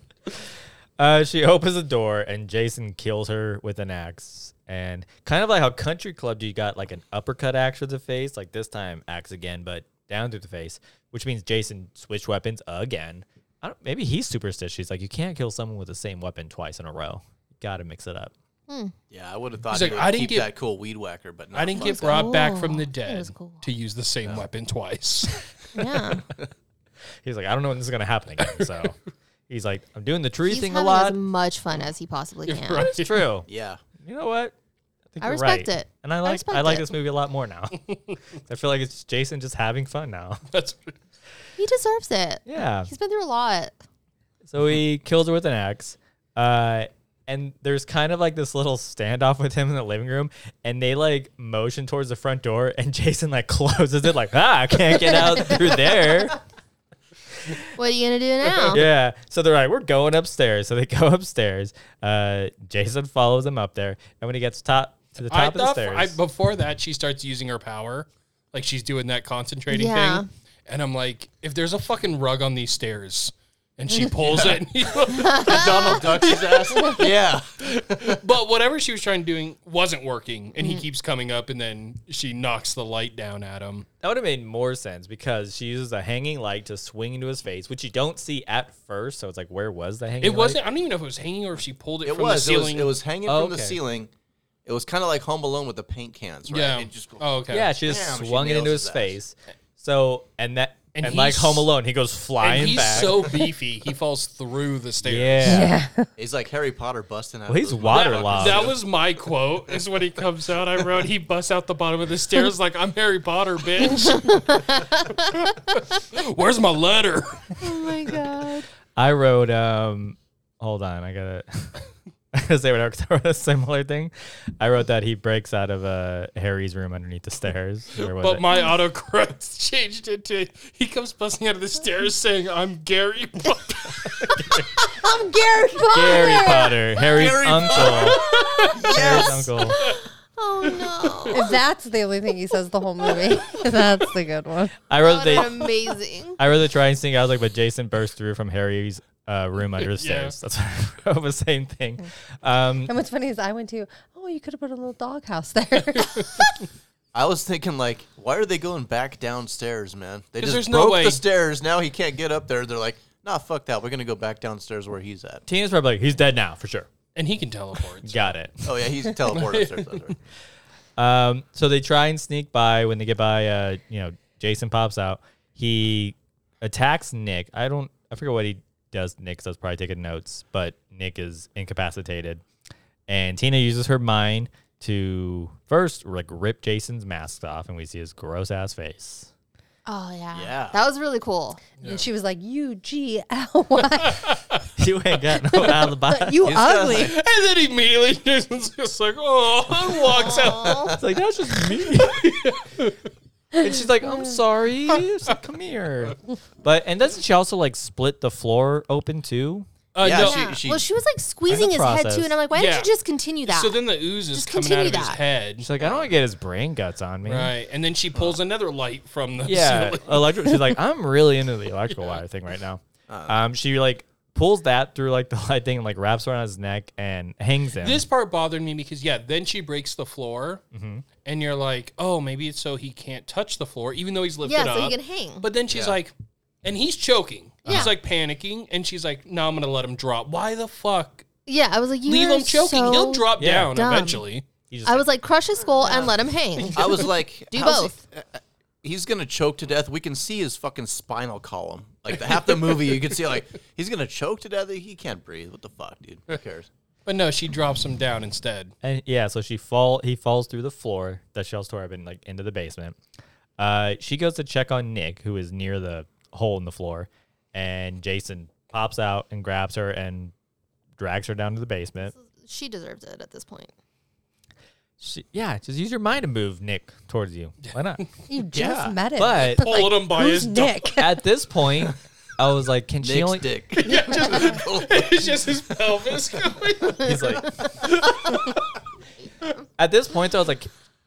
C: Uh, she opens the door and Jason kills her with an axe. And kind of like how Country Club, you got like an uppercut axe to the face, like this time axe again, but down through the face, which means Jason switched weapons again. I don't, maybe he's superstitious. He's like, you can't kill someone with the same weapon twice in a row. You got to mix it up.
E: yeah, I would have thought
D: He's
E: he
D: like,
E: would
D: "I didn't
E: keep
D: get-
E: that cool weed whacker, but
D: I didn't get
E: get.
D: brought back
B: cool.
D: from the
B: Oh, That was
D: dead
B: cool.
D: to use the same weapon twice.
B: yeah.
C: He's like, I don't know when this is going to happen again. So he's like, I'm doing the tree
B: He's
C: thing
B: having
C: a lot.
B: as much fun as he possibly can.
D: Right.
C: It's true.
E: Yeah.
C: You know what? think
B: I
C: you're
B: respect
C: right.
B: it.
C: And I
B: I
C: like I,
B: respect
C: like
B: it.
C: this movie a lot more now. I feel like it's Jason just having fun now.
D: That's
B: He deserves it.
C: Yeah.
B: He's been through a lot.
C: So he kills her with an axe. Uh, and there's kind of like this little standoff with him in the living room, and they like motion towards the front door, and Jason like closes it, like, ah, I can't get out through there.
B: What are you gonna do now?
C: Yeah. So they're like, we're going upstairs. So they go upstairs. Uh, Jason follows them up there, and when he gets top to the top
D: I
C: of the
D: thought
C: stairs,
D: I, before that she starts using her power, like she's doing that concentrating
B: Yeah.
D: thing, and I'm like, if there's a fucking rug on these stairs. And she pulls it. and you-
E: Donald Duck's his ass. yeah.
D: but whatever she was trying to doing wasn't working. And
B: Mm-hmm.
D: he keeps coming up and then she knocks the light down at him.
C: That would have made more sense because she uses a hanging light to swing into his face, which you don't see at first. So it's like, where was the hanging?
D: It
C: light?
D: wasn't I don't even know if it was hanging or if she pulled it,
E: It
D: from
E: was,
D: the
E: it was.
D: ceiling.
E: It was hanging
C: Oh,
E: from the
C: okay.
E: ceiling. It was kind of like Home Alone with the paint cans, right?
D: Yeah.
E: It just go-
D: oh, okay.
C: Yeah, she just
E: Damn, she
C: swung it
E: nails
C: into his
E: his ass.
C: face. So and that
D: And
C: and, like
D: he's-
C: Home Alone, he goes flying
D: and he's
C: back.
D: so beefy, he falls through the stairs.
C: yeah.
A: Yeah.
E: He's like Harry Potter busting out.
C: Well, he's
E: those
C: waterlogged.
D: That was my quote. Is when he comes out, I wrote he busts out the bottom of the stairs like I'm Harry Potter, bitch. Where's my letter?
B: Oh my god.
C: I wrote. Um, hold on, I gotta. I gotta say whatever 'cause I wrote a similar thing. I wrote that he breaks out of uh, Harry's room underneath the stairs. Or was
D: But
C: it?
D: my autocorrect changed it to he comes busting out of the stairs saying I'm Gary Potter.
A: I'm Gary
C: Harry Potter, Harry's
E: Harry
C: uncle, Harry's uncle.
B: Oh no.
A: If that's the only thing he says the whole movie, that's the good one.
C: I wrote
B: What
C: they.
B: an amazing.
C: I rather try and sing. I was like, but Jason burst through from Harry's uh, room under the
D: Yeah. Mm.
C: stairs. That's what I wrote, the same thing. Um,
A: And what's funny is I went to, oh, you could have put a little doghouse there.
E: I was thinking, like, why are they going back downstairs, man? They
D: 'Cause there's
E: just
D: no
E: broke
D: way-
E: the stairs. Now he can't get up there. They're like, nah, fuck that. We're gonna go back downstairs where he's at.
C: Tina's probably like, he's dead now for sure.
D: And he can teleport.
C: Got it.
E: Oh yeah, he's teleported upstairs. That's right.
C: Um, so they try and sneak by. When they get by, uh, you know, Jason pops out. He attacks Nick. I don't. I forget what he does Nick's does probably taking notes, but Nick is incapacitated, and Tina uses her mind to first like rip Jason's mask off, and we see his gross ass face.
B: Oh yeah.
E: Yeah.
B: That was really cool.
A: And she was like, "U G L Y,
C: You ain't got no out of the box.
A: you
E: He's got
A: ugly."
E: like-
D: And then immediately Jason's just like, oh, and walks out.
C: It's like that's just me. and she's like, "I'm sorry." She's like, "Come here." But and doesn't she also like split the floor open too?
D: Uh,
E: Yeah,
D: no.
E: she-
B: Yeah. well, she was like squeezing
C: the
B: his head
C: process.
B: too, and I'm like, why
D: Yeah.
B: didn't you just continue that?
D: So then the ooze is
B: Just
D: coming out of
B: continue
D: his
B: that.
D: head.
C: She's like, "I don't want to get his brain guts on me."
D: Right. And then she pulls another light from the
C: Yeah,
D: ceiling.
C: electric. She's like, "I'm really into the electrical wire thing right now." Um, she like pulls that through like the light thing and like wraps around his neck and hangs him.
D: This part bothered me because, yeah, then she breaks the floor, and you're like, oh, maybe it's so he can't touch the floor, even though he's lifted
B: yeah,
D: up.
B: so he can hang.
D: But then she's like, and he's choking.
B: Yeah.
D: He's like panicking, and she's like, no, I'm going to let him drop. Why the fuck?
B: yeah, I was like, you
D: Leave him choking. He'll drop
C: Yeah.
D: down
B: dumb.
D: eventually.
C: He's just
B: I
C: like,
B: was like, crush his skull and let him hang.
E: I was like,
B: Do
E: how's he-
B: both.
E: he's gonna choke to death. We can see his fucking spinal column. Like the, half the movie, you can see like he's gonna choke to death. He can't breathe. What the fuck, dude? Who cares?
D: But no, she drops him down instead.
C: And yeah, so she fall he falls through the floor that Shell's tore up and like into the basement. Uh, she goes to check on Nick, who is near the hole in the floor, and Jason pops out and grabs her and drags her down to the basement.
B: she deserves it at this point.
C: She, yeah, just use your mind to move Nick towards you. Why not?
A: You just
C: Yeah,
A: met him, Like,
C: but-
D: Pulled him by
A: who's
D: his dog.
A: Nick.
C: At this point, I was like, can she
E: Nick's
C: only?
E: dick.
D: it's just his pelvis going.
C: He's like, at this point, I was like,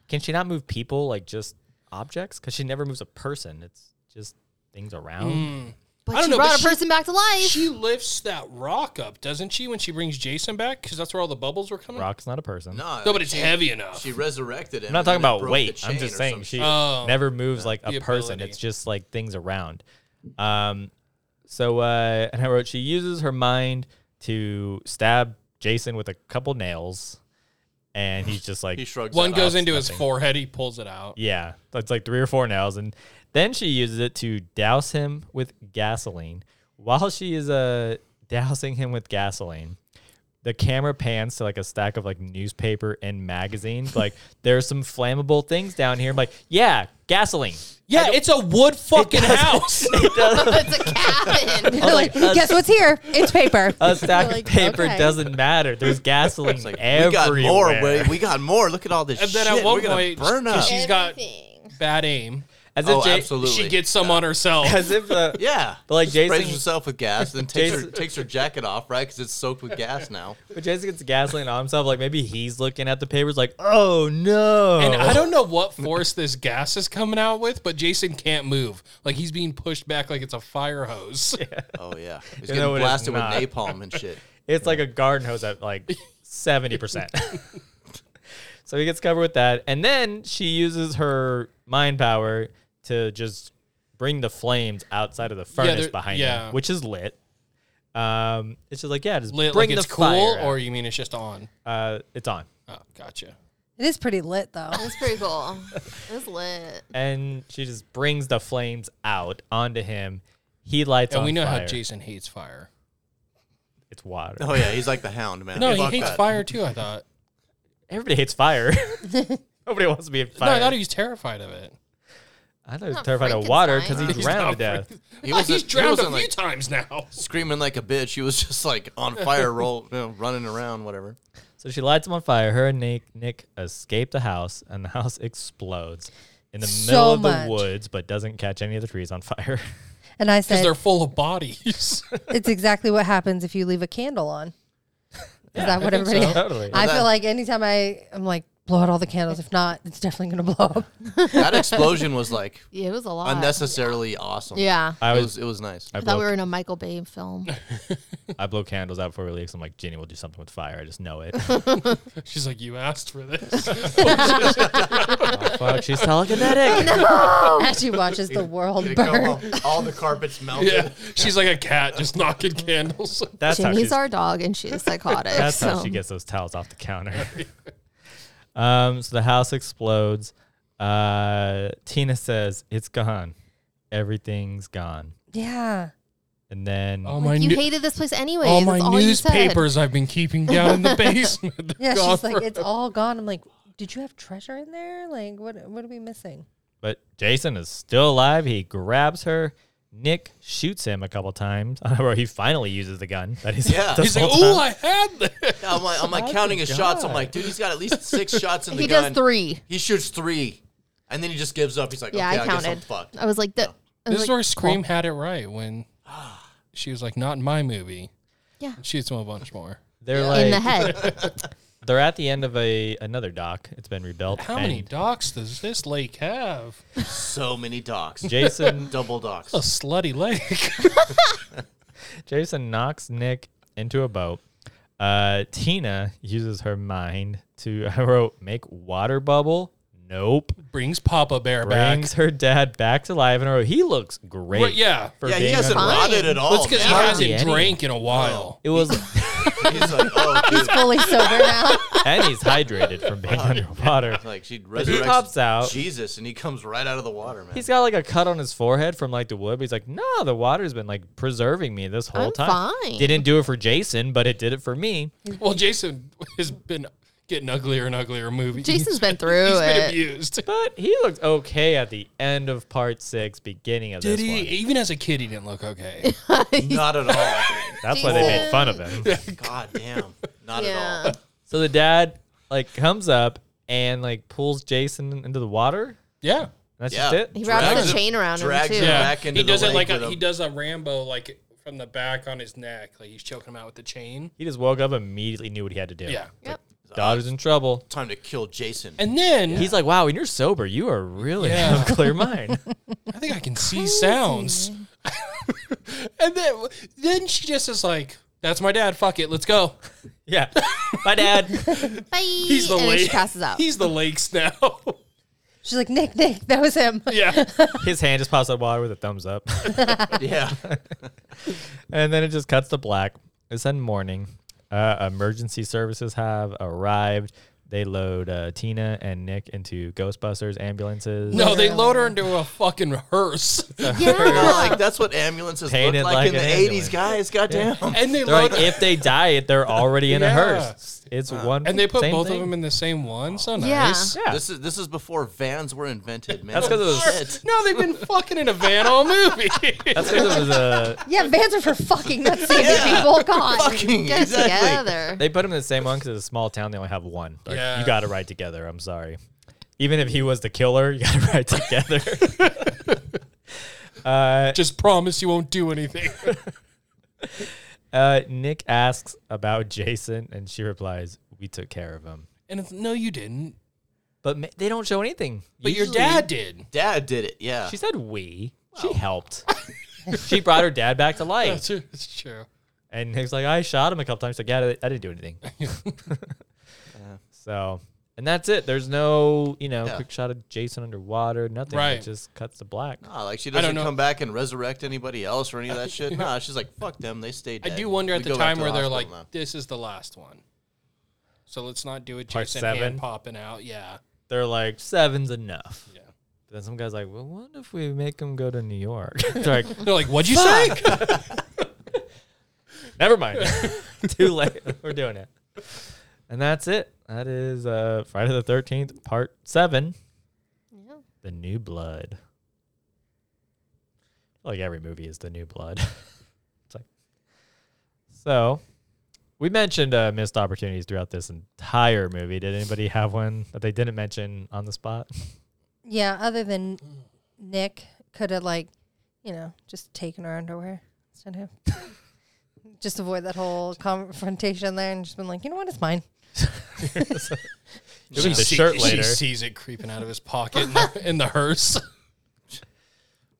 C: can she not move people like just objects? Because she never moves a person. It's just things around.
B: But
D: I don't
B: she
D: know, but
B: brought a
D: she-
B: person back to life.
D: She lifts that rock up, doesn't she, when she brings Jason back? Because that's where all the bubbles were coming.
C: Rock's not a person.
E: No,
D: No, but it's heavy enough.
E: She resurrected him.
C: I'm not
E: and
C: talking
E: then it
C: about
E: broke
C: weight.
E: the
C: I'm
E: chain
C: just
E: or
C: saying
E: some
C: she
E: shit.
D: Oh.
C: never moves like
D: The
C: a person.
D: ability.
C: It's just like things around. Um, so uh, and I wrote she uses her mind to stab Jason with a couple nails, and he's just like
E: He shrugs.
D: One
E: that
D: goes
E: off.
D: into his
C: nothing.
D: forehead, he pulls it out.
C: Yeah, that's like three or four nails, and then she uses it to douse him with gasoline. While she is uh dousing him with gasoline, the camera pans to like a stack of like newspaper and magazines. like there's some flammable things down here. I'm like, yeah, gasoline.
D: Yeah, it's a wood fucking
C: doesn't-
D: house.
B: it's a cabin.
A: They're like,
C: uh,
A: guess what's here? It's paper.
D: uh,
C: A stack
A: Like,
C: of paper
A: okay.
C: doesn't matter. There's gasoline
E: It's like we
C: everywhere.
E: got more. Wait, we got more. Look at all this
D: And
E: shit.
D: then at one
E: We're gonna
D: point,
E: burn up.
D: she's got bad aim.
C: As if
E: oh,
C: Ja-
E: absolutely.
D: She gets some on herself.
C: As if uh,
E: Yeah,
C: But, like,
E: She sprays
C: Jason-
E: herself with gas, then takes her
C: Jason-
E: takes her jacket off, right? Because it's soaked with gas now.
C: but Jason gets gasoline on himself. Like maybe he's looking at the papers. Like oh no.
D: And I don't know what force this gas is coming out with, but Jason can't move. Like he's being pushed back like it's a fire hose.
E: Oh yeah, he's
C: You
E: getting
C: know it is
E: blasted with
C: not.
E: napalm and shit.
C: It's like a garden hose at like 70%. so he gets covered with that. And then she uses her mind power to just bring the flames outside of the furnace
D: they're-
C: behind
D: yeah.
C: him, which is lit. Um, it's just like, yeah, just
D: Lit
C: bring
D: like it's
C: the
D: cool,
C: fire out.
D: or you mean it's just on?
C: uh, it's on.
D: Oh, gotcha.
A: It is pretty lit though.
B: It's pretty cool. It's lit.
C: And she just brings the flames out onto him. He lights
D: And
C: on
D: we know how
C: fire.
D: Jason hates fire.
C: It's water.
E: Oh yeah, he's like the hound man.
D: No, he
E: Fuck
D: hates
E: that.
D: fire too, I thought.
C: Everybody hates fire. Nobody wants to be in
D: No, I
C: fire.
D: thought he was terrified of it.
C: I thought he was
B: Not
C: terrified of water because
B: Frankenstein.
C: he
D: He's
C: drowned to
D: not
C: death.
E: He
D: Like,
E: wasn't,
D: Ah, he's drowned
E: he
D: a
E: wasn't
D: few
E: like
D: times now.
E: screaming like a bitch. He was just like on fire, roll, you know, running around, whatever.
C: So she lights him on fire. Her and Nick, Nick escape the house, and the house explodes in the
A: So
C: middle of
A: much.
C: the woods, but doesn't catch any of the trees on fire.
A: And I
D: Because
A: said,
D: they're full of bodies.
A: it's exactly what happens if you leave a candle on. Is that what everybody?
C: totally.
A: I feel like anytime I, I'm like, blow out all the candles. If not, it's definitely gonna blow up.
E: That explosion was like
B: Yeah, it was a lot.
E: unnecessarily awesome.
B: Yeah.
C: I
E: it
C: was-
E: was. It was nice.
C: I
B: I thought we
C: blow,
B: were in a Michael Bay film.
C: I blow candles out before we leave. 'cause I'm like, Jenny will do something with fire. I just know it.
D: She's like, you asked for this.
C: oh, fuck, she's telekinetic.
E: Oh.
A: As she watches the world
E: They
A: burn.
E: go home, all the carpets melted.
D: yeah, she's like a cat, just knocking candles.
C: That's how she's
B: Jimmy's our dog and she's psychotic.
C: That's
B: so.
C: how she gets those towels off the counter. um, so the house explodes. Uh, Tina says, It's gone. Everything's gone.
A: Yeah.
C: And then
D: All my
B: Like, you
D: new-
B: hated this place anyways.
D: all my
B: That's all you said.
D: newspapers I've been keeping down in the basement. They're
A: Yeah,
D: gone
A: she's like,
D: forever.
A: it's all gone. I'm like, did you have treasure in there? Like, what what are we missing?
C: But Jason is still alive. He grabs her. Nick shoots him a couple times, where he finally uses the gun. That he's
E: Yeah.
C: this
D: He's like,
C: whole
D: "Ooh,
C: time."
D: I had that."
E: Yeah, I'm like, I'm like
C: Oh,
E: counting his shots. I'm
C: God.
E: like, dude, he's got at least six shots in the
B: He
E: gun.
B: does three.
E: He shoots three, and then he just gives up. He's like,
B: Yeah,
E: okay,
B: I
E: I, guess I'm
B: counted.
E: fucked.
B: I was like, the, I was
D: This is
B: like,
D: where Scream had it right when she was like, "Not in my movie."
B: Yeah.
D: And shoots him a bunch more.
C: They're
B: in
C: like,
B: the head.
C: they're at the end of a another dock. It's been rebuilt.
D: How many
C: and
D: docks does this lake have?
E: So many docks,
C: Jason
E: double docks.
D: A slutty lake.
C: Jason knocks Nick into a boat. Uh, Tina uses her mind to I wrote make water bubble. Nope.
D: Brings Papa Bear
C: Brings
D: back.
C: her dad back to life, and I wrote, he looks great.
D: Right, yeah.
C: for
E: yeah, he
C: being
E: hasn't
C: a-
B: Fine.
E: rotted at all.
D: That's because he
E: man.
D: hasn't
C: Hardly any.
D: drank in a while.
C: It was,
E: He's like, oh, dude.
A: Fully sober now.
C: and he's hydrated from being underwater.
E: Like she
C: he
E: resurrects
C: pops out.
E: Jesus, and he comes right out of the water, man.
C: He's got like a cut on his forehead from like the wood. But he's like, no, the water's been like preserving me this whole
B: I'm
C: time.
B: fine.
C: Didn't do it for Jason, but it did it for me.
D: Well, Jason has been getting uglier and uglier. Movie.
B: Jason's been through
D: He's
B: it.
D: been abused.
C: But he looked okay at the end of part six, beginning of
D: Did
C: this
D: he?
C: one.
D: Even as a kid, he didn't look okay.
E: Not at all.
C: That's why they made fun of him.
E: God damn, not at
B: Yeah.
E: all.
C: so the dad like comes up and like pulls Jason into the water.
D: yeah.
C: That's
E: Yeah.
C: just
B: He
C: it.
B: wraps
E: Drags
B: the
E: him-
B: chain around him
E: drags
B: too.
E: him
D: Yeah,
E: back into
D: he
E: the
D: does it
E: lake
D: like
E: with
D: a, he
E: him.
D: does a Rambo like from the back on his neck, like he's choking him out with the chain.
C: He just woke up and immediately knew what he had to do.
D: Yeah,
B: Yep.
C: Daughter's in trouble.
E: Time to kill Jason.
D: and then
C: He's like, wow, when you're sober, you are really
D: Yeah.
C: of clear mind.
D: I think I can see sounds. and then then she just is like, "That's my dad. Fuck it, let's go."
C: yeah. My dad.
B: Bye.
D: He's the
B: and then she
D: lake.
B: passes out.
D: He's the lakes now.
A: She's like, Nick, Nick, that was him.
D: yeah,
C: His hand just pops out of water with a thumbs up.
E: yeah,
C: and then it just cuts to black. It's in morning. Uh, emergency services have arrived. They load uh, Tina and Nick into Ghostbusters ambulances.
D: no, they load her into a fucking hearse,
E: You know,
B: yeah.
E: like that's what ambulances
C: Painted
E: looked like,
C: like
E: in
C: an
E: the
C: ambulance.
E: '80s, guys. God damn.
D: and they
C: They're
D: load
C: like, if they die, it they're already in a
D: Yeah.
C: hearse. It's one.
D: and they put
C: same
D: both
C: thing.
D: of them in the same one. So
B: Yeah.
D: nice.
C: Yeah.
E: This is this is before vans were invented, man.
C: That's 'cause it was-
E: Shit.
D: No, they've been fucking in a van all movie.
C: That's because it was a.
A: Yeah, vans are for fucking not saving
E: Yeah.
A: people. God.
E: Fucking
B: Get it
E: exactly.
B: together.
C: They put them in the same one because it's a small town. They only have one. Like,
D: Yeah.
C: You got to ride together. I'm sorry. Even if he was the killer, you got to ride together.
D: Just promise you won't do anything.
C: uh, Nick asks about Jason, and she replies, "We took care of him."
D: And it's, no, you didn't.
C: But ma- they don't show anything.
D: But your
C: Usually-
D: dad did.
E: Dad did it. Yeah.
C: She said we. She helped. she brought her dad back to life.
D: That's it's true.
C: And Nick's like, I shot him a couple times. Like, yeah, I didn't do anything. So, and that's it. There's no, you know,
E: Yeah.
C: quick shot of Jason underwater, nothing.
D: Right.
C: It just cuts to black.
E: Nah, Ah, like she
D: don't
E: doesn't
D: know.
E: come back and resurrect anybody else or any of that shit. Nah, she's like, fuck them. They stayed.
D: I do wonder at the time where they're like, "This is the last one," so let's not do it.
C: Part
D: Jason
C: seven?
D: hand popping out. Yeah,
C: They're like, seven's enough.
D: Yeah.
C: Then some guy's like, well, what if we make him go to New York? They're like,
D: they're like, "What'd you say?"
C: never mind. Too late. We're doing it. And that's it. That is uh, Friday the 13th, part seven
B: Yeah.
C: The New Blood. Like every movie is The New Blood. it's like, so we mentioned uh, missed opportunities throughout this entire movie. Did anybody have one that they didn't mention on the spot?
A: Yeah, other than Nick could have like, you know, just taken her underwear instead of just avoid that whole confrontation there and just been like, you know what, it's mine.
C: Give him the shirt
D: She
C: later.
D: sees it creeping out of his pocket in the, in the hearse.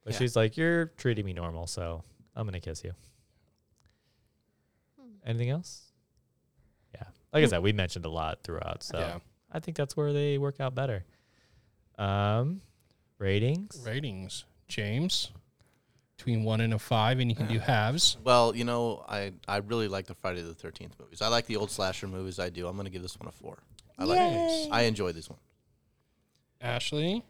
C: But she's like, "You're treating me normal, so I'm gonna kiss you." Anything else? Yeah, like I said, we mentioned a lot throughout, so
D: Yeah.
C: I think that's where they work out better. Um, ratings.
D: Ratings, James, between one and a five, and you can do halves.
E: Well, you know, I, I really like the Friday the 13th movies. I like the old slasher movies. I do. I'm going to give this one a four. I like
A: Yay.
E: I enjoy this one.
D: Ashley,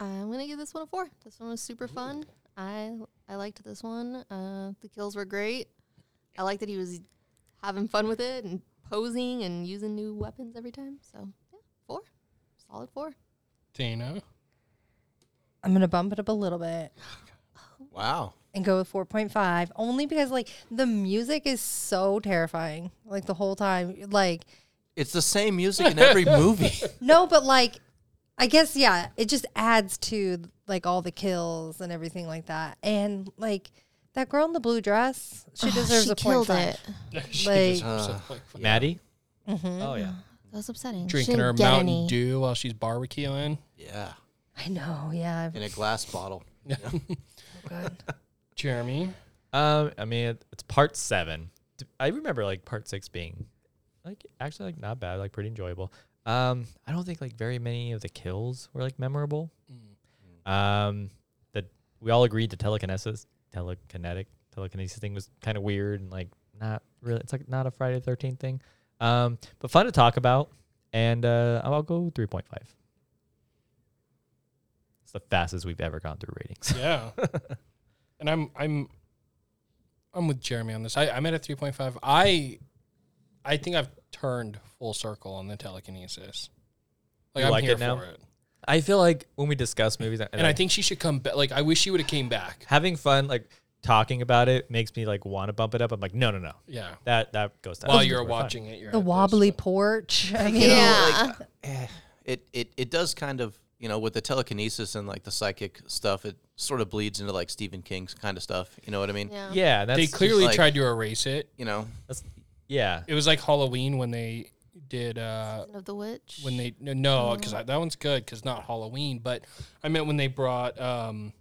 B: I'm gonna give this one a four. This one was super fun. I I liked this one. Uh, the kills were great. I like that he was having fun with it and posing and using new weapons every time. So yeah, four, solid four.
D: Tina.
A: I'm gonna bump it up a little bit
E: Wow.
A: and go with 4.5 only because like the music is so terrifying like the whole time like
E: It's the same music in every movie.
A: no but like i guess yeah it just adds to like all the kills and everything like that and like that girl in the blue dress she deserves
B: she
A: a point
B: killed
A: five.
B: it.
D: She
A: Like-
D: deserves it. Like,
C: Maddie? Oh, yeah.
B: That was upsetting. She
D: drinking
B: didn't
D: her
B: get
D: Mountain
B: any.
D: Dew while she's barbecuing.
E: yeah.
A: i know yeah
E: In a glass bottle.
A: good.
D: Jeremy.
C: Um, I mean, it, it's part seven. D- I remember like part six being like actually like not bad, like pretty enjoyable. Um, I don't think like very many of the kills were like memorable. Um, that we all agreed the telekinesis, telekinetic, telekinesis thing was kind of weird and like not really. It's like not a Friday Thirteenth thing. Um, but fun to talk about, and uh, I'll go three point five. It's the fastest we've ever gone through ratings.
D: Yeah. and I'm I'm I'm with Jeremy on this. I, I'm at a three point five. I I think I've turned full circle on the telekinesis. Like
C: You
D: I'm
C: like
D: here
C: it now?
D: for it.
C: I feel like when we discuss movies,
D: And I think she should come back. Like I wish she would have came back.
C: having fun like talking about it makes me like want to bump it up. I'm like, no, no, no.
D: Yeah.
C: That that goes down.
D: While you're watching it, you're
A: the
D: at this,
A: wobbly
D: but-
A: porch i
E: You
A: mean
E: know,
B: Yeah.
E: like, eh, it, it it does kind of you know with the telekinesis and like the psychic stuff, it sort of bleeds into like Stephen King's kind of stuff. You know what I mean?
B: Yeah.
C: Yeah, that's
D: they clearly
E: like-
D: tried to erase it.
E: You know,
C: that's, yeah.
D: It was like Halloween when they did uh
B: Season Of the witch.
D: when they no, no because that one's good because not Halloween, but I meant when they brought um,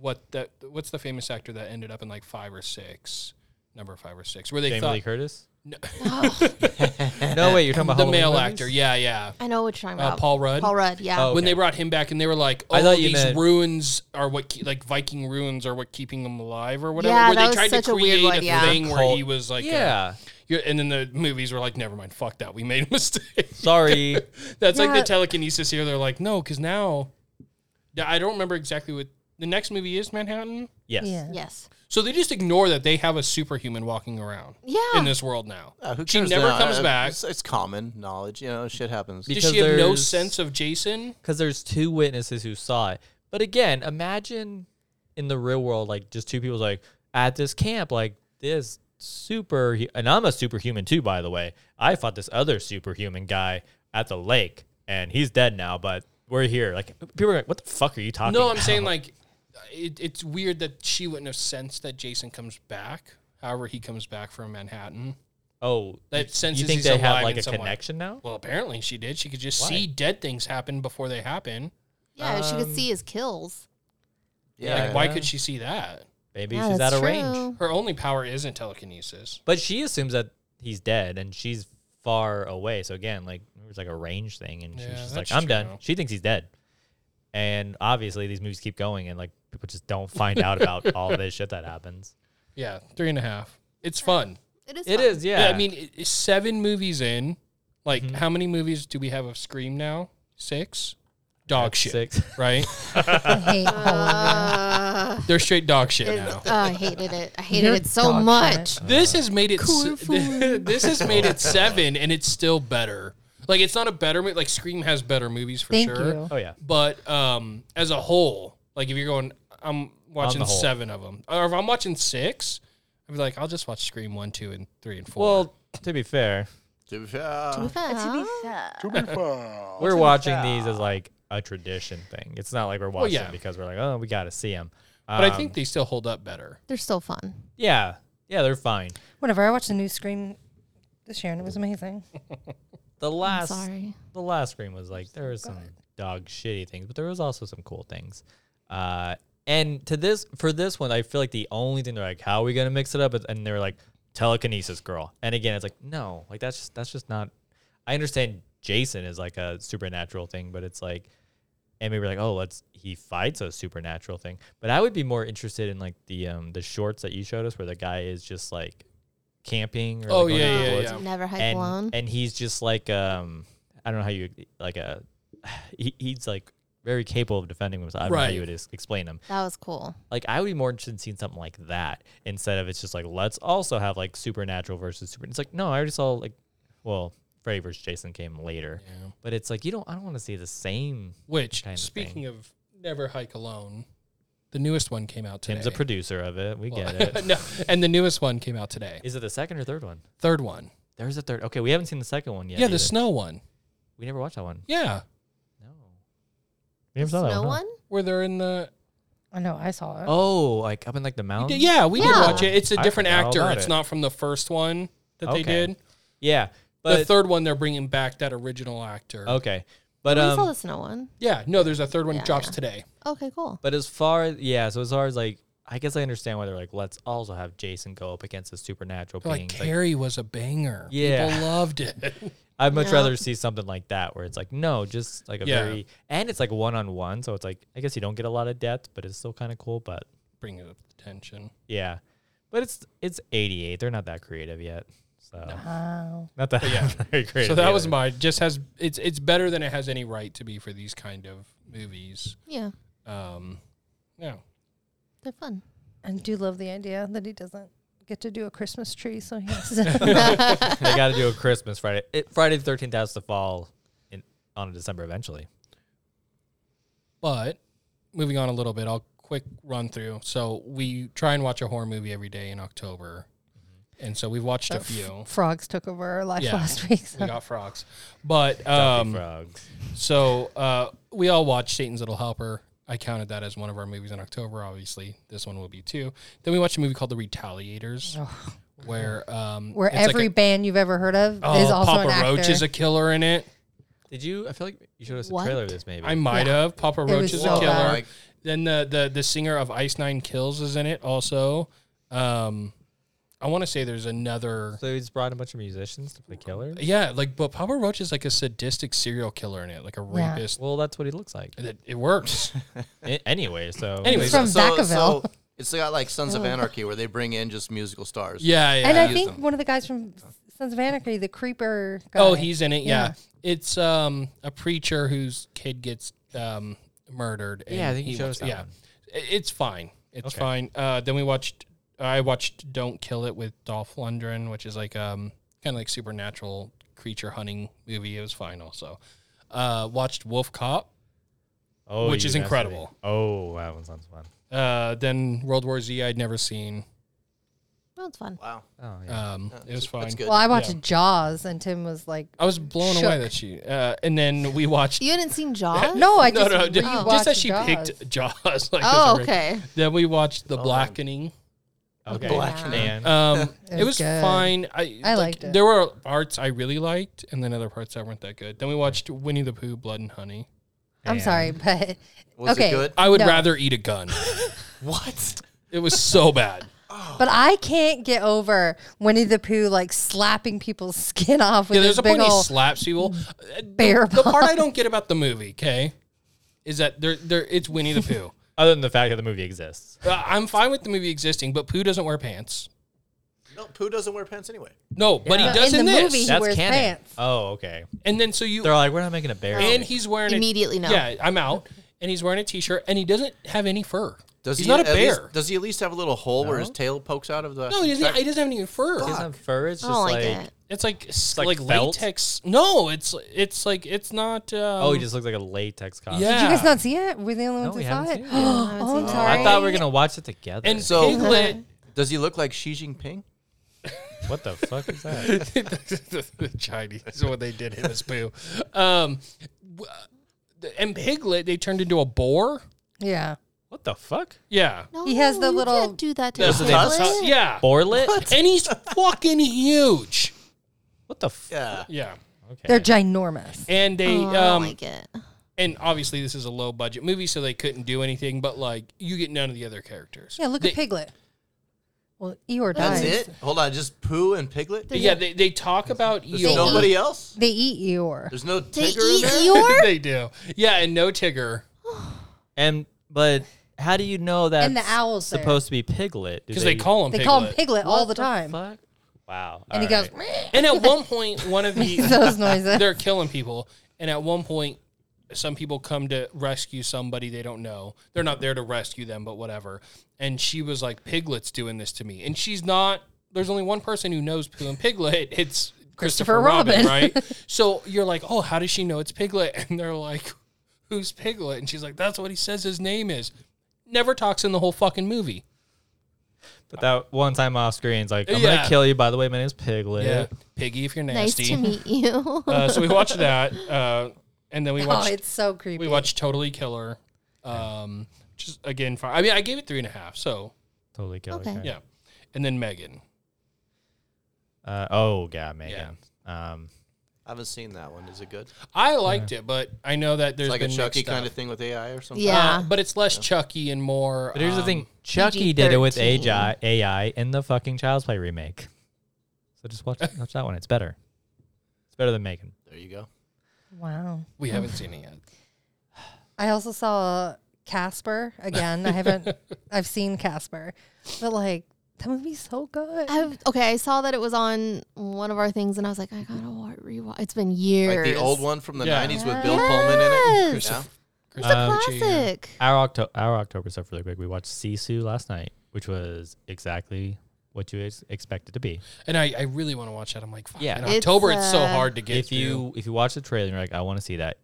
D: what that what's the famous actor that ended up in like five or six, number five or six, where they
C: Jamie
D: thought
C: Lee Curtis.
D: No.
C: no, wait, you're talking about
D: the
C: Halloween
D: male
C: movies?
D: actor, yeah, yeah,
B: I know what you're talking
D: Uh,
B: about.
D: Paul Rudd?
B: Paul Rudd. Yeah.
C: Oh.
D: when
C: Okay.
D: they brought him back and they were like, oh,
C: I thought you
D: these
C: meant-
D: ruins are what ke- like Viking ruins are what keeping them alive or whatever.
B: Yeah,
D: where
B: that
D: they
B: was
D: tried
B: such
D: to
B: a weird
D: create
B: one, yeah.
D: thing where he
C: Cult.
D: was like, uh, a-
C: yeah.
D: you're- and then the movies were like, never mind, fuck that, we made a mistake.
C: Sorry.
D: That's like the
A: Yeah.
D: telekinesis here. They're like, no, because now, Yeah, I don't remember exactly what the next movie is. Manhattan.
C: Yes.
A: yeah
B: yes.
D: So they just ignore that they have a superhuman walking around
B: Yeah.
D: in this world now.
E: Uh, who
D: she
E: cares
D: never
E: now?
D: comes
E: Uh,
D: back.
E: It's, it's common knowledge. You know, shit happens.
C: Be-
D: Does she have no
C: there's-
D: sense of Jason?
C: Because there's two witnesses who saw it. But again, imagine in the real world, like just two people like at this camp, like this super, and I'm a superhuman too, by the way. I fought this other superhuman guy at the lake, and he's dead now, but we're here. Like people are like, what the fuck are you talking?
D: No, I'm saying
C: about?"
D: like, it, it's weird that she wouldn't have sensed that Jason comes back. However, he comes back from Manhattan.
C: oh,
D: That senses
C: you think
D: he's
C: they
D: alive
C: have like
D: in
C: a
D: some way.
C: connection now?
D: Well, apparently she did. She could just
C: Why?
D: see dead things happen before they happen.
B: Yeah. she could
C: Um,
B: see his kills.
E: yeah.
D: Like, why could she see that?
C: Maybe
B: Yeah,
C: she's out
B: that's
C: of
B: true.
C: range.
D: Her only power isn't telekinesis.
C: But she assumes that he's dead, and she's far away. So again, like it was like a range thing, and she
D: Yeah,
C: was just
D: that's
C: like, "I'm
D: true.
C: done." She thinks he's dead, and obviously these movies keep going, and like people just don't find out about all this shit that happens.
D: Yeah, three and a half. It's fun.
B: It is.
C: It
B: fun.
C: is, yeah. Mm-hmm.
D: Yeah, I mean, i- i- seven movies in. Like, how many movies do we have of Scream now? Six. Dog shit,
C: six.
D: right?
A: i hate Halloween.
B: Uh,
D: They're straight dog shit
B: it's-
D: now.
B: oh, I hated it. I hated
A: You're
B: it so
A: dog shit.
B: much.
D: This has made it.
B: Cool
D: s- this has made it seven, and it's still better. Like, it's not a better movie. Like, Scream has better movies for
A: thank
D: sure.
A: you
C: Oh yeah,
D: But um, as a whole, like, if you're going, I'm watching
C: the whole.
D: seven of them, or if I'm watching six, I'd be like, I'll just watch Scream one, two, and three, and four.
C: Well, to be fair,
E: Yeah.
C: we're watching these as like a tradition thing. It's not like we're watching
D: yeah.
C: them because we're like, oh, we got to see them.
D: but
C: um,
D: I think they still hold up better.
B: They're still fun.
C: yeah, yeah, they're fine.
A: whatever i watched the new scream this year and it was amazing
C: The last
B: Sorry.
C: the last screen was like there was some dog shitty things, but there was also some cool things. Uh, and to this for this one, I feel like the only thing they're like, how are we gonna mix it up? Is- And they're like telekinesis girl. And again, it's like no, like that's just that's just not. I understand Jason is like a supernatural thing, but it's like, and maybe like oh let's he fights a supernatural thing. But I would be more interested in like the um the shorts that you showed us where the guy is just like camping. Or,
D: Oh,
C: like, going
D: yeah,
C: into the
D: yeah,
C: woods
D: yeah.
B: Never hike
C: and
B: alone.
C: and he's just like um I don't know how you like a uh, he, he's like very capable of defending himself. I don't know how
D: Right.
C: you would ex- explain him.
B: That was cool.
C: Like I would be more interested in seeing something like that instead of it's just like let's also have like supernatural versus super. It's like no, I already saw like well Freddy versus Jason came later, but it's like you don't. I don't want to see the same.
D: Which,
C: Kind of
D: speaking
C: thing.
D: of Never Hike Alone, the newest one came out today.
C: Tim's a producer of it. We
D: Well,
C: get it.
D: no, and the newest one came out today.
C: Is it the second or third one?
D: Third one.
C: There's a third. Okay, we haven't seen the second one yet.
D: Yeah, the
C: either.
D: snow one.
C: we never watched that one.
D: Yeah,
C: No, we never saw that
B: Snow
C: one. huh?
B: one?
D: where they're in the.
A: I know. I saw it.
C: Oh, like up in like the mountains.
D: Yeah, we did
B: Yeah.
D: watch it. It's a
C: I
D: different
C: forgot all
D: actor.
C: about
D: It's
C: it.
D: not from the first one that
C: Okay.
D: they did.
C: yeah. But
D: the third one, they're bringing back that original actor.
C: okay, but
B: we saw
C: um,
B: the snow one.
D: Yeah, no, there's a third one
B: Yeah,
D: drops
B: yeah.
D: today.
B: Okay, cool.
C: but as far as yeah, so as far as like, I guess I understand why they're like, let's also have Jason go up against a supernatural
D: They're
C: being.
D: like
C: Like,
D: Carrie was a banger.
C: Yeah.
D: people loved it.
C: I'd much
B: Yeah.
C: rather see something like that where it's like, no, just like a
D: Yeah.
C: very and it's like one on one, so it's like I guess you don't get a lot of depth, but it's still kind of cool. But
D: Bring it up the tension.
C: yeah, but it's it's 88. They're not that creative yet, so
A: Wow.
C: not that yeah, very creative.
D: So that was
C: either.
D: my just has it's it's better than it has any right to be for these kind of movies.
B: Yeah,
D: Um, yeah,
B: they're fun.
A: I do love the idea that he doesn't get to do a Christmas tree, so he has to.
C: they got to do a Christmas Friday. It, Friday the Thirteenth has to fall in, on December eventually.
D: but moving on a little bit, I'll quick run through. So we try and watch a horror movie every day in October,
A: Mm-hmm.
D: and so we've watched a few.
A: Frogs took over our life
D: Yeah.
A: last week. So.
D: We got frogs, but
C: Happy
D: um,
C: frogs.
D: So uh, we all watched Satan's Little Helper. I counted that as one of our movies in October. Obviously, this one will be two. Then we watched a movie called The Retaliators, where um,
A: Where
D: it's like
A: every
D: a-
A: band you've ever heard of
D: oh,
A: is also
D: Papa
A: an actor.
D: Roach is a killer in it.
C: Did you? I feel like you showed us
B: What?
C: a trailer of this maybe.
D: I might have Papa
A: It
D: Roach
A: was
D: is
A: so
D: a killer.
A: bad.
E: Like-
D: Then the, the the singer of Ice Nine Kills is in it also. Um, I want to say there's another.
C: so he's brought a bunch of musicians to play killers.
D: Yeah, like but Papa Roach is like a sadistic serial killer in it, like a
A: Yeah.
D: rapist.
C: Well, that's what he looks like.
D: It, it works.
C: A- anyway, so
D: Anyways,
A: It's from Vacaville.
E: so it's got like Sons of Anarchy where they bring in just musical stars.
D: yeah, yeah.
A: and I
E: use
A: think
E: them.
A: one of the guys from Sons of Anarchy, the creeper guy.
D: Oh, he's in it. Yeah. It's um a preacher whose kid gets um murdered. and
C: Yeah, I think you
D: he
C: showed
D: wants-
C: us that
D: Yeah,
C: one.
D: I- it's fine. It's
C: Okay.
D: fine. Uh, then we watched. I watched "Don't Kill It" with Dolph Lundgren, which is like um kind of like supernatural creature hunting movie. It was fine. Also, uh, watched Wolf Cop.
C: oh,
D: which
C: you
D: is
C: messed with
D: incredible.
C: me. Oh, that one sounds fun.
D: Uh, then World War Z. I'd never seen.
B: That was fun.
E: Wow.
C: Oh, yeah.
D: Um, it was fine.
E: That's good.
A: Well, I watched
D: Yeah.
A: Jaws, and Tim was like,
D: I was blown away
A: Shook.
D: that she. Uh, and then we watched.
B: You hadn't seen Jaws?
A: "No, I
D: no,
A: just
D: no, ju-
C: Oh,
A: rewatched
D: just, that she
A: Jaws.
D: picked Jaws. Like,
B: Oh,
D: as a-
B: okay.
D: Then we watched The Blackening.
C: okay.
E: Black
C: Uh, Man.
D: Um,
A: It
D: it,
A: was
D: was
A: good.
D: fine. I,
A: I liked it.
D: There were parts I really liked, and then other parts that weren't that good. Then we watched Winnie the Pooh, Blood and Honey.
A: I'm sorry, but
E: Was
A: okay,
E: it good?
D: I would
A: No.
D: rather eat a gun.
E: What?
D: it was so bad.
A: but I can't get over Winnie the Pooh like slapping people's skin off with
D: Yeah, there's
A: his
D: a
A: big Mm.
D: point he
A: old
D: slaps people.
A: bear
D: The part
A: paw.
D: I don't get about the movie, okay, is that there, there, it's Winnie the Pooh.
C: Other than the fact that the movie exists,
D: Uh, I'm fine with the movie existing, but Pooh doesn't wear pants.
E: No, Pooh doesn't wear pants anyway.
D: No, but he
C: Yeah.
D: does in,
A: in the
D: this.
A: movie, he
C: that's
A: wears
C: canon.
A: pants.
C: Oh, okay.
D: And then so you
C: They're like, we're not making a bear.
D: and
C: movie.
D: he's wearing
B: Oh. Immediately
D: a,
B: no.
D: Yeah, I'm out. And he's wearing a t-shirt, and he doesn't have any fur.
E: Does
D: he's
E: he
D: not a
E: at least-
D: bear.
E: does he at least have a little hole where his tail pokes out of the?
D: no, he doesn't. He doesn't have any fur.
C: He doesn't have fur. It's
B: I
C: just
B: don't
C: like,
B: like, it.
D: It's like s
C: like
D: like,
C: felt?
D: latex. No, it's it's like it's not. Um,
C: oh, he just looks like a latex costume.
D: yeah.
A: Did you guys not see it? We're the only
C: No,
A: ones
C: we
A: who saw
C: haven't
A: it.
C: seen it yet.
A: oh, I'm
B: I
A: sorry.
C: I thought we were gonna watch it together.
D: and
E: So-
D: piglet.
E: Does he look like Xi Jinping?
C: what the fuck is that?
D: the Chinese is what they did in this poo. Um, w- the- and piglet they turned into a boar.
A: yeah.
C: what the fuck?
D: Yeah,
B: No,
A: He has the
B: you
A: little-
B: can't do that to
D: Yeah.
B: a
E: Those
B: piglet.
E: tusks?
D: yeah,
C: Borlet?
D: and he's fucking huge.
C: What the fuck?
E: Yeah.
D: Yeah,
C: Okay.
A: They're ginormous.
D: and they
B: Oh, I don't
D: um
B: like it.
D: and obviously this is a low budget movie, so they couldn't do anything. But like you get none of the other characters.
A: Yeah, look at Piglet. Well, Eeyore
E: That's
A: dies.
E: it. Hold on, just Pooh and Piglet.
D: Yeah, they, they talk about
E: There's
D: Eeyore.
E: nobody else.
A: They eat Eeyore.
E: There's no
B: They
E: Tigger in
B: eat
E: there.
B: Eeyore?
D: they do. Yeah, and no Tigger.
C: and but how do you know that
A: And the owl's there.
C: supposed to be Piglet? Do
D: Because they, call him
A: They
D: Piglet.
A: call him Piglet all
C: What
A: the time.
C: fuck? Wow.
A: and he
C: All right.
A: goes, "Meh,"
D: And at one point, one of the
A: those noises.
D: they're killing people. And at one point, some people come to rescue somebody they don't know. They're not there to rescue them, but whatever. And she was like, Piglet's doing this to me. And she's not, there's only one person who knows Pooh and Piglet. It's Christopher,
A: Christopher
D: Robin,
A: Robin.
D: right? So you're like, oh, how does she know it's Piglet? And they're like, who's Piglet? And she's like, that's what he says his name is. Never talks in the whole fucking movie.
C: But that one time off screen's like, I'm
D: Yeah.
C: gonna kill you. By the way, my name's Piglet.
D: Yeah. Piggy, if you're
B: Nice
D: nasty.
B: to meet you.
D: Uh, so we watched that, uh, and then we
A: Oh,
D: watched
A: it's so creepy.
D: we watched Totally Killer, um, which is again fine. I mean, I gave it three and a half, so
C: Totally killer.
B: Okay.
D: yeah. And then Megan,
C: Uh, oh yeah, Megan. Um,
E: I haven't seen that one. Is it good?
D: I liked it, but I know that there's
E: It's like a
D: been
E: Chucky kind of
D: thing.
E: thing with AI or something.
B: Yeah.
D: but it's less Chucky and more.
C: but here's the
D: um,
C: thing: Chucky did it with
B: PG-13.
C: AI, AI in the fucking Child's Play remake. So just watch watch that one. It's better. It's better than Megan.
E: There you go.
A: wow.
D: we haven't seen it yet.
A: I also saw Casper again. I haven't. I've seen Casper, but like that movie's so good.
B: I've, okay, I saw that it was on one of our things, and I was like, I gotta wa- rewatch. It's been years.
E: Like the old one from the
D: Yeah.
E: 90s with Bill Pullman in it.
B: Yes.
E: Yeah.
B: It's
D: Christopher
B: a
D: Lucci, yeah.
B: classic.
C: Our Octo- our October stuff really quick. We watched Sisu last night, which was exactly what you ex- expect it to be.
D: and I, I really want to watch that. I'm like, fuck,
C: Yeah.
D: in
B: It's,
D: October it's so
B: uh,
D: hard to get.
C: if you if you watch the trailer and you're like, I want to see that,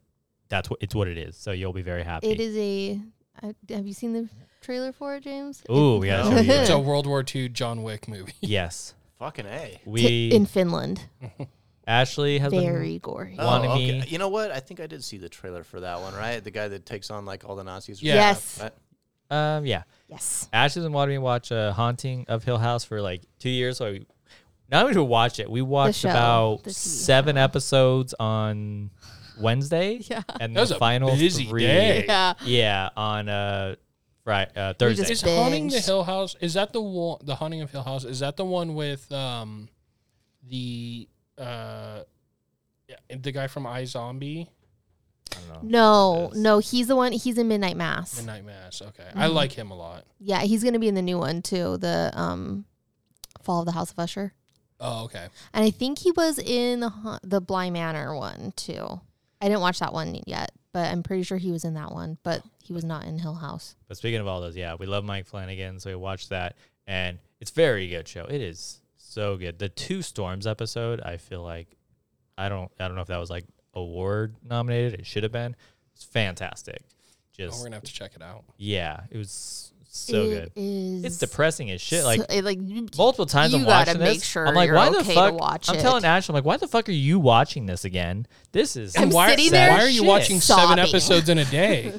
C: that's what it's what it is. So you'll be very happy.
B: It is a. I, have you seen the trailer for it, James?
C: Ooh,
B: It-
C: we gotta show
E: No.
C: you.
D: through.
C: that.
D: it's a World War II John Wick movie.
C: yes,
E: Fucking A.
C: we
B: in Finland.
C: Ashley has been
B: Very gory.
E: Oh,
C: Wannabe.
E: okay. You know what? I think I did see the trailer for that one, right? The guy that takes on like all the Nazis. or
D: Yeah.
B: Yes.
E: something, right?
C: um yeah.
B: Yes.
C: Ashley's been wanting me to watch uh, Haunting of Hill House for like two years. So we, not only did we watch it, we watched
B: show,
C: about
B: the TV
C: seven episodes on Wednesday. Yeah, and
D: That was
C: the
D: a
C: final
D: busy
C: three,
D: day.
B: Yeah.
C: Yeah, on uh, Friday, uh, Thursday.
D: Is
B: just-
D: Haunting the
B: Binged.
D: Hill House? Is that the one? The Haunting of Hill House is that the one with um, the uh, yeah, the guy from iZombie? Zombie
C: I don't know.
B: No,
C: Yes.
B: no, he's the one. He's in Midnight Mass.
D: Midnight Mass. Okay, I
B: Mm-hmm.
D: like him a lot.
B: Yeah, he's gonna be in the new one too. The um, Fall of the House of Usher,
D: Oh, okay.
B: and I think he was in the ha- the Blind Manor one too. I didn't watch that one yet, but I'm pretty sure he was in that one. But he was not in Hill House.
C: But speaking of all those, yeah, we love Mike Flanagan, so we watched that, and it's very good show. It is so good. The Two Storms episode, I feel like, I don't, I don't know if that was like award nominated. It should have been. It's fantastic.
D: Oh,
C: Just
D: we're gonna have to check it out.
C: Yeah, it was so good.
B: It is.
C: It's depressing as shit. Like
B: so- it, like you-
C: multiple times
B: you
C: I'm
B: gotta
C: watching
B: make
C: this.
B: sure
C: I'm like,
B: you're
C: why the
B: okay to
C: fuck?
B: watch
C: I'm
B: it.
C: telling Ash, I'm like, why the fuck are you watching this again? This is.
B: I'm
D: why,
B: sitting
C: there
D: why are you
C: shit.
D: watching seven
B: sobbing.
D: episodes in a day?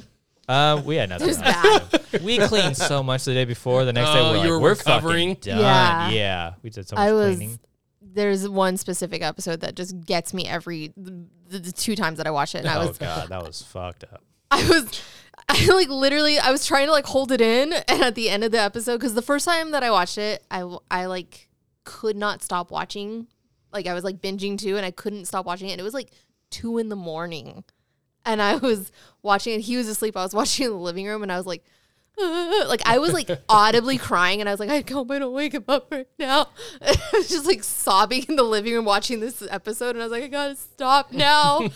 C: Uh, we had nothing.
B: There's
C: on it. We cleaned so much the day before. The next day
D: Oh,
C: we're like,
D: you were
C: we're
D: recovering?
C: fucking done.
B: Yeah.
C: Yeah. we did so much
B: I was.
C: cleaning.
B: There's one specific episode that just gets me every the, the, the two times that I watch it, and I
C: Oh
B: was
C: god, that was fucked up.
B: I was I like literally I was trying to like hold it in and at the end of the episode cuz the first time that I watched it I w- I, like could not stop watching like I was like binging too and I couldn't stop watching it and it was like 2 in the morning and I was watching it he was asleep I was watching it in the living room and I was like "Ah," like I was like audibly crying and I was like I hope I don't wake him up right now. I was just like sobbing in the living room watching this episode and I was like I gotta stop now.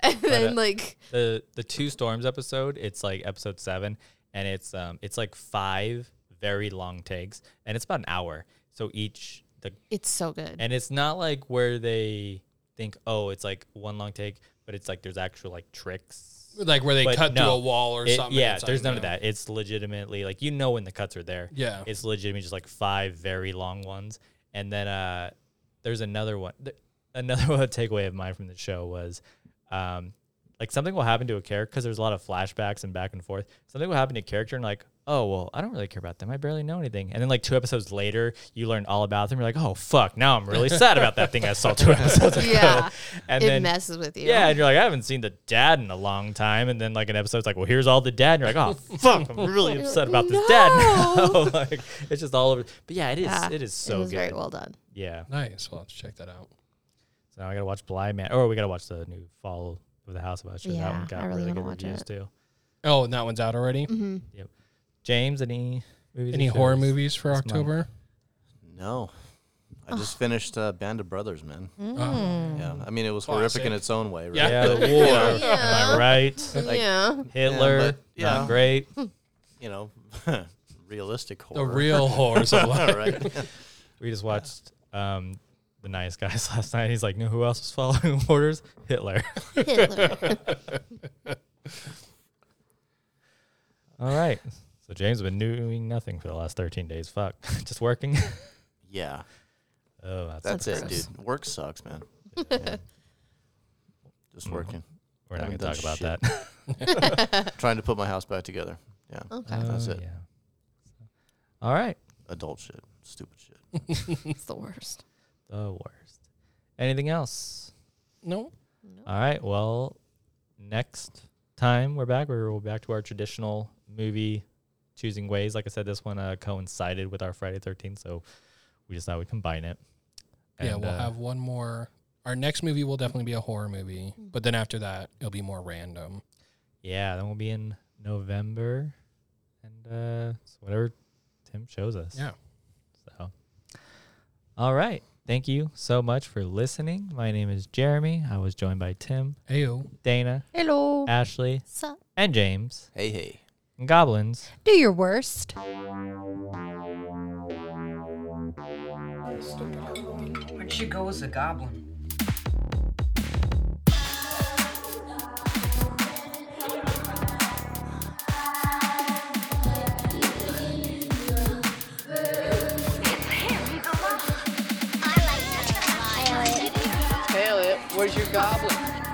B: and then like
C: the the two storms episode it's like episode seven and it's um it's like five very long takes and it's about an hour so each the
B: it's so good.
C: and it's not like where they think oh it's like one long take but it's like there's actual like tricks
D: like where they
C: But
D: cut through
C: no,
D: a wall or
C: It-
D: something.
C: yeah
D: It's like,
C: there's none of
D: no.
C: that it's legitimately like you know when the cuts are there
D: Yeah.
C: it's legitimately just like five very long ones and then uh there's another one th- another one takeaway of mine from the show was um like something will happen to a character because there's a lot of flashbacks and back and forth something will happen to a character and like oh well i don't really care about them i barely know anything and then like two episodes later you learn all about them you're like oh fuck now i'm really sad about that thing i saw two episodes ago
B: Yeah.
C: and
B: it
C: then
B: messes with you.
C: yeah, and you're like, I haven't seen the dad in a long time. And then like an episode's like, well, here's all the dad. And you're like, oh fuck, I'm really upset about this dad. now." like it's just all over. But yeah, it is.
B: Yeah,
C: it is so
B: it was
C: good.
B: very well done.
C: Yeah.
D: Nice. We'll have to check that out.
C: So now I gotta watch Blind Man, or we gotta watch the new Fall of the House of Usher. that
B: Yeah,
C: one got
B: I really
C: really,
B: wanna
C: good
B: watch
C: reviews
B: it.
C: too.
D: Oh, and that one's out already.
B: Mm-hmm.
C: James, any movies?
D: Any
C: or
D: horror
C: shows?
D: movies for
C: This month.
D: October?
E: No. I just finished uh, Band of Brothers, man.
B: Mm.
D: Uh,
E: Yeah, I mean it was horrific in
D: Classic.
E: its own way. Right?
D: Yeah.
C: Yeah, the war. Am I
B: Yeah.
C: right?
E: Like,
B: yeah.
C: Hitler,
E: but, yeah.
C: not great.
E: You know, realistic
D: The
E: horror.
D: real horrors of life.
E: right?
C: We just watched um, The Nice Guys last night. He's like, no, who else was following orders? Hitler.
B: Hitler.
C: All right. So James has been doing nothing for the last 13 days. Fuck. just working.
E: Yeah,
C: Oh, that's,
E: that's, it,
B: gross.
E: dude. Work sucks, man. Yeah. Just working,
C: We're not going
E: Haven't
C: to
E: done
C: talk about
E: shit.
C: that.
E: trying to put my house back together. Yeah,
B: Okay.
E: that's
C: Oh,
E: it.
C: Yeah. All right.
E: Adult shit, stupid shit.
B: it's the worst.
C: The worst. Anything else?
D: No.
C: All right. Well, next time we're back, we're we're back to our traditional movie choosing ways. Like I said, this one uh, coincided with our Friday 13th, so we just thought we'd combine it.
D: yeah,
C: And,
D: we'll
C: uh,
D: have one more. Our next movie will definitely be a horror movie, but then after that, it'll be more random.
C: Yeah, then we'll be in November, and uh, it's whatever Tim shows us.
D: Yeah.
C: So, all right. Thank you so much for listening. My name is Jeremy. I was joined by Tim,
D: Ayo.
C: Dana,
A: Hello.
C: Ashley,
B: So
C: and James.
E: Hey, hey.
C: And goblins.
A: Do your worst.
H: When she goes a goblin.
F: I like
H: Tail it, where's your goblin?